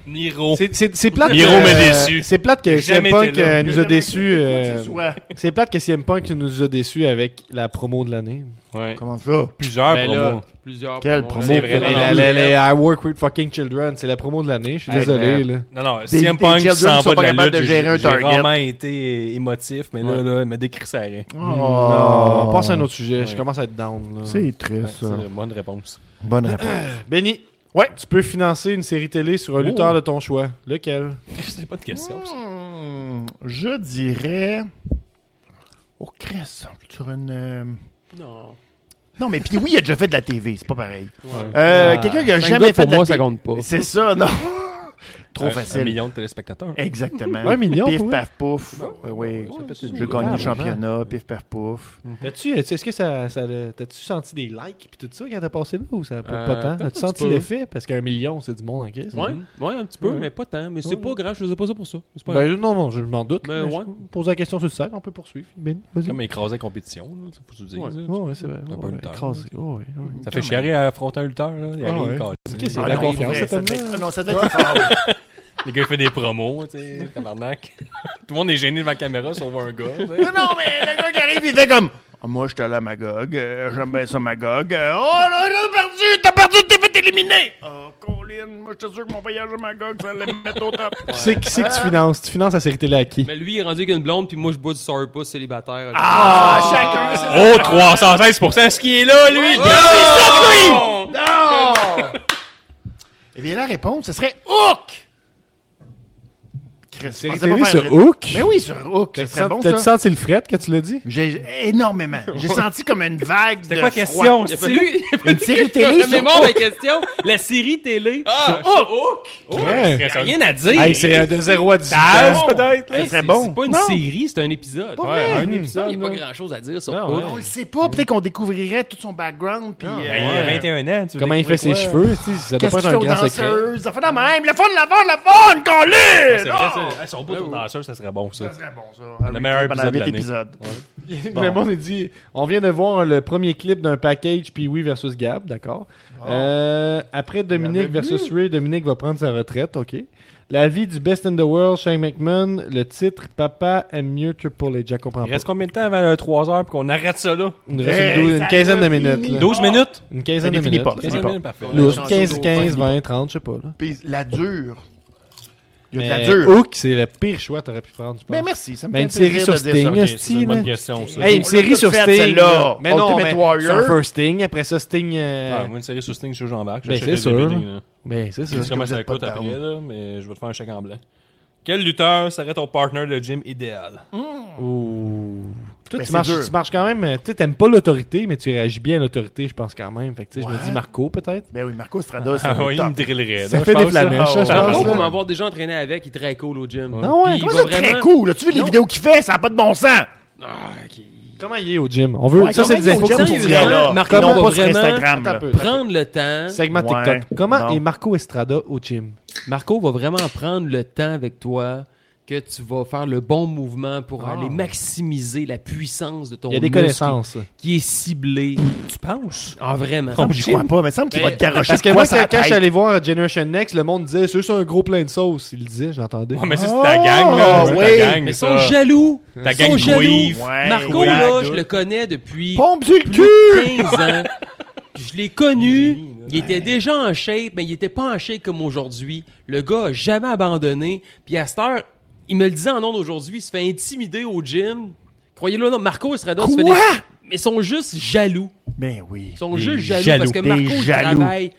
E: Niro.
B: C'est- C'est c'est plate.
E: Miro
B: que,
E: m'a
B: euh,
E: déçu.
B: C'est plate que CM
E: Jamais
B: Punk
E: été là.
B: euh, nous a déçus. euh,
D: Que ce soit.
B: C'est plate que CM Punk nous a déçus avec la promo de l'année.
E: Ouais.
D: Comment ça?
E: Plusieurs
B: Ben là,
E: promos.
C: Plusieurs.
D: Quel
C: promos.
D: promo.
E: C'est
B: Les-
E: vrai, non, non.
B: les- les- les I work with fucking children, c'est la promo de l'année. Je suis
D: Hey,
B: désolé. Là.
E: Non, non,
D: Des-
E: CM
D: des
E: Punk
D: children
E: qui s'en
D: sont
E: va
D: pas
E: de la
D: capables
E: lutte,
D: de gérer un
E: j'ai j'ai
D: target.
E: vraiment été euh, émotif, mais là, là, il m'a décrit ça à rien. Oh.
B: Non, passe à un autre sujet. Je commence à être down. là.
D: C'est triste,
E: C'est
D: ça.
E: une bonne réponse.
D: Bonne réponse.
B: Benny, ouais. tu peux financer une série télé sur un
E: Oh.
B: lutteur de ton choix. Lequel
E: C'est pas de question. ça.
D: Hmm, je dirais. Oh, Chris, sur une. euh,
C: Non.
D: Non, mais puis oui, il a déjà fait de la TV, c'est pas pareil. Euh, Quelqu'un qui a
C: Cinq
D: jamais
C: gars,
D: fait
C: pour
D: de la
C: moi, ça
D: télé.
C: compte pas.
D: C'est ça, non. Trop
E: Un- Un
D: facile.
E: million de téléspectateurs.
D: Exactement.
B: Un million,
D: Pif,
B: pour
D: paf, pouf. Oui, oui. Je gagne le championnat, pif, paf, pouf.
B: T'as-tu, euh, est-ce que ça, ça le- t'as-tu senti des likes puis tout ça quand t'as passé là ou ça a pas,
C: Euh,
B: pas tant?
C: peut-être
B: T'as-tu
C: un
B: senti
C: petit peu.
B: l'effet parce qu'un million c'est du monde en crise?
C: Ouais, ouais, un petit peu,
B: Ouais.
C: mais pas tant. Mais c'est pas grave, je faisais pas ça pour ça. C'est pas grave.
B: Ben, non, non, je m'en doute.
C: Mais
B: mais je
C: ouais.
B: Pose la question sur le site, on peut poursuivre. Ben, vas-y.
E: Comme écraser la compétition, là, ça, faut se dire.
C: Ouais.
E: ça.
B: Ouais, ouais, c'est vrai.
E: Un
B: Ouais,
E: bon
B: ouais,
E: lutteur.
B: écrasé. Ouais, ouais, ouais.
E: Ça fait chier à affronter un lutteur. Là. Il
B: Ah
E: arrive,
B: ouais.
E: calme.
B: Ok, c'est
D: Ah,
B: la
D: non,
B: confiance,
D: vrai,
B: cet
D: ça
B: homme-là.
D: devait- ah, Non, ça devait être fort.
E: Les gars, il fait des promos, tu sais, *laughs* tabarnak. Tout le monde est gêné devant la caméra, si on voit un gars. tu sais.
D: Non, non, mais le gars qui arrive, il fait comme. Ah, Moi, j'étais là à Magog. Euh, J'aime bien ça, Magog. Euh, oh là là, perdu! T'as perdu, t'es fait éliminer! Oh, Colin, moi, j'étais sûr que mon voyage à Magog, ça allait me mettre au top.
B: Qui c'est qui, c'est que tu finances? Tu finances la série télé à qui?
C: Mais lui, il est rendu avec une blonde, puis moi, je bois du sour pouce célibataire.
D: Ah, chacun, c'est
E: Oh, 316%, ce qui est là, lui!
D: Non! Eh bien, la réponse, ce serait Hook! Chris, je pensais
B: télé
D: pas faire-
B: sur Hook?
D: Mais oui, sur Hook.
B: T'as-tu
D: Ce serait bon,
B: t'as-tu
D: ça.
B: senti le fret quand tu l'as dit?
D: J'ai énormément. J'ai senti comme une vague de
E: C'est
D: froid.
E: quoi la question?
C: Il a fallu... *laughs* il
B: *laughs*
C: a fallu
D: Une série télé
C: que je
D: sur
C: mémore
D: Hook.
C: la question. La série télé.
E: Ah,
B: Ouais.
E: Y'a rien à dire!
B: Hey, c'est euh, de 0 à 18.
E: Ah, peut-être!
D: Ce serait
C: C'est
D: bon.
C: c'est pas une
D: Non.
C: série, c'est un épisode.
D: Pas vrai.
B: Hmm.
E: un
C: Il
E: épisode.
C: n'y a pas
E: là.
C: grand chose à dire sur
E: Non,
C: Hook.
D: On le sait pas. Peut-être qu'on découvrirait tout son background. Puis, euh,
E: Hey, Il a 21 ans, tu veux
B: Comment il fait ses
E: découvrir quoi?
B: cheveux? tu sais, Ça doit
D: Qu'est-ce
B: pas
D: qu'il fait
B: être un
D: aux
B: grand secret.
D: danseuses? Ça fait la même. Le fun, la bonne, la bonne,
E: C'est
D: Colin!
E: vrai,
D: Oh!
E: ça. Hey, Son beau danseur, ça serait bon, ça.
D: Ça serait bon, ça.
E: Le meilleur
D: Pendant
E: épisode de
D: huit
E: l'année.
D: épisodes.
B: Le monde il dit On vient de voir le premier clip d'un package Pee-Wee versus Gab, d'accord. Euh, après Dominique versus Ray, Dominique va prendre sa retraite, ok. La vie du Best in the World, Shane McMahon, le titre Papa aime mieux Triple H, je comprends
E: Il
B: pas.
E: reste combien de temps avant 3 heures pour qu'on arrête ça là?
B: Il nous reste
D: Eh,
B: une, dou- une quinzaine de minutes. là.
E: 12 minutes?
B: Une quinzaine de
D: définit
B: minutes.
D: pas.
B: Là,
D: C'est
E: 15
D: bon.
E: minutes, parfait.
D: Lourd.
B: 15, 15, 20, 30, je sais pas. Là.
D: Puis la dure. Il y a
B: Mais
D: de la dure.
B: Hook, c'est le pire choix que t'aurais pu prendre, je pense.
D: Mais merci, ça me
B: Mais
D: fait
B: une série
D: plaisir
B: sur
D: de dire
B: Sting,
D: ça.
E: Ok,
B: Style,
E: c'est une bonne
B: hein.
E: question, ça.
B: Hey, une
D: On
B: série
D: l'a
B: sur
D: toute faite,
B: Sting.
D: celle-là.
B: là. Mais non,
D: Ultimate
B: mais
D: Warrior.
B: sur First Sting, après ça, Sting. euh,
E: Ah, moi, une série sur Sting, je j'embarque.
B: Ben,
E: J'achète
B: c'est
E: le
B: sûr.
E: DVD, là.
B: Ben, c'est ça.
E: Je sais comment
D: vous
E: ça
D: êtes pas
E: coûte
D: de
E: après, là, mais je vais te faire un chèque en blanc. Quel lutteur serait ton partner de gym idéal?
B: Ouh.
D: Mais
B: Toi,
E: Ben,
B: tu
D: c'est
B: marches,
D: dur.
B: tu marches quand même. euh, Tu sais, t'aimes pas l'autorité, mais tu réagis bien à l'autorité, je pense quand même. Fait que, tu sais, je me
D: Ouais.
B: dis Marco, peut-être.
D: Ben oui, Marco Estrada, c'est
E: Ah
D: le
E: ouais, il
D: top.
E: me drillerait.
B: Ça
E: là.
B: fait
E: Je
B: des
E: pense que-
B: flamèches, ça, je
E: Ah,
C: Par
B: pense.
C: contre, pour
B: là.
C: m'avoir déjà entraîné avec, il est très cool au gym.
B: Ah ouais,
C: Puis il
D: Comment
C: va
D: ça, très
C: vraiment-
D: cool? As-tu vu les vidéos qu'il fait? Ça n'a pas de bon sens!
C: Ah, ok.
B: Comment il est au gym On veut.
D: Ouais,
B: ça, c'est
D: comment
B: des
D: il est au
B: infos
D: gym,
B: que tu
D: il est
B: dirais,
D: vraiment-
B: là.
C: Marco,
D: Non,
C: on va
D: pas sur
C: vraiment-
D: Instagram, là.
B: Attends un peu.
C: Prendre le temps.
B: Segment
D: Ouais.
B: TikTok. Comment
D: Non.
B: est Marco Estrada au gym
C: Marco va vraiment prendre le temps avec toi que tu vas faire le bon mouvement pour aller maximiser la puissance de ton
B: Il y a des
C: muscle
B: connaissances.
D: Ah,
C: qui est ciblée.
E: Tu penses?
C: Ah, vraiment.
D: Non, mais j'y crois pas, mais il me semble qu'il va te garocher.
B: Parce que
D: de
B: moi,
D: quoi sur la
B: quand quand je suis
D: tête.
B: allé voir Generation Next, le monde disait c'est ça un gros plein de sauce. Il le disait, j'entendais.
E: Ouais, mais ça, c'est ta gang, là.
D: Oh,
E: C'est
D: oui.
E: ta gang,
C: Mais ils sont
E: ça.
C: jaloux.
E: Ta
C: Ils
E: gang
C: sont
E: de
C: jaloux.
E: couilles.
D: Ouais,
C: Marco,
D: ouais.
C: là, je le connais depuis
B: Pompe du
C: plus
B: cul
C: de 15 ans. *laughs* Je l'ai connu. Il était
D: ben,
C: déjà en shape, mais il était pas en shape comme aujourd'hui. Le gars a jamais abandonné. Puis à cette heure, il me le disait en ondes aujourd'hui, il se fait intimider au gym. Croyez-le, ou non, Marco Estrada se fait...
D: Quoi?
C: des- Mais ils sont juste jaloux.
D: Ben oui.
C: Ils sont
E: Des
C: juste jaloux,
E: jaloux.
C: parce que
D: Des
C: Marco il
D: jaloux.
C: travaille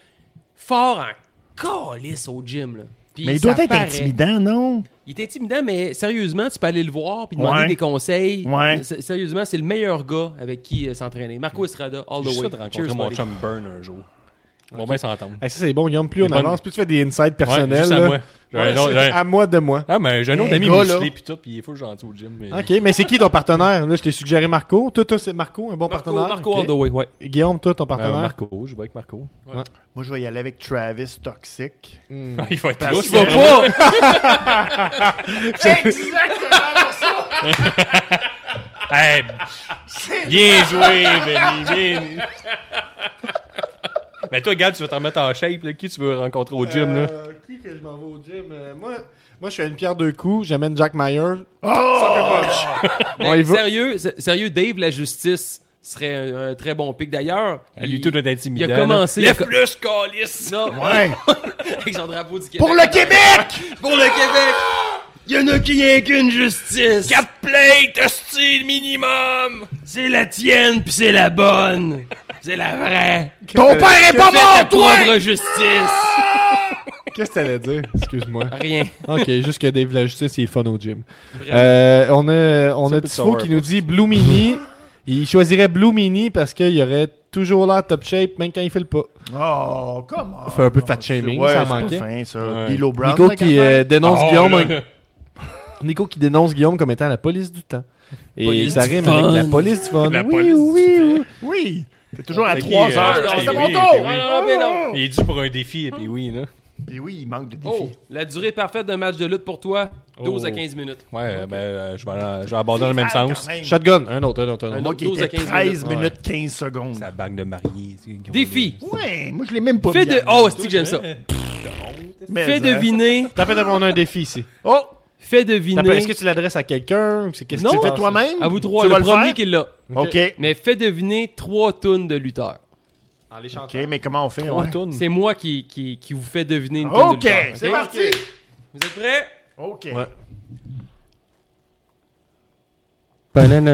C: fort en calice au gym. Là. Puis
D: Mais il
C: ça
D: doit être
C: paraît.
D: intimidant, non?
C: Il est intimidant, mais sérieusement, tu peux aller le voir puis demander
D: Ouais.
C: des conseils.
D: Ouais.
C: S- Sérieusement, c'est le meilleur gars avec qui euh, s'entraîner. Marco Estrada, all
E: Je
C: the way.
E: suis sûr de rencontrer
C: Cheers,
E: mon
C: buddy.
E: chum Burn un jour. On va bien s'entendre.
B: Eh, Ça, c'est bon, Guillaume. Plus on
E: Les bonnes-
B: avance, plus tu fais des insights
E: Ouais,
B: personnels.
E: juste à
B: là.
E: moi. J'ai un
B: Ouais,
E: autre-
B: c'est
E: j'ai un-
B: À moi de moi.
E: Ah, mais j'ai un autre
D: Hey,
E: ami
D: gars, là. Ah,
E: musclé pis tout, pis il est fou gentil au gym. mais-
B: OK, mais c'est qui ton partenaire? Là, je t'ai suggéré Marco. Toi, toi c'est Marco, un bon
C: Marco,
B: partenaire.
C: Marco
B: OK.
C: all the way, ouais.
B: Guillaume, toi, ton
E: Euh,
B: partenaire.
E: Marco, je vais avec Marco.
D: Moi, je vais y aller avec Travis Toxic.
B: Hmm.
E: *laughs* Il va être
D: Parce
E: là,
D: que-
E: ça.
B: Euh,
D: Exactement ça!
E: Hey, bien joué, Benny. Bien... Mais toi, Gab, tu vas t'en mettre en shape. Là. Qui tu veux rencontrer au gym? Là?
B: Euh, qui que je m'en vais au gym? Euh, moi, moi, je suis à une pierre deux coups. J'amène Jack Meyer.
C: Mais
B: On y va.
C: sérieux, s- sérieux, Dave, la justice serait un, un très bon pic. D'ailleurs,
E: Lui, tout doit être intimidant.
C: il a commencé-
E: Là.
C: il a co-
E: Lève plus, calice!
C: Non,
D: Ouais.
C: *laughs* avec son drapeau du Québec.
D: Pour le Québec!
C: Pour le Québec! Il y en a qui a qu'une justice! Quatre plates, style minimum! C'est la tienne, puis c'est la bonne! C'est la vraie!
D: Ton père est pas
C: Ta
D: mort, toi!
C: pauvre justice!
B: Qu'est-ce que t'allais dire? Excuse-moi.
C: Rien.
B: OK, juste que Dave la justice, il est fun au gym. Euh, on a, on
E: Ça
B: a
E: peut
B: Tifo
E: savoir,
B: qui nous dit Blue Mini. il choisirait Blue Mini parce qu'il aurait toujours l'air top shape, même quand il fait le pas.
D: Oh, comment?
B: Fait un peu de fat shaming, ça manquait.
D: Fin, ça.
E: Ouais.
D: D'Elo Brown,
B: Nico
D: ça,
B: qui
D: quand
B: euh,
D: même.
B: dénonce
E: Oh,
B: Guillaume.
D: hein.
E: là.
B: Nico qui dénonce Guillaume comme étant la police du temps. Et
C: Police
B: ça
C: du
B: rime
C: fun.
B: avec la police du fun.
E: La
B: oui,
E: police du
B: oui, oui.
D: Oui! C'est toujours à
E: qui,
D: 3
E: euh,
D: heures.
E: qui,
D: C'est
E: oui,
D: mon
E: qui,
D: tour!
E: oui.
C: Non, mais non.
E: Il est dû pour un défi, et puis oui, là.
D: Et oui, il manque de défis.
C: Oh, la durée parfaite d'un match de lutte pour toi, 12
E: Oh.
C: à 15 minutes.
E: Ouais, euh, ben, euh, je vais, aller- je vais aborder dans le même sens.
B: Shotgun, un autre, un autre, un autre.
D: Ah, Moi
C: autre
D: qui
C: 12 à
D: était
C: 15
D: 13
C: minutes.
D: minutes 15 secondes.
E: La bague de mariée. tu sais, gros,
C: Défi.
D: Ouais, moi je l'ai même pas
C: Fais
D: vu.
C: de... Oh, c'est que j'aime ça.
D: Mais,
C: Fais
D: hein.
C: deviner...
B: T'as fait on a un défi ici.
D: Oh!
C: Fais
B: Attends, Est-ce
C: deviner.
B: que tu l'adresses à quelqu'un? C'est qu'est-ce que
C: Non.
B: tu
D: Tu
B: fais
D: fais
B: toi?
D: Ah, toi-même?
C: À vous trois,
D: Tu vas
C: le
D: le
C: premier
D: faire?
C: qui l'a.
D: OK.
C: Mais fais deviner trois tunes de lutteur.
D: OK, mais comment on fait?
E: On
D: ouais?
E: tourne.
C: C'est moi qui, qui, qui vous fait deviner une tune
D: OK,
C: de lutteur.
D: c'est
C: ok?
D: parti!
C: Vous êtes prêts?
D: OK.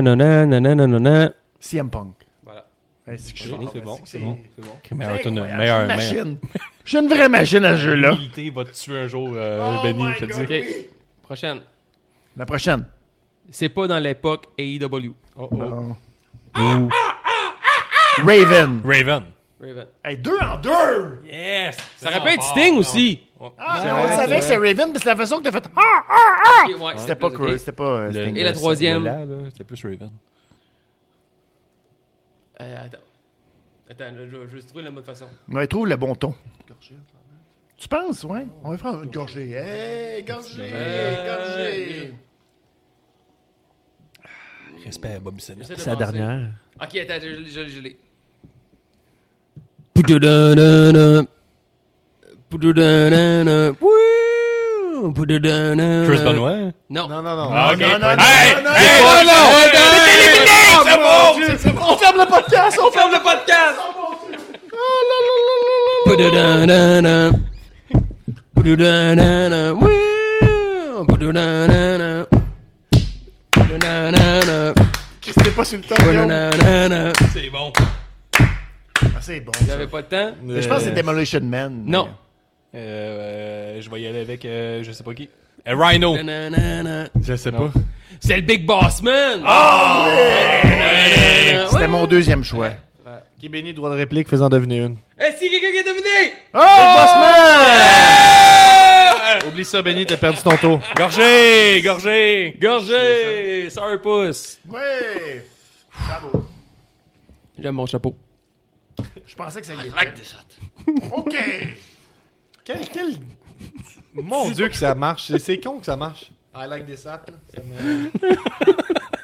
C: Banananananananana.
D: CM Punk.
C: Voilà.
D: Ouais, c'est que je suis fort,
E: C'est
D: ouais,
E: bon,
D: que
E: c'est
D: c'est-
E: bon. C'est
D: c'est
E: meilleur,
D: incroyable,
E: meilleur,
D: je suis une
E: meilleur.
D: machine. Je suis une vraie machine à ce jeu-là.
E: L'humilité va te tuer un jour, euh,
D: Oh
E: Benny,
D: my
E: je te
D: God,
E: dis.
C: Ok.
D: oui.
C: Prochaine.
D: La prochaine.
C: C'est pas dans l'époque E AEW.
D: Oh. Raven.
E: Raven.
C: Raven.
D: Hey, deux en deux!
E: Yes!
C: Ça rappelle Sting aussi.
D: Ah,
C: C'est
D: on
C: vrai,
D: savait que
C: c'est
D: c'est Raven, mais c'est la façon que t'as fait. Ah, ah, ah!
C: Ok, ouais,
D: C'était pas
C: ok.
D: cool, c'était pas. euh, Sting.
C: Et la troisième.
E: C'était plus Raven.
C: Euh, attends. Attends, je, je vais trouver la bonne façon.
D: Ouais, trouve le bon ton. Tu penses, ouais? On va prendre une gorgée. Hey, gorgée,
C: Euh,
D: gorgée.
E: Respect à Bobby Sennett.
C: J'essaie de
B: Sa
C: penser.
B: dernière.
C: Ok, attends, je l'ai, je l'ai, je l'ai.
E: Chris Benoit.
C: Non. non.
B: non, non.
E: Ah, ok.
D: Non, non, non,
E: Hey!
D: non, non,
E: Euh, Hey,
D: non,
E: oh, non!
D: C'est bon, c'est bon. On ferme le podcast, on ferme le podcast. Chris, t'es pas sur le temps, Guillaume.
E: C'est bon.
D: Ah, C'est bon.
C: J'avais pas de temps.
D: Mais Je pense que c'est Demolition Man.
C: Euh, Non.
E: Euh, euh, je vais y aller avec, euh, je sais pas qui. Euh, Rhino.
B: Je sais pas.
C: C'est le Big Boss Man.
D: Ah, C'était mon deuxième choix.
B: Qui bénit droit de réplique, faisant deviner une.
C: Est-ce qu'il y a Eh, quelqu'un qui a deviné?
D: Oh! Bossman!
B: Oublie ça, Benny, t'as perdu ton tour.
E: Gorgé! Gorgé!
C: Gorgé! Sour pouce.
D: Ouais! Bravo.
C: J'aime mon chapeau.
D: Je pensais que ça y était. OK.
B: Quel, quel... Mon Dieu que ça marche. C'est- C'est con que ça marche. I like this app.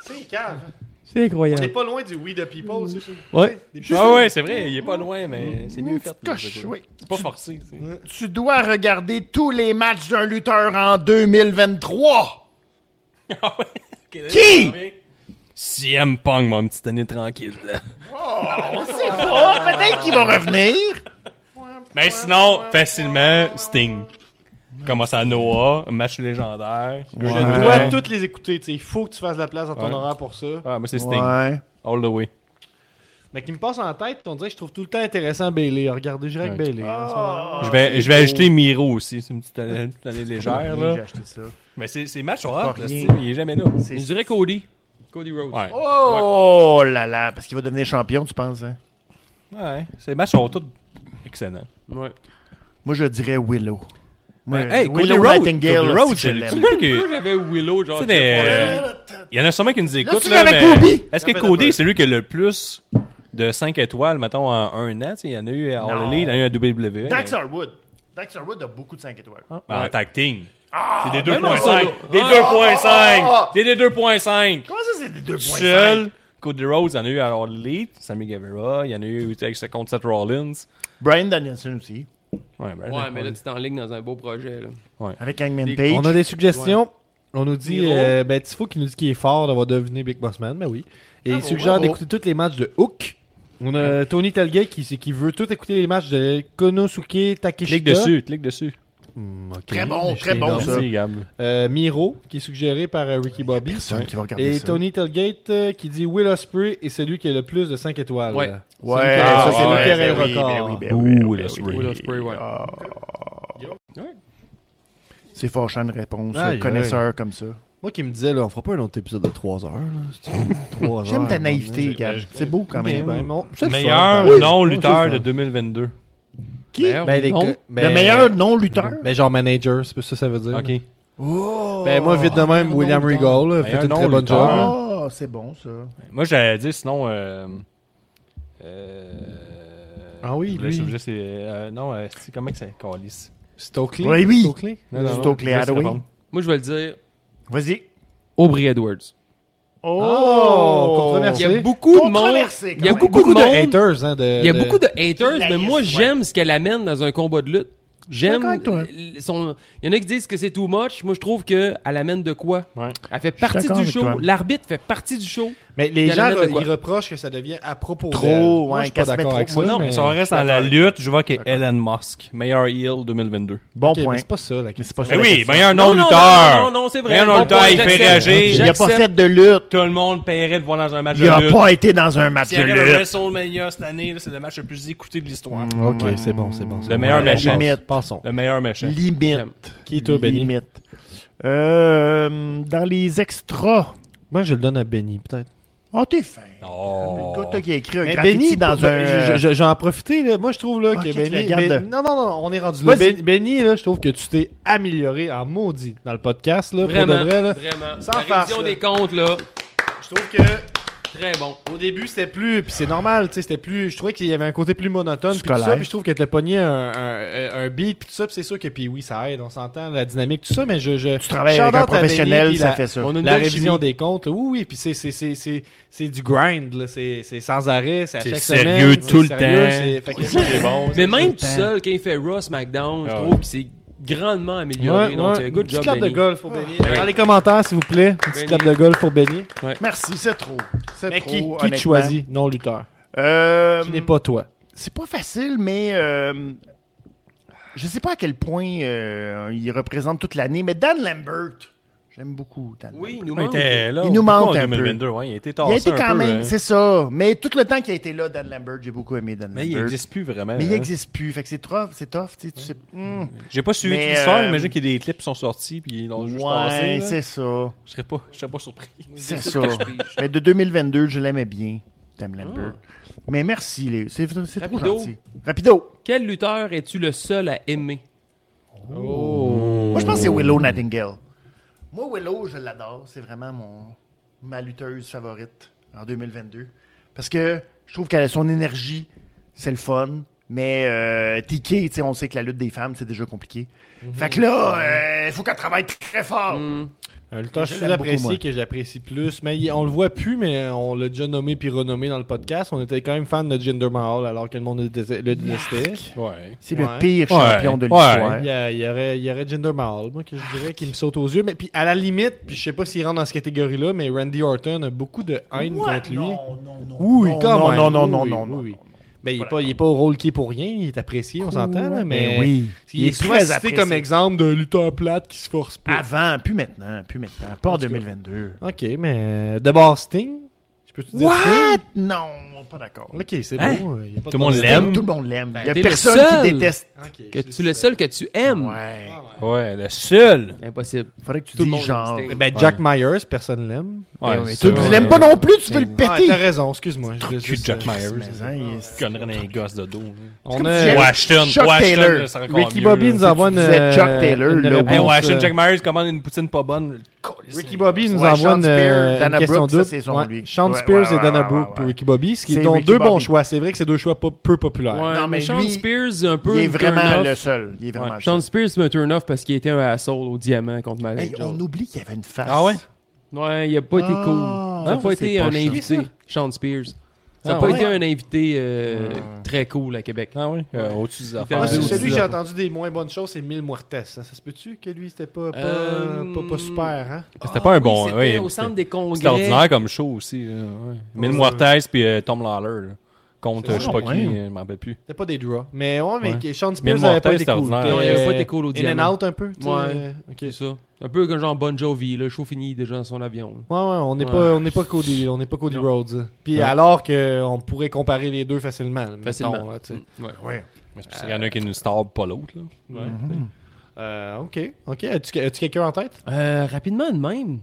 B: C'est cave.
C: C'est
B: On est
C: incroyable.
B: pas loin du We the People. c'est-
C: Ouais.
E: Ah ouais, c'est vrai, il est pas loin, mais c'est mieux
D: Une
E: fait.
D: petite
E: là,
D: coche,
E: je veux dire.
D: oui.
E: C'est pas forcé. c'est-
D: Tu dois regarder tous les matchs d'un lutteur en 2023.
C: Ah
D: Qui?
E: CM Punk, mon petit année tranquille. là.
D: C'est pas. Oh, Peut-être qu'il va revenir.
E: Mais sinon, facilement, Sting. Commence à Noah, un match légendaire.
B: Tu dois toutes les écouter. tu sais. Il faut que tu fasses de la place dans ton
E: Ouais.
B: horaire pour ça.
E: Ah, moi c'est Sting.
D: Ouais.
E: All the way.
B: Mais qui me passe en tête, on dirait que je trouve tout le temps intéressant Bailey. Regardez, j'irai avec
E: Ouais.
B: Bailey. en ce moment.
E: je vais, je vais ajouter Miro aussi. C'est une petite année, une petite année légère,
D: J'ai
E: là.
D: acheté ça.
E: Mais c'est- ces matchs sont hot,
D: Pas
E: là,
D: rien.
E: Sting, Il est jamais là.
C: Je dirais Cody. Cody Rhodes.
E: Ouais.
D: Oh là là, parce qu'il va devenir champion, tu penses, hein?
E: Ouais. Ces matchs sont tous excellents.
C: Ouais.
D: Moi, je dirais Willow. Moi,
E: Hey, Cody
D: Willow
E: Rhodes,
D: Nightingale,
E: Cody
D: là,
E: Rhodes,
D: si
E: c'est
D: je
E: le-
D: l'aime.
E: tu sais que-
C: J'avais Willow, genre.
E: tu sais, des- euh, Il y en a sûrement qui nous écoutent.
D: tu
E: là,
D: l'avais
E: mais
D: Kobe.
E: Est-ce que Cody, c'est lui qui a le plus de 5 étoiles, mettons, en un an? tu sais, Il y en a eu à All
D: Non.
E: Elite, il y en a eu à WWE.
D: Dax Harwood. Dax Harwood a beaucoup de 5 étoiles.
E: Ben, En tag team. C'est des
C: non, ça, là.
E: 2.5. Des
D: ah,
E: 2.5. C'est des 2.5.
D: Comment ça, c'est des deux points?
E: Seul. Cody Rhodes, il y en a eu à All Elite. Sammy Guevara, il y en a eu avec ça contre Seth Rollins.
D: Brian Danielson aussi.
E: Ouais, ben,
C: Ouais, mais là, tu t'enlignes dans un beau projet. Là.
D: Avec Hangman
C: Des-
D: Page.
B: On a des suggestions. On nous dit,
C: Miro.
B: euh, ben Tifo qui nous dit qu'il est fort d'avoir deviné Big Boss Man, ben oui. Et il suggère
D: Ah bravo.
B: d'écouter tous les matchs de Hook. On a Tony Talgay qui, qui veut tout écouter les matchs de Konosuke Takeshita.
E: Clique dessus, clique dessus.
B: Hmm, ok.
D: Très bon,
B: Mais je
D: très
B: t'ai
D: bon,
B: énorme.
D: ça.
E: Merci, Gab.
B: Euh, Miro qui est suggéré par euh, Ricky Bobby.
D: Personne qui va regarder
B: Et
D: ça.
B: Tony Telgate euh, qui dit Will Ospreay est celui qui a le plus de 5 étoiles.
C: Ouais.
D: Ouais,
E: Ah,
D: ça, c'est
E: ouais,
D: lui qui aurait
B: ben
D: le
B: oui, ben
D: record.
B: oui,
E: ben oui, ben oui, ben oui.
C: Willow Spray, ouais.
D: Ah. C'est fort une réponse,
B: Aïe,
D: un connaisseur comme ça.
B: Moi qui me disais, là, on fera pas un autre épisode de 3 heures. là. *laughs* 3
D: J'aime ta
B: heures,
D: naïveté, Gab. C'est beau quand
B: Ben,
D: même.
B: ben, bon, c'est le fun,
E: Meilleur
B: ben.
E: non
B: Oui, c'est
E: lutteur
B: le
E: de
B: fun.
E: 2022.
D: Qui?
B: Ben, les gars, ben,
D: le meilleur non-lutteur?
B: Ben, genre manager, c'est ça que ça veut dire.
E: OK.
D: Oh.
E: Ben,
B: Ben, moi, vite de hein. même, William Regal, là, fait
E: Meilleur
B: une très bonne
E: non-lutteur.
B: job.
D: Ah, c'est bon, ça.
E: Moi, j'allais dire sinon. Euh, euh,
B: Ah oui,
E: je voulais-
B: lui.
E: je voulais- c'est, euh, non, euh, c'est- comment que ça calisse
B: Stokely.
D: Ouais, oui.
B: Stokely.
D: Stokely
E: je laisse
D: Hathaway.
E: répondre.
C: Moi, je vais le dire.
D: Vas-y.
C: Aubrey Edwards.
B: Oh,
C: Il y a
B: C'est
C: beaucoup de monde.
D: Controversé, quand
C: Il y a
D: même.
C: beaucoup,
B: Beaucoup de
C: de monde.
E: Euh,
B: haters, hein, de,
C: Il y a
B: de-
C: beaucoup de haters,
D: Qui
C: mais moi,
D: haïssent, ouais.
C: j'aime ce qu'elle amène dans un combat de lutte. J'aime.
D: Je suis d'accord avec
C: l- son- Il y en a qui disent que c'est too much. Moi, je trouve qu'elle amène de quoi.
B: Ouais.
C: Elle fait
D: suis
C: partie
D: d'accord
C: du
D: avec
C: show.
D: toi.
C: L'arbitre fait partie du show.
B: Mais les
C: Il y en
B: gens,
C: a de
B: re-
C: quoi.
B: ils reprochent que ça devient à propos
D: Trop,
B: d'elle.
D: ouais,
B: Moi, je suis pas
D: qu'elle se
B: d'accord
D: mette
B: avec
D: trop-
B: ça.
D: Moi
E: Non,
B: mais-
E: mais si on reste dans la lutte, je vois que Elon Musk, meilleur heel 2022.
D: Bon
B: Ok, mais
D: point.
B: c'est pas ça la question.
D: pas
E: Mais
D: la
E: Eh oui,
D: question.
E: meilleur
C: Non, non,
E: non-lutteur.
C: non, non, non, c'est vrai.
E: Meilleur
C: Bon
E: non-lutteur,
C: point,
E: il fait
C: j'accepte.
E: réagir.
D: Il n'y a pas
C: J'accepte.
D: fait de lutte.
E: Tout le monde paierait de voir dans un match
D: Il
E: de
D: n'a
E: lutte.
D: pas été dans un match
E: Si
D: de
E: elle avait
D: lutte.
E: WrestleMania cette année, là, c'est le match le plus écouté de l'histoire.
B: Ok, c'est bon, c'est bon. c'est
E: Le
B: bon.
E: meilleur méchant.
D: Limite.
B: Passons.
E: Le meilleur méchant.
D: Limite.
B: Qui est toi, Benny?
D: Limite. Euh, dans les extras.
B: Moi, je le donne à Benny, peut-être.
D: Oh, t'es fin.
E: Oh.
D: Le gars là, qui a écrit un
B: Mais
D: graffiti
B: Benny,
D: dans un...
B: je- je- J'en profiter, là. Moi, je trouve, là,
D: Ok,
B: que
D: tu
B: Benny.
D: le gardes.
B: Ben- Non, non, non, on est rendu là.
D: Vas-y.
B: Ben- Benny, là, je trouve que tu t'es amélioré en maudit dans le podcast, là. pour de
C: Vraiment.
B: vrai, là.
C: Vraiment.
B: Sans
C: La
B: farce,
C: révision
B: là.
C: des comptes, là.
B: Je trouve que,
C: Très bon.
B: au début, c'était plus, puis c'est normal, tu sais, c'était plus, je trouvais qu'il y avait un côté plus monotone, puis tout
D: Scolaire.
B: ça, puis je trouve que t'as pogné un, un, un beat, puis tout ça, puis c'est sûr que, puis oui, ça aide, on s'entend, la dynamique, tout ça, mais je, je.
D: Tu travailles avec un professionnel, ça fait ça.
C: On a une
B: la
C: belle
B: révision
C: chimie.
B: des comptes, oui, oui, puis c'est, c'est, c'est, c'est, c'est du grind, là, c'est, c'est sans arrêt, c'est à
E: C'est
B: chaque
E: sérieux
B: semaine,
E: tout le
B: sérieux,
E: temps.
B: c'est- fait que ça, c'est bon.
C: Mais même tout
D: temps.
C: seul, quand il fait Raw, SmackDown, je
E: Ah
C: trouve que c'est grandement amélioré.
B: Ouais,
C: Donc,
B: ouais.
C: c'est un
B: Une
C: good
B: petite
C: job,
B: clap de
C: Benny.
B: golf pour Benny.
C: Ouais.
B: Dans les commentaires, s'il vous plaît, une petite
C: Benny.
B: clap de golf pour Benny.
D: Merci, c'est trop. C'est
B: Mais
D: trop,
B: qui, qui
D: honnêtement.
B: te choisit, non lutteur?
D: Euh,
B: Qui n'est pas toi.
D: C'est pas facile, mais euh, je sais pas à quel point euh, il représente toute l'année, mais Dan Lambert, j'aime beaucoup Dan
C: Oui,
D: Lambert.
C: il nous
E: Il
C: manque.
E: était là.
D: Il nous manque
E: Pourquoi en
D: un peu.
E: 2022, ouais, il était
D: Il a
E: tassé
D: été
E: un
D: quand
E: peu,
D: même,
E: hein.
D: c'est ça. Mais tout le temps qu'il a été là, Dan Lambert, j'ai beaucoup aimé Dan
E: Mais il
D: Lambert.
E: n'existe plus vraiment.
D: mais il
E: hein.
D: n'existe plus, fait que c'est tough, c'est tough, tu sais, tu sais. hmm.
E: J'ai pas suivi
D: Mais,
E: toute l'histoire,
D: euh,
E: j'imagine qu'il y a des clips qui sont sortis puis ils l'ont juste passé.
D: Ouais,
E: là.
D: c'est ça.
E: Je serais pas, je serais pas surpris.
D: C'est ça.
C: C'est ça que je pige.
D: Mais de 2022, je l'aimais bien, Dan Lambert. Mais merci, les... c'est c'est trop
C: Rapido.
D: gentil. Rapido.
C: Quel lutteur es-tu le seul à aimer?
D: Moi, je pense que c'est Willow Nightingale. Moi, Willow, je l'adore. C'est vraiment mon, ma lutteuse favorite en 2022. Parce que je trouve qu'elle a son énergie, c'est le fun. Mais euh, Tiki, tu sais, on sait que la lutte des femmes, c'est déjà compliqué.
B: Mhm.
D: Fait que là, il faut qu'elle travaille très fort.
B: Mm.
C: Hmm.
B: Un lutteur
D: Je
B: je
D: l'aime beaucoup, moi.
B: apprécié, que j'apprécie plus, mais il- on le voit plus, mais on l'a déjà nommé puis renommé dans le podcast. On était quand même fan de Jinder Mahal alors que le monde le détestait. le détestait.
E: Ouais.
D: C'est
B: Ouais.
D: le pire
E: Ouais.
D: champion de
E: Ouais.
D: l'histoire.
B: Il y, a- il y aurait, il y aurait Jinder Mahal, moi, que je dirais, qui me saute aux yeux. Mais puis à la limite, puis je sais pas s'il rentre dans cette catégorie-là, mais Randy Orton a beaucoup de haine
D: What?
B: contre lui.
D: Non, non, non.
B: Oui,
D: non,
B: quand
D: non,
B: même.
D: non, non,
B: Oui,
D: non,
B: oui,
D: non,
B: oui,
D: non,
B: oui.
D: non.
B: Ben, il n'est pas, il est pas au rôle qui est pour rien, il est apprécié, on s'entend, là, mais
D: Ben oui.
B: il, est souvent
D: très
B: cité
D: apprécié.
B: comme exemple de lutteur plate qui se force pas.
D: Avant, plus maintenant, plus maintenant. Pas en 2022.
B: Ok, mais d'abord Sting, je peux te dire
D: What?
B: Sting?
D: Non, pas d'accord.
B: Ok, c'est
C: Hein?
B: bon. il y a pas de
E: Tout le monde
B: problème.
E: l'aime.
D: Tout le monde l'aime. Il n'y a
C: t'es le
D: personne
C: seul.
D: qui déteste.
B: Ok,
C: Que
B: c'est
C: tu le seul que tu aimes?
D: Ouais.
E: Ouais, le seul.
C: Impossible.
D: Faudrait que tu
C: Tout le
D: dises
C: monde
D: genre.
C: aime Sting.
B: Ben, Jack Myers, personne l'aime.
E: Ouais,
C: oui,
E: ça,
D: Tu
E: ouais.
D: ne l'aimes pas non plus, tu veux le
B: Ah, t'as
D: péter.
B: raison, excuse-moi. je voulais
E: Cul de
B: juste,
E: Jack
B: euh,
E: Myers.
D: Mais, hein, il est-
E: Connerie d'un gosse de dos. là.
B: On
D: comme
B: a...
D: si j'avais-
E: Washington.
D: Euh, Chuck Taylor.
E: Washington, c'est encore
B: Ricky
E: mieux,
B: Bobby
E: là.
B: nous envoie une.
D: disais Chuck
B: euh,
D: Taylor,
B: une
D: là.
B: réponse,
E: Hey,
D: Bon,
E: Washington
B: euh,
E: Jack Myers commande une poutine pas bonne. Colisse.
B: Ricky Bobby nous
D: Ouais,
B: envoie
D: Sean
B: une,
D: Spears,
B: euh,
D: Dana
B: une question
D: Brooke, ça,
B: double.
D: c'est son, lui.
B: Sean
D: Ouais,
B: Spears
D: ouais,
B: et Dana
D: ouais, ouais,
B: Brooke
D: ouais.
B: pour Ricky Bobby, ce qui
D: C'est
B: sont
D: Ricky
B: deux bons
D: Bobby.
B: choix. C'est vrai que c'est deux choix pas- peu populaires.
C: Ouais,
D: Non,
C: mais
D: mais
C: Sean
D: lui,
C: Spears, un peu.
D: Il est
C: un
D: vraiment
C: turn-off.
D: le seul. Il est vraiment le
C: Sean
D: seul.
C: Spears, c'est un turn-off parce qu'il était un asshole au diamant contre Mario
D: Hey, On
C: Jones.
D: oublie qu'il y avait une face.
E: Ah ouais?
C: Ouais, il a pas été
D: Ah,
C: cool. Il
D: ça,
C: a pas
D: c'est
C: été
D: pas
C: un
D: chiant.
C: invité, Sean Spears. Ça n'a
E: Ah,
C: pas
E: ouais.
C: été un invité euh, très cool à Québec.
E: Ah oui, euh, au-dessus des affaires.
B: Ah,
C: Ouais,
B: c'est
C: aussi,
B: celui que
C: là.
B: j'ai entendu des moins bonnes choses, c'est Mille Muertes. Ça, ça se peut-tu que lui, c'était pas, pas,
C: Euh,
B: pas, pas super, hein?
E: C'était pas un
C: Ah,
E: bon-
C: Oui,
E: oui,
C: c'était au centre des
E: C'était
C: congrès.
E: ordinaire comme show aussi. là, ouais. Mil Muertes puis euh, Tom Lawler. là. Contre, euh, je sais pas
D: vrai,
E: qui,
D: ouais.
E: euh, je m'en rappelle plus.
B: C'était pas des draws. Mais ouais, mais Sean
E: Mille
B: Spears
E: Muertes,
B: avait pas été
E: c'était
B: cool.
E: ordinaire.
B: Puis,
E: Non,
C: il avait
B: euh,
C: pas été cool au
B: In
C: diamant.
B: and out un peu, tu sais,
C: Ouais.
B: euh, ok.
C: C'est ça. Un peu comme genre Bon Jovi, le show fini déjà dans son avion.
B: Ouais, ouais, on n'est
C: Ouais.
B: pas, on n'est pas Cody, on n'est pas Cody Rhodes. Puis alors qu'on pourrait comparer les deux facilement.
C: Facilement.
B: mettons, là, tu sais.
C: Ouais.
D: Ouais.
E: Il y en a qui nous starve pas l'autre. là.
B: Euh, ok, ok. As-tu, as-tu quelqu'un en tête?
C: Euh, rapidement de même.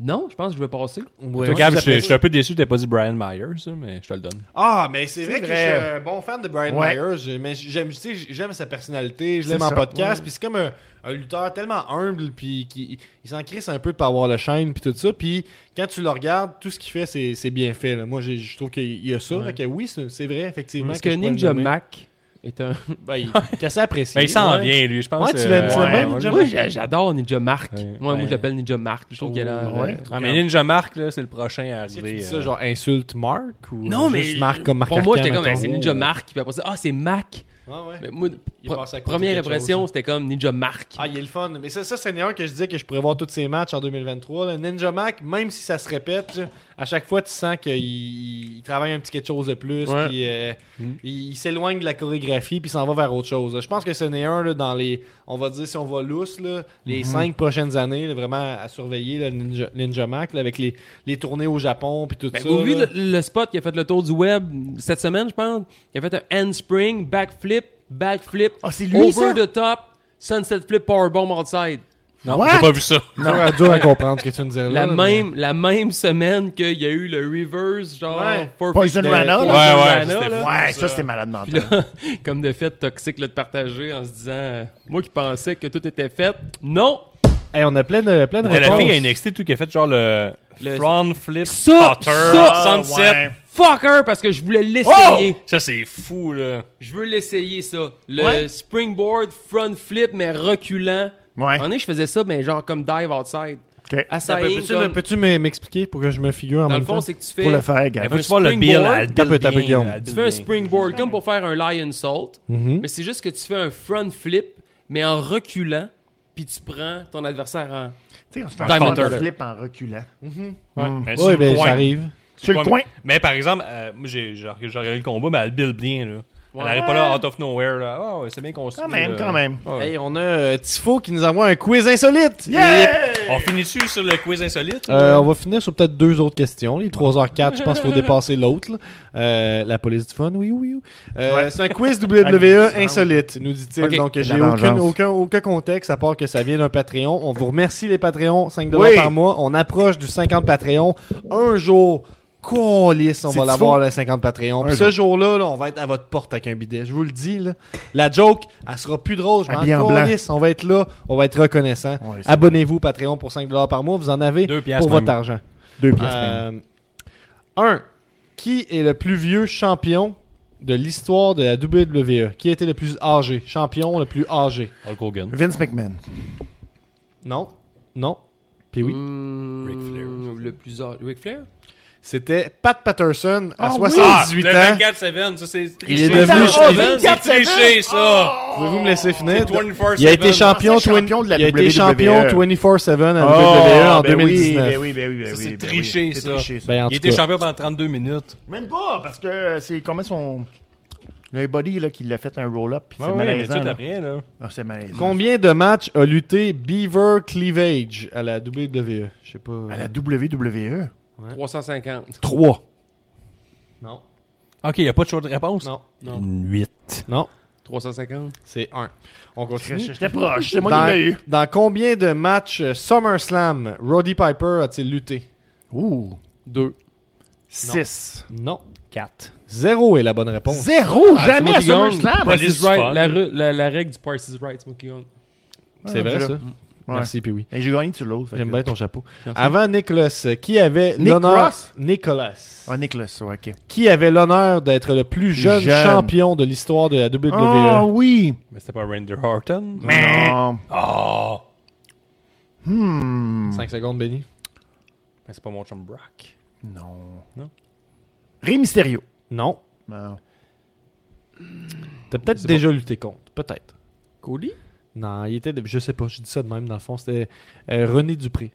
C: Non, je pense que je vais passer.
E: Toi, Gab, je je suis un peu déçu que t'aies pas dit Brian Myers, hein, mais je te le donne.
B: Ah, mais c'est
D: vrai.
B: vrai, que je suis un bon fan de Brian
D: Ouais.
B: Myers. Je- Mais j'aime, tu sais, j'aime sa personnalité, je
D: C'est
B: l'aime en
D: ça.
B: podcast. Puis c'est comme un, un lutteur tellement humble, puis qui il s'en crisse un peu de pas avoir le shine, puis tout ça. Puis quand tu le regardes, tout ce qu'il fait, c'est, c'est bien fait. là. Moi, j'ai- je trouve qu'il y a ça. fait que oui, c'est, c'est vrai, effectivement.
C: Parce
B: que
C: que
B: je pourrais le
C: Ninja
B: nommer.
C: Mac est un.
B: Ben,
C: *laughs*
B: il, qu'elle s'apprécie.
E: Mais Ben, il s'en
B: Ouais.
E: vient, lui, je pense.
B: Ouais, tu l'aimes- tu
E: euh,
B: l'aimes bien,
E: ouais,
B: Ninja
E: ouais.
C: Moi, j'a- j'adore Ninja Mark.
E: Ouais.
C: Moi, moi,
E: Ouais.
C: je l'appelle Ninja Mark. Je trouve qu'elle a. euh,
D: Ouais.
E: Ah, mais Ninja Mark, là, c'est le prochain à
B: Est-ce que tu
E: arriver.
B: dis ça,
E: euh,
B: genre insulte Mark ou euh,
C: Non, mais.
B: juste Marc comme Marc
C: Pour moi,
B: Arcan,
C: j'étais comme,
B: mettons?
C: c'est Ninja Mark. Puis après ça, ah, c'est Mac.
B: Ouais, ouais.
C: Mais moi,
E: Il est
C: pre-
E: passé à côté de
C: première
E: quelque
C: impression,
E: chose.
C: c'était comme Ninja Mark.
B: Ah, il est le fun. Mais ça, ça c'est un que je disais que je pourrais voir tous ces matchs en 2023. là. Ninja Mac, même si ça se répète, là, à chaque fois, tu sens qu'il il travaille un petit quelque chose de plus.
C: Ouais.
B: puis, euh, Il, il s'éloigne de la chorégraphie puis il s'en va vers autre chose. là. Je pense que ce n'est un là, dans les, on va dire, si on va lousse, là, les cinq prochaines années, là, vraiment à surveiller, là, Ninja, Ninja Mac, là, avec les, les tournées au Japon puis tout
C: Ben,
B: ça.
C: au vu
B: là.
C: le, le spot qui a fait le tour du web cette semaine, je pense, il a fait un handspring, backflip, backflip,
D: Ah, c'est lui,
C: over
D: ça?
C: the top, sunset flip, powerbomb outside.
E: Non,
D: What?
E: j'ai pas vu ça.
B: Ça va être dur à comprendre ce que tu nous disais là.
C: La,
B: là, mais-
C: même, la même semaine qu'il y a eu le reverse, genre,
B: Ouais.
C: four
D: Poison
B: Ben,
D: Rana,
E: Ouais,
D: là.
E: ouais,
C: Lana,
E: c'était
C: là.
E: fou,
D: Ouais, ça, c'était malade mental.
C: comme de fait toxique là, de partager en se disant euh, moi qui pensais que tout était fait non
B: Hey, on a plein de, plein de
E: Mais la
B: réponses.
E: fille a NXT tout qui a fait genre le, Ah,
C: Le-
E: front flip
C: Ça,
E: Potter
C: ça,
E: sunset.
D: ouais.
C: fucker parce que je voulais
E: Oh!
C: l'essayer
E: Ça c'est fou là.
C: je veux l'essayer ça le
D: Ouais.
C: springboard front flip mais reculant
D: Ouais.
C: en est je faisais ça mais genre comme dive outside
D: Ok.
B: Attends,
C: Assaillant,
B: Peux-tu
C: comme-
B: peux-tu m'e- m'expliquer pour que je me figure en
C: dans
B: même
C: le fond
B: temps?
C: c'est que tu
D: Pour
C: fais
D: le faire, gars.
E: Veux-tu voir le bill
C: springboard?
E: à
B: Tape, tape, Guillaume.
C: tu fais un springboard comme pour faire un lion salt mais c'est juste que tu fais un front flip mais en reculant puis tu prends ton adversaire en
D: Tu sais, on se fait un
C: Diamond
D: front
C: Turtle.
D: flip en reculant.
B: Oui, ben, j'arrive.
D: Sur le coin.
E: Mais par exemple, euh, moi j'ai j'ai- j'ai regardé le combat, mais elle build bien là. Elle
C: Ouais.
E: arrive pas là out of nowhere là. Ah ouais, c'est bien construit.
D: Quand même,
E: là.
D: quand même.
E: Ouais.
B: Hey, on a euh, Tifo qui nous envoie un quiz insolite.
D: Yeah!
E: On finit-tu sur le quiz insolite?
B: Euh, on va finir sur peut-être deux autres questions. Les 3h04, je
D: *laughs*
B: pense qu'il faut dépasser l'autre. là. Euh, la police du fun, oui, oui. oui. Euh, C'est un quiz
D: *laughs*
B: WWE insolite, nous dit-il.
C: Ok.
B: Donc, j'ai
D: La
B: aucun,
D: vengeance.
B: aucun, aucun contexte, à part que ça vient d'un Patreon. On vous remercie, les Patreons. 5 dollars
D: Oui.
B: par mois. On approche du 50 Patreon. Un jour, colisse, on
D: C'est
B: va
D: du
B: l'avoir,
D: faux.
B: le 50 Patreon. Puis ce jour-là, là, on va être à votre porte avec un bidet. Je vous le dis, là. La joke, elle sera plus drôle. Je
D: Habillé en
B: m'en
D: blanc.
B: calisse. On va être là. On va être reconnaissant.
D: Ouais, c'est
B: Abonnez-vous, Patreon, pour 5 dollars par mois. Vous en avez
E: Deux piastres
B: pour
E: même.
B: votre argent.
D: Deux
B: Euh, un, qui est le plus vieux champion de l'histoire de la WWE? Qui a été le plus âgé? Champion le plus âgé?
E: Hulk Hogan.
D: Vince McMahon.
B: Non. Non. Puis oui.
C: Hmm,
E: Ric Flair.
C: le plus âgé Ric Flair
B: C'était Pat Patterson à
D: Ah oui!
B: 78
E: le
B: ans.
E: 24-7, ça c'est
B: Il est
E: triché.
B: devenu-
E: Ah,
B: il-
D: 24/7?
E: C'est triché ça!
B: Pouvez-vous me laisser finir?
E: C'est 24/7.
B: Il a été champion,
D: Ancien Ah, champion
B: 20
D: de la
B: il a été
D: WWE.
B: champion 24-7 à la
D: Oh,
B: WWE en
D: ben oui,
B: 2019.
D: ben oui, ben oui, ben
E: Ça,
D: oui,
E: c'est
D: ben
E: triché,
D: oui. C'est
E: ça.
D: triché, ça.
B: Ben, en
E: Il
B: tout
E: était
B: cas.
E: champion pendant 32 minutes.
D: Même pas, parce que c'est comment son. Le body là, qui l'a fait un roll-up, puis c'est malaisant. là.
E: après, là.
D: Ah, c'est malaisant.
B: Combien de matchs a lutté Beaver Cleavage à la WWE? Je sais pas.
D: À la E. WWE.
C: 350
B: 3. Non.
E: Ok, il n'y a pas de choix de réponse?
B: Non.
C: non
E: Une 8.
B: Non.
C: 350
B: C'est 1. On continue.
D: J'étais proche, c'est moi qui l'ai
B: Dans,
D: eu.
B: dans combien de matchs euh, SummerSlam Roddy Piper a-t-il lutté
D: Ouh.
C: 2
D: 6.
B: Non.
E: 4.
B: Zéro est la bonne réponse.
D: Zéro,
C: Ah,
D: jamais à
C: c'est moi qui gagne.
D: SummerSlam.
C: Price
E: Police
C: is right.
E: fun.
C: La, re- la- la règle du Price is Right, Smokey Gun.
B: C'est vrai,
D: Ouais.
B: ça. Merci, puis oui.
D: Et j'ai gagné sur l'autre. fait
B: J'aime
D: que-
B: bien ton chapeau. Avant Nicholas, euh, qui avait l'honneur
D: Ross?
B: Nicholas,
D: Ah, Nicolas, ouais, ok.
B: qui avait l'honneur d'être le plus jeune,
D: Jeune.
B: champion de l'histoire de la E? WWE
D: Ah oui!
E: Mais c'était pas Randy Horton?
D: Non.
E: Ah!
B: 5 secondes, Benny.
E: Mais c'est pas mon chum Brock.
D: Non.
E: Non.
D: Ré Mysterio. Ah.
B: Non.
D: Non.
B: T'as peut-être déjà lutté contre. Peut-être.
C: Cody?
B: Non, il était. de- Je sais pas, je dis ça de même dans le fond. C'était euh, René Dupré.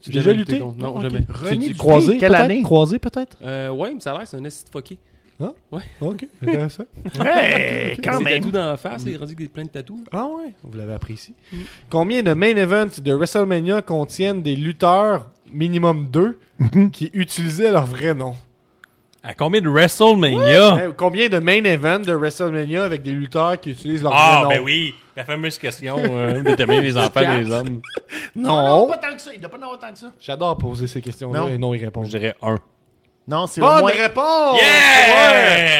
B: Tu as
C: Jamais
B: déjà
C: lutté
B: lutté
C: contre- non,
B: ok.
C: jamais.
B: Tu-
D: René
B: tu-
D: Dupré,
B: croisé
D: quelle
B: peut-être?
D: année?
B: Croisé peut-être
C: Euh, ouais, mais ça a l'air, c'est un esti de fucké.
B: Ok, intéressant.
D: Hey,
C: Des
D: quand même.
C: tatous dans la face, il est rendu avec des- plein de tatous.
B: ah ouais, vous l'avez appris ici. Combien de main events de WrestleMania contiennent des lutteurs, minimum deux, qui utilisaient leur vrai nom
E: À combien de WrestleMania?
B: Hein, Combien de main events de WrestleMania avec des lutteurs qui utilisent leur
E: Ah,
B: vrai
E: ben
B: nom
E: oui! La fameuse question euh, *laughs* déterminer les enfants des hommes.
B: Non,
D: Pas tant que ça, il doit pas en avoir tant que ça.
B: j'adore poser ces questions-là
D: Non.
B: et non y répondre.
E: Je dirais 1.
D: Non, c'est au
B: Bonne
D: moins...
B: réponse!
E: Yes! Eh.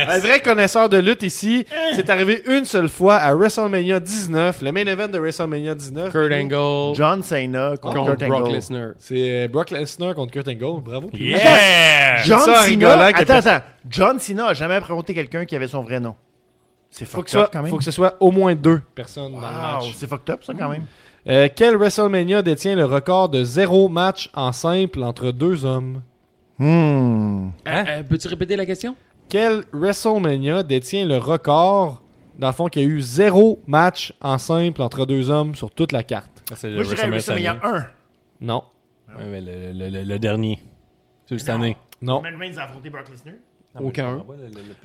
B: Ouais! Un vrai connaisseur de lutte ici. C'est arrivé une seule fois à WrestleMania 19, le main event de WrestleMania 19.
C: Kurt Angle
D: John Cena contre,
C: contre
D: Kurt
C: Brock
D: Angle.
C: Lesnar.
B: C'est euh, Brock Lesnar contre Kurt Angle. Bravo.
E: Yeah!
D: John
B: Euh, Ça, en
D: Cena.
B: rigolant,
D: Attends,
B: que-
D: attends. John Cena a jamais affronté quelqu'un qui avait son vrai nom. C'est
B: Faut que,
D: fucked
B: ce
D: up
B: soit,
D: quand même.
B: faut que ce soit au moins deux personnes dans le
D: Wow,
B: match.
D: c'est fucked up ça quand même.
B: Euh, quel WrestleMania détient le record de zéro match en simple entre deux hommes?
D: Hmm.
C: Hein? Euh, Peux-tu euh, répéter la question?
B: Quel WrestleMania détient le record dans le fond, qu'il y a eu zéro match en simple entre deux hommes sur toute la carte.
E: Ça, C'est
D: Moi, je dirais
E: WrestleMania
D: WrestleMania 1.
B: Non.
E: cette année. Ouais, mais le, le- le- le dernier. C'est cette année.
B: Non.
D: Roman Reigns a affronté Brock Lesnar.
C: Aucun.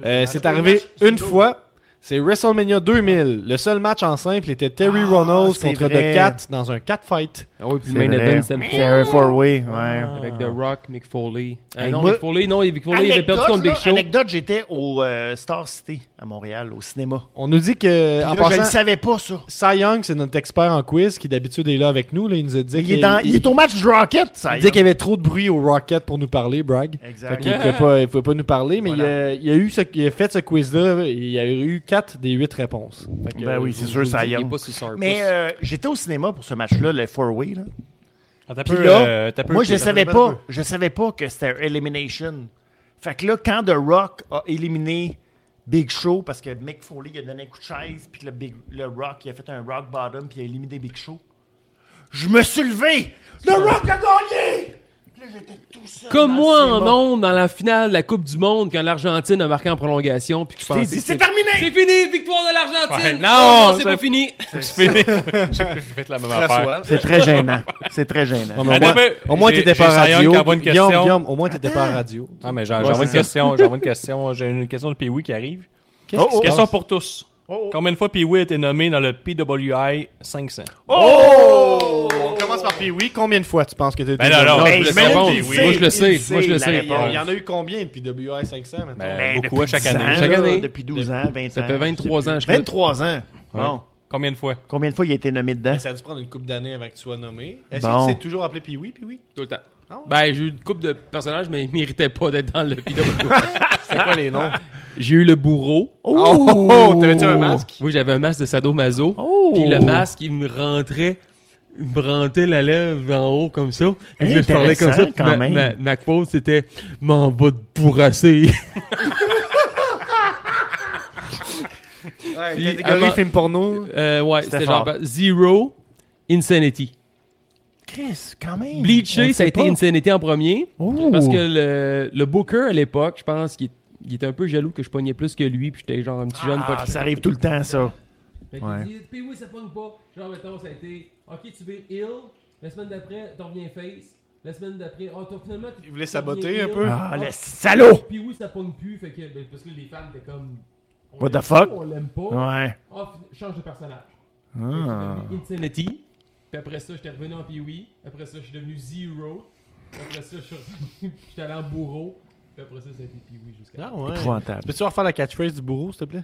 B: Euh, c'est arrivé
D: c'est
B: une
D: tout.
B: fois. C'est WrestleMania 2000. Le seul match en simple était Terry
D: Ah,
B: Ronalds
D: c'est
B: contre
D: vrai.
B: The Cat dans un cat fight.
C: Ah oui, puis
D: C'est
C: le main
D: vrai.
C: event, c'est
D: Terry Four-Way, ouais.
C: Avec The Rock, Mick Foley. Ah
D: Hey,
C: non,
D: moi-
C: Mick Foley, non, Mick Foley, il avait perdu
D: Anecdote,
C: contre Big
D: là,
C: Show.
D: Anecdote, j'étais au euh, Star City à Montréal, au cinéma.
B: On nous dit que,
D: Là,
B: en
D: je ne
B: passant,
D: savais pas, ça.
B: Cy Young, c'est notre expert en quiz qui d'habitude est là avec nous. là. il nous a dit
D: Il est,
B: qu'il
D: dans-
B: il-
D: il est au match du Rocket, ça.
B: il disait qu'il y avait trop de bruit au Rocket pour nous parler, brag. Fait
D: Exact.
B: qu'il pouvait pas- il pouvait pas nous parler, mais
D: Voilà.
B: il, a, il a eu ce- il a fait ce quiz-là. Il y a eu 4 des 8 réponses. Fait que,
D: Ben oui, c'est sûr, ça
C: Il est
D: y
C: pas sur Sarpus.
D: Mais euh, j'étais au cinéma pour ce match-là, le four-way. là.
E: Ah, t'as
D: Puis
E: peu,
D: là,
E: euh, t'as peu-
D: moi, je ne
E: t'as
D: savais
E: peu-
D: pas. Je savais pas que c'était Elimination. Fait que là, quand The Rock a éliminé Big Show, parce que Mick Foley il a donné un coup de chaise, puis que le, Big- le Rock, il a fait un Rock Bottom, puis il a éliminé Big Show, je me suis levé! The Rock a gagné! Puis là, j'étais tout seul.
C: Comme
D: dans le
C: moi en
D: cinéma.
C: monde dans la finale de la Coupe du Monde quand l'Argentine a marqué en prolongation puis que je
D: T'es
C: pensais
D: dit,
C: que
D: C'est
C: c'est
D: terminé!
C: c'est fini victoire de l'Argentine.
E: Ouais, non,
C: c'est
E: ça- *laughs*
C: pas fini.
E: J'ai fait la même affaire.
D: C'est très gênant. C'est très gênant.
B: Non,
C: Oh,
B: mais au
E: Attends,
B: moins-
E: mais-
B: au moins,
E: j'ai-
B: t'étais pas
E: j'ai
B: à
E: Cy Young
B: radio.
E: qui envoie une
B: Guillaume,
E: question.
B: Guillaume, au moins, t'étais pas à radio.
E: Ah, mais j'en- j'envoie une question. J'envoie une question. J'ai une question de Pee-Wee qui arrive.
B: Qu'est-ce
D: Oh,
B: qui se
E: Question
B: passe?
E: pour tous.
D: Oh, oh.
E: Combien de fois Pee-Wee a été nommé dans le PWI 500?
D: Oh!
B: On commence par Pee-Wee. Combien de fois tu penses que t'as
E: Ben non, non,
B: nommé?
E: je le
D: je
E: sais
D: me
E: pas.
D: dis,
E: Moi,
D: c'est-
C: je le sais.
D: il
C: Moi, je le
D: la
C: sais.
D: réponse.
B: Il y en a eu combien depuis WI 500 maintenant?
E: Ben, beaucoup
D: depuis
E: à chaque
D: 10
E: année.
D: ans,
C: Chaque
D: là,
C: année.
D: Depuis 12 ans, 20 ans.
C: Ça fait 23 ans je crois.
D: 23 ans. Bon.
E: Combien de fois?
D: Combien de fois il a été nommé dedans?
B: Ça a dû prendre une coupe d'années avant que tu sois nommé. Est-ce
D: Bon.
B: que c'est toujours appelé Pee-Wee, Pee-Wee?
C: tout le temps.
B: Ah ouais.
C: Ben, j'ai eu une couple de personnages, mais ils méritaient pas d'être dans le *laughs* vidéo.
B: C'est
E: Ah.
B: quoi les noms?
C: j'ai eu le bourreau.
B: Oh, oh, oh, t'avais-tu un masque?
C: Oui, j'avais un masque de sadomaso.
D: Oh!
C: Puis le masque, il me rentrait, il me rentrait la lèvre en haut comme ça. Puis là, je
D: Intéressant,
C: parlais comme ça. puis
D: quand
C: ma,
D: même.
C: ma, ma quote, c'était « M'en va de bourrasser
B: Ouais,
C: Puis
D: Ah,
B: catégorie
C: avant-
B: film porno. ».
C: Euh, ouais,
D: C'était
C: c'était genre
D: fort.
C: « Zero, Insanity
D: Chris, quand même. ».
C: Bleaché, ça a été Insanity en premier.
D: Oh.
C: Parce que le, le booker, à l'époque, je pense qu'il il était un peu jaloux que je pognais plus que lui, puis j'étais genre un petit jeune.
D: Ah,
C: fuck.
D: ça arrive tout le temps, ça.
C: Fait
D: Ouais.
C: qu'il dit, puis oui, ça pogne pas. Genre, mettons, ça a été, ok, tu veux heal, la semaine d'après, t'en reviens face. La semaine d'après, oh, t'as- finalement, tu
B: Il voulait
C: t'en
B: saboter
C: reviens
B: un
C: heel.
B: peu.
D: Ah, le salaud!
C: Puis oui, ça pogne plus, fait que, ben, parce que les fans étaient comme. on
D: What the
C: l'aime
D: fuck?
C: pas, On l'aime pas.
D: Ouais.
C: Oh, fin- change de personnage.
D: Ah.
C: Fait que j'étais devenu Insanity. Puis après ça, j'étais revenu en Pee-Wee. Après ça, je suis devenu Zero. Après ça, je suis revenu- *laughs* j'étais allé en Bourreau. Puis après ça, ça a été Pee-Wee jusqu'à.
B: Ah, ouais.
D: Épouvantable.
B: Peux-tu refaire la catchphrase du bourreau, s'il te plaît?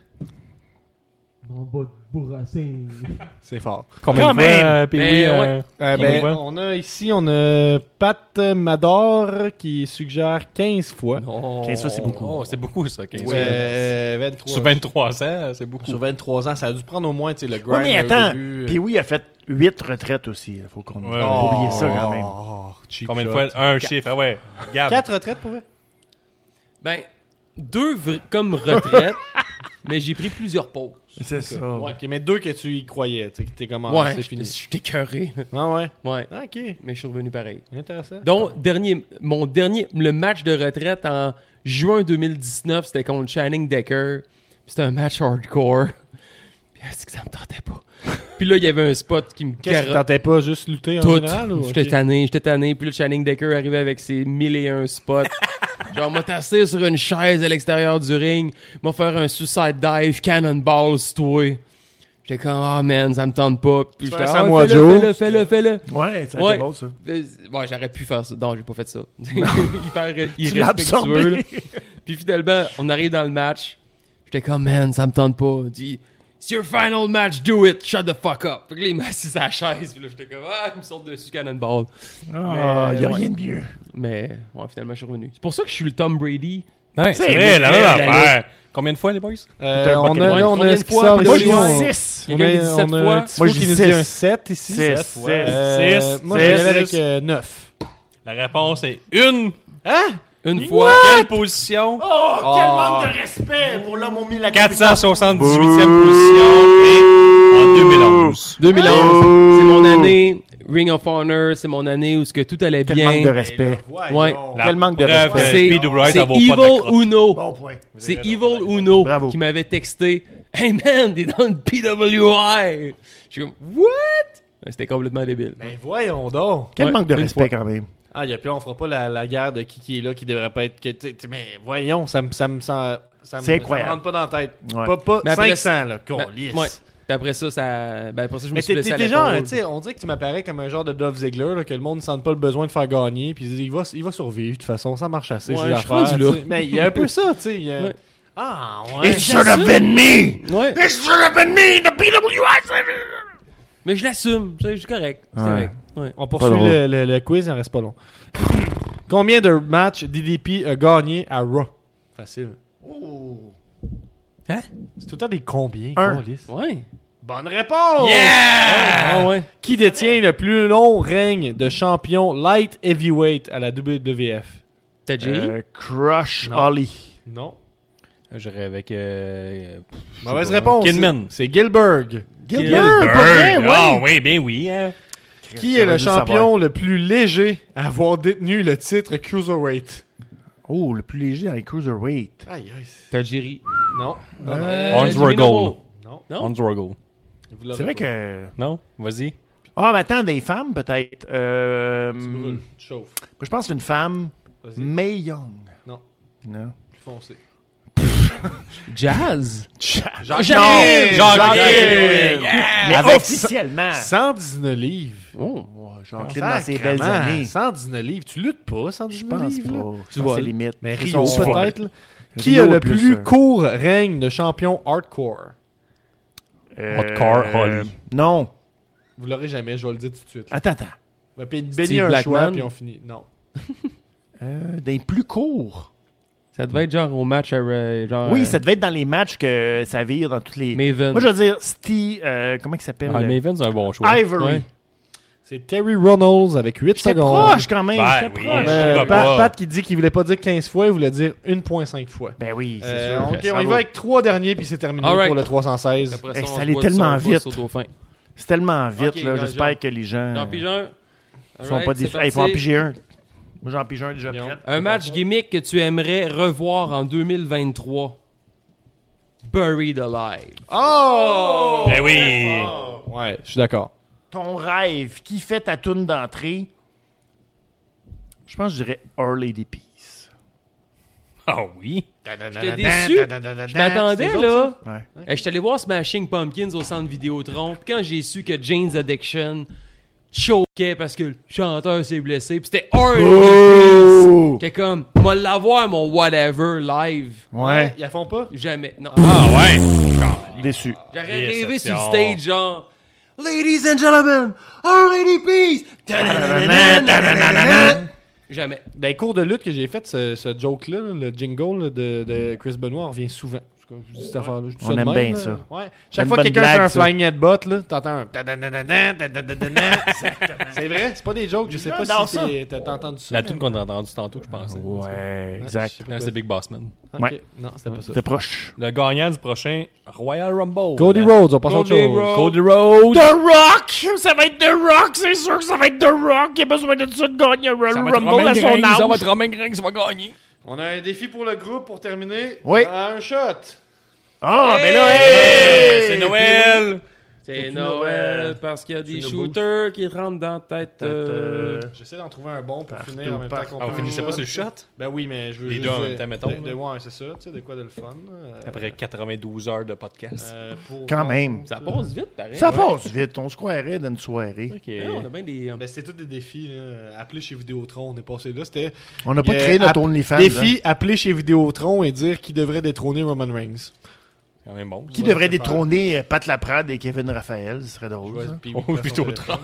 C: Mon bas de bourrassin.
B: *laughs* C'est fort.
E: Combien
D: Quand
E: de fois
D: même!
E: euh, Pee-Wee?
C: Ben,
E: euh,
B: Euh,
E: Combien de
B: ben,
E: fois?
B: on a ici, on a Pat Mador qui suggère 15 fois.
C: Oh.
D: Ok, ça, c'est beaucoup.
E: Oh, c'est beaucoup ça. 15 fois.
B: Euh,
E: Sur
B: 23.
E: 23 ans, c'est beaucoup.
B: Sur 23 ans, ça a dû prendre au moins tu sais, le euh. grind.
D: Ouais, mais
B: là, au
D: attends.
C: euh.
B: début.
D: Puis oui, il a fait 8 retraites aussi. Il faut qu'on
E: Ouais.
D: a oublié ça quand même.
B: Oh, cheap
E: Combien de
B: shot.
E: fois? Un chiffre. Ah ouais. Regarde.
B: Quatre retraites pour vrai?
C: Ben, deux vra- comme retraite, *laughs* mais j'ai pris plusieurs pauses.
D: C'est ça.
B: Ouais, ok, mais deux que tu y croyais, tu sais, que t'es comme ah, c'est
C: j'étais-
B: fini.
C: j'étais écœuré.
B: Ah ouais.
C: Ouais,
B: Ah, ok.
C: mais je suis revenu pareil.
B: Intéressant.
C: Donc, dernier, mon dernier, le match de retraite en juin 2019, c'était contre Channing Decker. Puis C'était un match hardcore. Puis est-ce que ça me tentait pas? Puis là, il y avait un spot qui me
B: Qu'est-ce que tu
C: carotte
B: tentais pas juste lutter en
C: tout.
B: général ou?
C: J'étais
B: ok? Euh,
C: tanné, j'étais tanné. Puis là, Channing Decker arrivait avec ses
B: *laughs*
C: 1001 spots. Genre, m'a tassé sur une chaise à l'extérieur du ring, m'a faire un suicide dive, cannonball, c'est toi. J'étais comme, ah man, ça me tente pas. Puis j'étais,
B: un
C: ah,
B: Samoa
C: fais-le,
B: Joe.
C: fais-le, fais-le, fais-le.
D: Ouais, ça a
C: Ouais.
D: été bon, ça.
C: Euh, Ouais, j'aurais pu faire ça. Non, j'ai pas fait ça. *laughs* Hyper euh, irrespectueux.
D: absorbé.
C: là. Puis finalement, on arrive dans le match. J'étais comme, man, ça me tente pas. Il dit, it's your final match, do it, shut the fuck up. Fait que là, il m'a *laughs* assis à la chaise. Puis là, j'étais comme, ah, il me sort dessus, cannonball.
D: Ah,
C: Mais,
D: il n'y a
C: ouais.
D: rien de mieux.
C: Mais, ouais, finalement, je suis revenu. C'est pour ça que je suis le Tom Brady.
E: Ouais,
D: C'est
E: C'est vrai, la
D: vrai,
E: même
D: la
E: affaire. Combien de fois, les boys?
B: Euh, on
D: Combien
B: a, là, on
C: de
B: a ce qui
C: fois?
B: sort
C: Moi,
D: Moi,
B: ici,
D: j'ai
B: on-
D: 6.
B: On
C: Quelqu'un dit
B: a,
C: 17
B: on a un
C: fois.
B: petit
D: Moi,
B: mot
D: je
B: qui
D: dis
B: nous dit
D: six.
B: un 7 ici.
D: Six,
B: Sept.
D: six,
B: Euh,
E: six,
B: Moi, je vais y aller avec
D: six.
B: 9.
E: La réponse est une.
C: Une fois.
E: Quelle position?
D: Oh, quel
C: Ah.
D: manque de respect pour l'homme au milieu de la
E: 478e position et en 2011.
C: 2011, c'est mon année. Ring of Honor, c'est mon année où ce que tout allait
D: Quel
C: bien.
D: manque de respect.
C: Ouais.
D: Quel manque de
E: Bref,
D: respect.
E: euh,
C: C'est
E: PWI, ça
C: c'est
E: vaut pas de la
C: Evil
E: crotte.
C: Uno.
D: Bon point.
C: C'est Evil Uno
D: Bravo.
C: qui m'avait texté Hey man, t'es dans le PWI! Je suis comme, What? C'était complètement débile.
B: Ben voyons donc.
D: Quel
C: Ouais,
D: manque de
C: une
D: respect quand même.
B: Ah, y a plus, on fera pas la, la guerre de qui qui est là, qui devrait pas être. Que, tu sais, mais voyons, ça me ça me sent. Ça me-
D: C'est incroyable.
B: Ça me rentre pas dans la tête.
D: Ouais.
B: Pas, pas
C: Mais après,
B: 500, là, qu'on
C: Ben,
B: lisse.
C: ouais. Puis après ça, ça. Ben après ça, je me
B: Mais
C: suis
B: t'es
C: blessé
B: t'es
C: à
B: t'es genre,
C: l'épaule.
B: tu sais, on dirait que tu m'apparais comme un genre de Dove Ziggler, là, que le monde ne sente pas le besoin de faire gagner, puis il va, il va survivre, de toute façon, ça marche assez,
C: Ouais,
B: ces
C: je suis
B: affaires,
C: rendu là.
B: tu sais. Mais il y a un peu ça, tu sais. il y a-
C: Ouais.
B: Ah,
D: It
B: ouais.
D: should have been me!
C: Ouais.
D: It should have been me! The PWI!
C: Mais je l'assume, tu sais, je suis correct. C'est
D: Ouais.
C: correct. Ouais.
B: On poursuit
D: drôle.
B: le, le- le quiz, il en reste pas long. *coughs* Combien de matchs DDP a gagné à Raw Facile.
D: Oh.
C: Hein?
B: C'est tout le temps des combien
D: Un.
B: qu'on lisse?
C: Ouais.
B: Bonne réponse
C: Ah ouais.
B: Qui détient le plus long règne de champion light heavyweight à la WWF
C: T'as Jerry?
D: Euh, Crush Holly.
B: Non.
E: Je dirais avec. euh, euh,
B: Mauvaise réponse.
E: Kidman.
B: C'est Gilbert.
D: Gilbert, pas vrai, ouais.
E: Ah oui, bien oui. hein.
B: Qui est
D: J'aurais
B: le
D: dû
B: champion
D: savoir.
B: le plus léger à avoir détenu le titre Cruiserweight?
D: Oh, le plus léger dans les Cruiserweight.
B: Aïe, aïe.
C: T'as Jerry.
B: Non.
D: Euh,
E: Orange
C: Jimmy
E: Roll.
C: Noble.
B: Non.
C: Non?
E: On Drago.
D: C'est vrai que.
E: Non? Vas-y.
D: Ah, mais attends, des femmes peut-être. Euh, moi,
B: Chauffe.
D: je pense une femme.
B: Vas-y.
D: May Young.
B: Non.
D: Non.
B: Plus foncé.
C: Jazz?
B: Jacques-
C: Oh,
D: Jacques-
B: Jacques-
E: Jacques-
D: Mais
B: Avec
D: officiellement.
B: 119 livres.
C: Oh.
D: Jean-Claude dans ses belles années.
B: 119 livres. Tu luttes pas,
D: Je
B: 119
D: pense
B: livres? là?
D: pas.
C: Tu vois.
D: C'est limite.
B: Mais
D: C'est
B: Rio,
D: son-
B: peut-être. là.
D: Rio
B: Qui a le
D: plus,
B: plus hein.
D: euh,
B: court règne de champion hardcore?
D: Euh,
E: Hardcore Holly.
D: Non.
B: Vous l'aurez jamais, je vais le dire tout de suite. là.
D: Attends, attends.
B: Ben, puis
C: Steve
B: Benny a un
C: Blackman.
B: choix, puis on finit. Non.
D: Euh, des plus courts.
C: Ça devait être genre au match à euh, genre.
D: Oui,
C: euh,
D: ça devait être dans les matchs que ça vire dans toutes les.
C: Maven.
D: Moi, je veux dire, Steve. euh, comment il s'appelle
E: Ah,
D: euh,
E: Maven, c'est un bon choix.
D: Ivory.
C: Ouais.
B: C'est Terry Runnels avec 8
D: J'étais
B: secondes.
D: proche quand même.
E: Ben
D: J'étais
E: oui.
D: proche.
B: Euh,
E: Je sais
B: Pat,
E: pas.
B: Pat qui dit qu'il voulait pas dire 15 fois, il voulait dire 1.5 fois.
D: Ben oui, c'est
B: Euh,
D: sûr.
B: ok, on y
D: Bravo.
B: va avec trois derniers, puis c'est terminé
C: Alright.
B: pour le 316.
C: Après
D: Hey,
C: on
D: ça
C: se
D: allait
C: voit
D: tellement
C: sur- on se voit
D: vite.
C: sur Dauphin.
D: C'est tellement vite,
C: Ok,
D: là.
C: Jean-
D: J'espère
C: Jean-
D: que les gens
C: J'en pige un.
D: ne sont
C: Alright,
D: pas des.
C: c'est
D: Il faut en
C: parti.
D: piger un. Moi, j'en pige un déjà.
B: Guillaume.
D: prêt.
C: Un match gimmick que tu aimerais revoir en 2023. Buried Alive.
B: Oh!
E: Ben oui.
B: Ouais, je suis d'accord.
D: Ton rêve, qui fait ta toune d'entrée Je pense que je dirais Our Lady Peace.
E: Ah oui.
C: J'étais déçu. Je m'attendais, là.
D: Ouais.
C: Je suis allé voir Smashing Pumpkins au centre Vidéotron. Puis quand j'ai su que Jane's Addiction choquait parce que le chanteur s'est blessé, puis c'était horrible.
D: Ouh!
C: T'es comme, moi l'avoir mon whatever live.
D: Ouais,
B: Ils la font pas?
C: Jamais. Non.
E: Ah ouais.
D: déçu.
C: J'aurais
E: Yes,
C: rêvé sur le
E: action.
C: stage, genre, Ladies and gentlemen, our lady peace. Jamais.
B: Dans les Ben, cours de lutte que j'ai fait, ce, ce joke-là, le jingle là, de, de Chris Benoit revient souvent. En tout cas, je dis cette affaire-là, je dis
D: On
B: ça de
D: aime
B: même,
D: bien
B: là.
D: ça.
B: Ouais.
D: C'est
B: Chaque
D: une
B: fois que
D: bonne
B: quelqu'un fait
D: blague,
B: un
D: ça.
B: flying headbutt, là, t'entends un...
D: *laughs*
B: C'est vrai? C'est pas des jokes, je sais pas
D: J'adore
B: si
D: ça.
B: t'es- t'as t'as entendu ça.
E: La tune qu'on a entendue tantôt, je pense.
D: Ouais, Euh, exact.
E: Non, C'est Big Boss Man.
B: Ok,
D: Ouais.
B: Non, c'était pas ça.
D: C'était proche.
E: Le gagnant du prochain Royal Rumble.
B: Cody Rhodes, on passe à autre
C: Cody
B: chose.
C: Rhodes.
E: Cody Rhodes.
D: The Rock! Ça va être The Rock! C'est sûr que ça va être The Rock! Il a besoin de ça de gagner un
E: Ça va
D: Royal
E: être
D: Rumble
E: Romain
D: à son
E: Gring, ça va
D: âge.
E: être Romain Gring, ça va gagner.
B: On a un défi pour le groupe pour terminer.
D: Oui.
B: À un shot.
D: Ah, ben là,
E: Hey,
D: hey!
E: C'est Noël.
C: C'est Noël parce qu'il y a des shooters qui rentrent dans ta tête. euh,
B: J'essaie d'en trouver un bon pour
D: Partout,
B: finir en même temps
D: partout.
B: qu'on
E: Ah,
B: prend
E: on
B: un
E: finissait pas
B: shot.
E: sur le shot?
B: Ben oui, mais je veux
E: Les
B: juste...
E: deux en
B: dire-
E: même temps, mettons,
B: de-
E: là.
B: de- ouais, c'est ça, tu sais, de quoi de le fun. euh,
E: Après 92 heures de podcast.
B: euh, pour-
D: Quand même.
C: Ça passe vite, pareil.
D: Ça passe vite, on se croirait d'une soirée.
E: Ok.
C: Ouais, on a bien des.
B: Ben, c'était tous des défis. Là. Appeler chez Vidéotron, on est passé là. C'était
D: On n'a pas
B: Euh,
D: créé notre
B: app-
D: OnlyFans. hein.
B: défi appeler chez Vidéotron et dire qui devrait détrôner Roman Reigns.
E: Quand même bon.
D: Qui devrait détrôner euh, Pat Laprade et Kevin Raphaël? Ce serait drôle. ça.
B: Puis,
E: Oh, Vidéotron.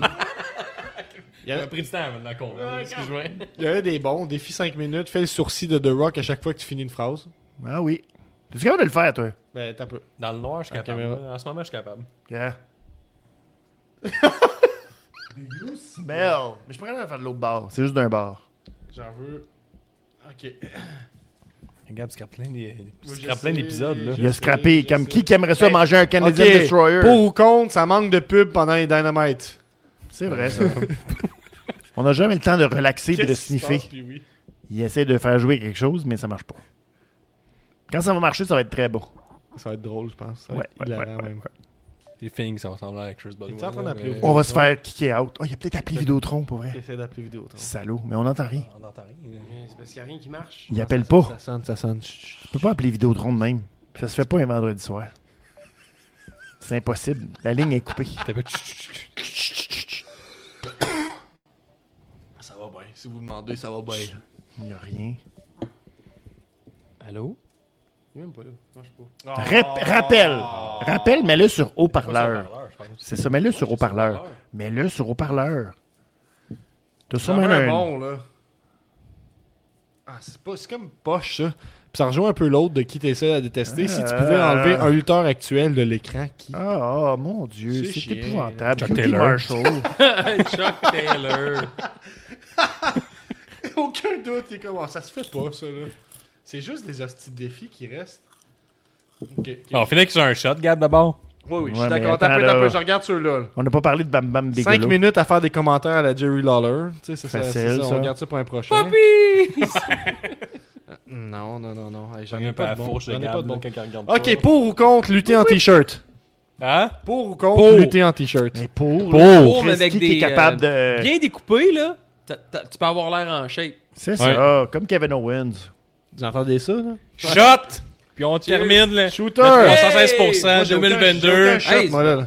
B: Il y en a-
E: pris du temps maintenant qu'on Excuse-moi.
B: il y en a des bons. Défi 5 minutes. Fais le sourcil de The Rock à chaque fois que tu finis une phrase.
D: Ah oui. Tu es capable de le faire, toi?
B: Ben, t'as peu.
E: Dans le noir, je suis capable.
B: caméra.
E: En ce moment, je suis capable.
B: *laughs*
D: Yeah. Smell. Mais je pourrais le faire de l'autre bar. C'est juste d'un bar.
B: J'en veux. Ok.
E: Regarde, tu plein
B: Moi, je sais,
E: d'épisodes, là.
B: je-
D: Il a scrappé.
B: sais, je
D: Comme
B: sais.
D: qui qui aimerait ça
B: Hey,
D: manger un Canadian
B: Ok,
D: Destroyer?
B: Pour ou contre, ça manque de pub pendant les Dynamite.
D: C'est vrai, ça. *laughs* On n'a jamais le temps de relaxer et de
B: Qu'est-ce qui se
D: sniffer.
B: passe, puis oui.
D: Il essaie de faire jouer quelque chose, mais ça marche pas. Quand ça va marcher, ça va être très beau.
B: Ça va être drôle, je pense. Ça va
D: Ouais,
B: être hilarant,
D: ouais, ouais,
B: même.
E: Les filles sont ressemblent à Chris Benoit.
B: Il est en train
E: là,
B: d'appeler.
E: mais-
D: On va se faire kicker out. Oh, il a peut-être appelé Vidéotron, pour vrai.
B: J'essaie d'appeler vidéo.
D: Salaud, mais on n'entend rien.
E: On entend rien.
A: C'est parce qu'il n'y a rien qui marche.
D: Il appelle pas.
B: Ça sonne, ça sonne. Chut, chut.
D: Tu peux pas appeler Vidéotron de même. Ça se fait pas un vendredi soir. C'est impossible. La ligne est coupée.
E: T'appelles- Chut, chut, chut.
A: Ça va bien. Si vous demandez, ça va bien.
D: Il n'y a rien.
C: Allô?
A: Il est même pas là. Ça marche pas.
D: Rap- rappel. Rappel, mets-le sur haut-parleur.
E: Parleur, je pense.
D: C'est ça, mets-le sur haut-parleur. Mets-le sur haut-parleur. T'as sûrement
B: J'en veux
D: un...
B: un bon, là. Ah, c'est, pas, c'est comme poche, ça. Puis ça rejoint un peu l'autre de qui t'essaies à détester. Si tu pouvais
D: Ah.
B: enlever un lutteur actuel de l'écran, qui
D: Ah, ah, mon Dieu,
B: C'est
D: c'est
B: chiant.
D: épouvantable.
E: Chuck
D: Judy
E: Taylor.
D: Marshall.
E: Chuck *laughs* Taylor.
B: *laughs* Aucun doute, il est comme, Ah, ça se fait pas, ça, là. C'est juste des hosties de défis qui restent. Ok, ok.
E: On finit qu'ils ont un shot, Gab, d'abord.
D: Ah,
B: Oui, oui, je
D: Ouais,
B: suis
D: mais
B: d'accord.
D: attends,
B: T'as
D: là.
B: peu, je regarde ceux-là. là.
D: On n'a pas parlé de Bam Bam
B: Cinq
D: Bigelow.
B: minutes à faire des commentaires à la Jerry Lawler. Tu sais, ça, ça,
D: Facile,
B: c'est ça,
D: ça.
B: On garde ça pour un
C: Ah,
B: prochain. non, non, non, non. Hey, J'en ai pas de bon. J'en ai pas de bon. Ok, pour ou contre lutter en t-shirt
E: Hein?
B: Pour ou contre
E: Pour.
B: lutter en t-shirt
D: Mais pour,
C: Pour, mais avec
D: avec
C: des, euh,
D: des, capable de...
C: Bien découpé, là. t'as- t'as- Tu peux avoir l'air en shape.
D: C'est ça, comme Kevin Owens.
B: Vous entendez ça, là
E: Shot! Puis on termine le
B: Shooter
E: 116%, 2022.
B: Shot,
C: Hey,
B: moi, là, là.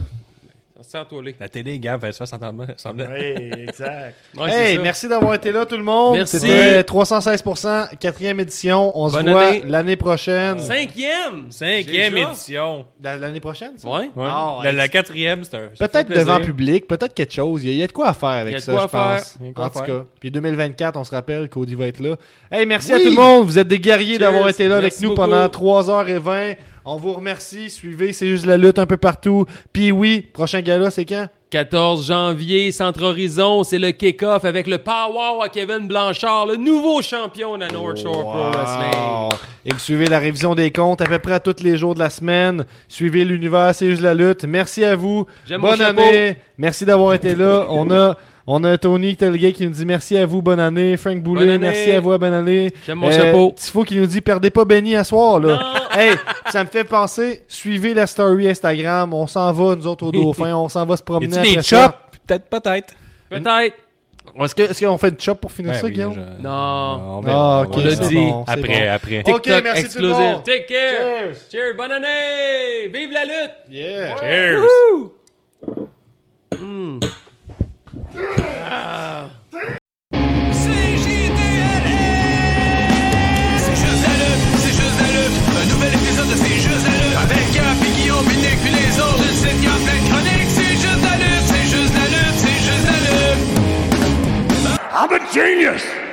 C: Sers-toi-les.
E: La télé, Gab, elle se fait semblant. semblant.
D: Oui, exact.
C: Ouais, c'est
B: Hey,
C: ça.
B: merci d'avoir été là, tout le monde.
C: Merci.
B: C'était euh, 316%, quatrième édition. On
C: Bonne
B: se voit
C: année.
B: l'année prochaine.
C: Cinquième!
E: Cinquième
C: Déjà?
E: édition.
B: La- L'année prochaine, ça?
C: Ouais.
E: Ouais.
B: Ah, ouais.
E: la, la quatrième, c'est un. ça fait
B: Peut-être
E: plaisir.
B: devant public, peut-être quelque chose. Il y a- il y a de quoi à faire
C: Il y a
B: avec
C: de
B: ça,
C: quoi
B: je
C: à faire.
B: pense.
E: Il y a de quoi
B: En
E: à
B: tout
E: faire.
B: cas. Puis 2024, on se rappelle, Cody va être là. Hey, merci à
D: Oui.
B: tout le monde. Vous êtes des guerriers d'avoir été là avec
C: Merci
B: nous
C: beaucoup.
B: pendant 3h20. On vous remercie. Suivez, c'est juste la lutte un peu partout. Puis oui, prochain gala, c'est quand?
C: 14 janvier, Centre Horizon, c'est le kick-off avec le power à Kevin Blanchard, le nouveau champion de la North Shore Pro Wrestling.
B: Wow. Et suivez la révision des comptes à peu près à tous les jours de la semaine. Suivez l'univers, c'est juste la lutte. Merci à vous.
C: J'aime
B: bonne
C: mon chapeau.
B: année. Merci d'avoir été
C: *laughs*
B: là. On a, on a Tony Telgay qui nous dit merci à vous, bonne année. Frank Boulay,
C: année.
B: merci à vous, bonne année. Euh,
C: J'aime mon chapeau.
B: Tifo qui nous dit perdez pas Benny à soir. Là. *laughs* Hey, ça me fait penser, suivez la story Instagram. On s'en va, nous
C: *laughs*
B: autres, au dauphin. On s'en va se
E: Y
B: promener.
E: a-tu des
B: après ça.
E: chops? Peut-être, peut-être.
C: Peut-être.
B: Est-ce que- est-ce qu'on fait une chop pour finir
E: Ben
B: ça,
E: oui,
B: Guillaume?
E: je-
C: Non.
E: on
B: Ah,
E: verra.
B: ok,
E: On l'a
B: c'est
E: dit.
B: bon, c'est
E: Après,
B: bon.
E: après.
B: Ok,
C: TikTok
B: merci tout le
C: explosif.
B: monde.
C: Take care.
B: Cheers.
C: Cheers. Bonne année. Vive la lutte.
B: Yeah.
E: Cheers.
C: Woo!
F: C'est juste la lutte, c'est juste la lutte. Un nouvel épisode de C'est juste la lutte. Avec Gap, puis Guillaume, puis Nick, puis les autres. Une sitcom pleine chronique. C'est juste la lutte, c'est juste la lutte, c'est juste la lutte.
G: I'm a genius!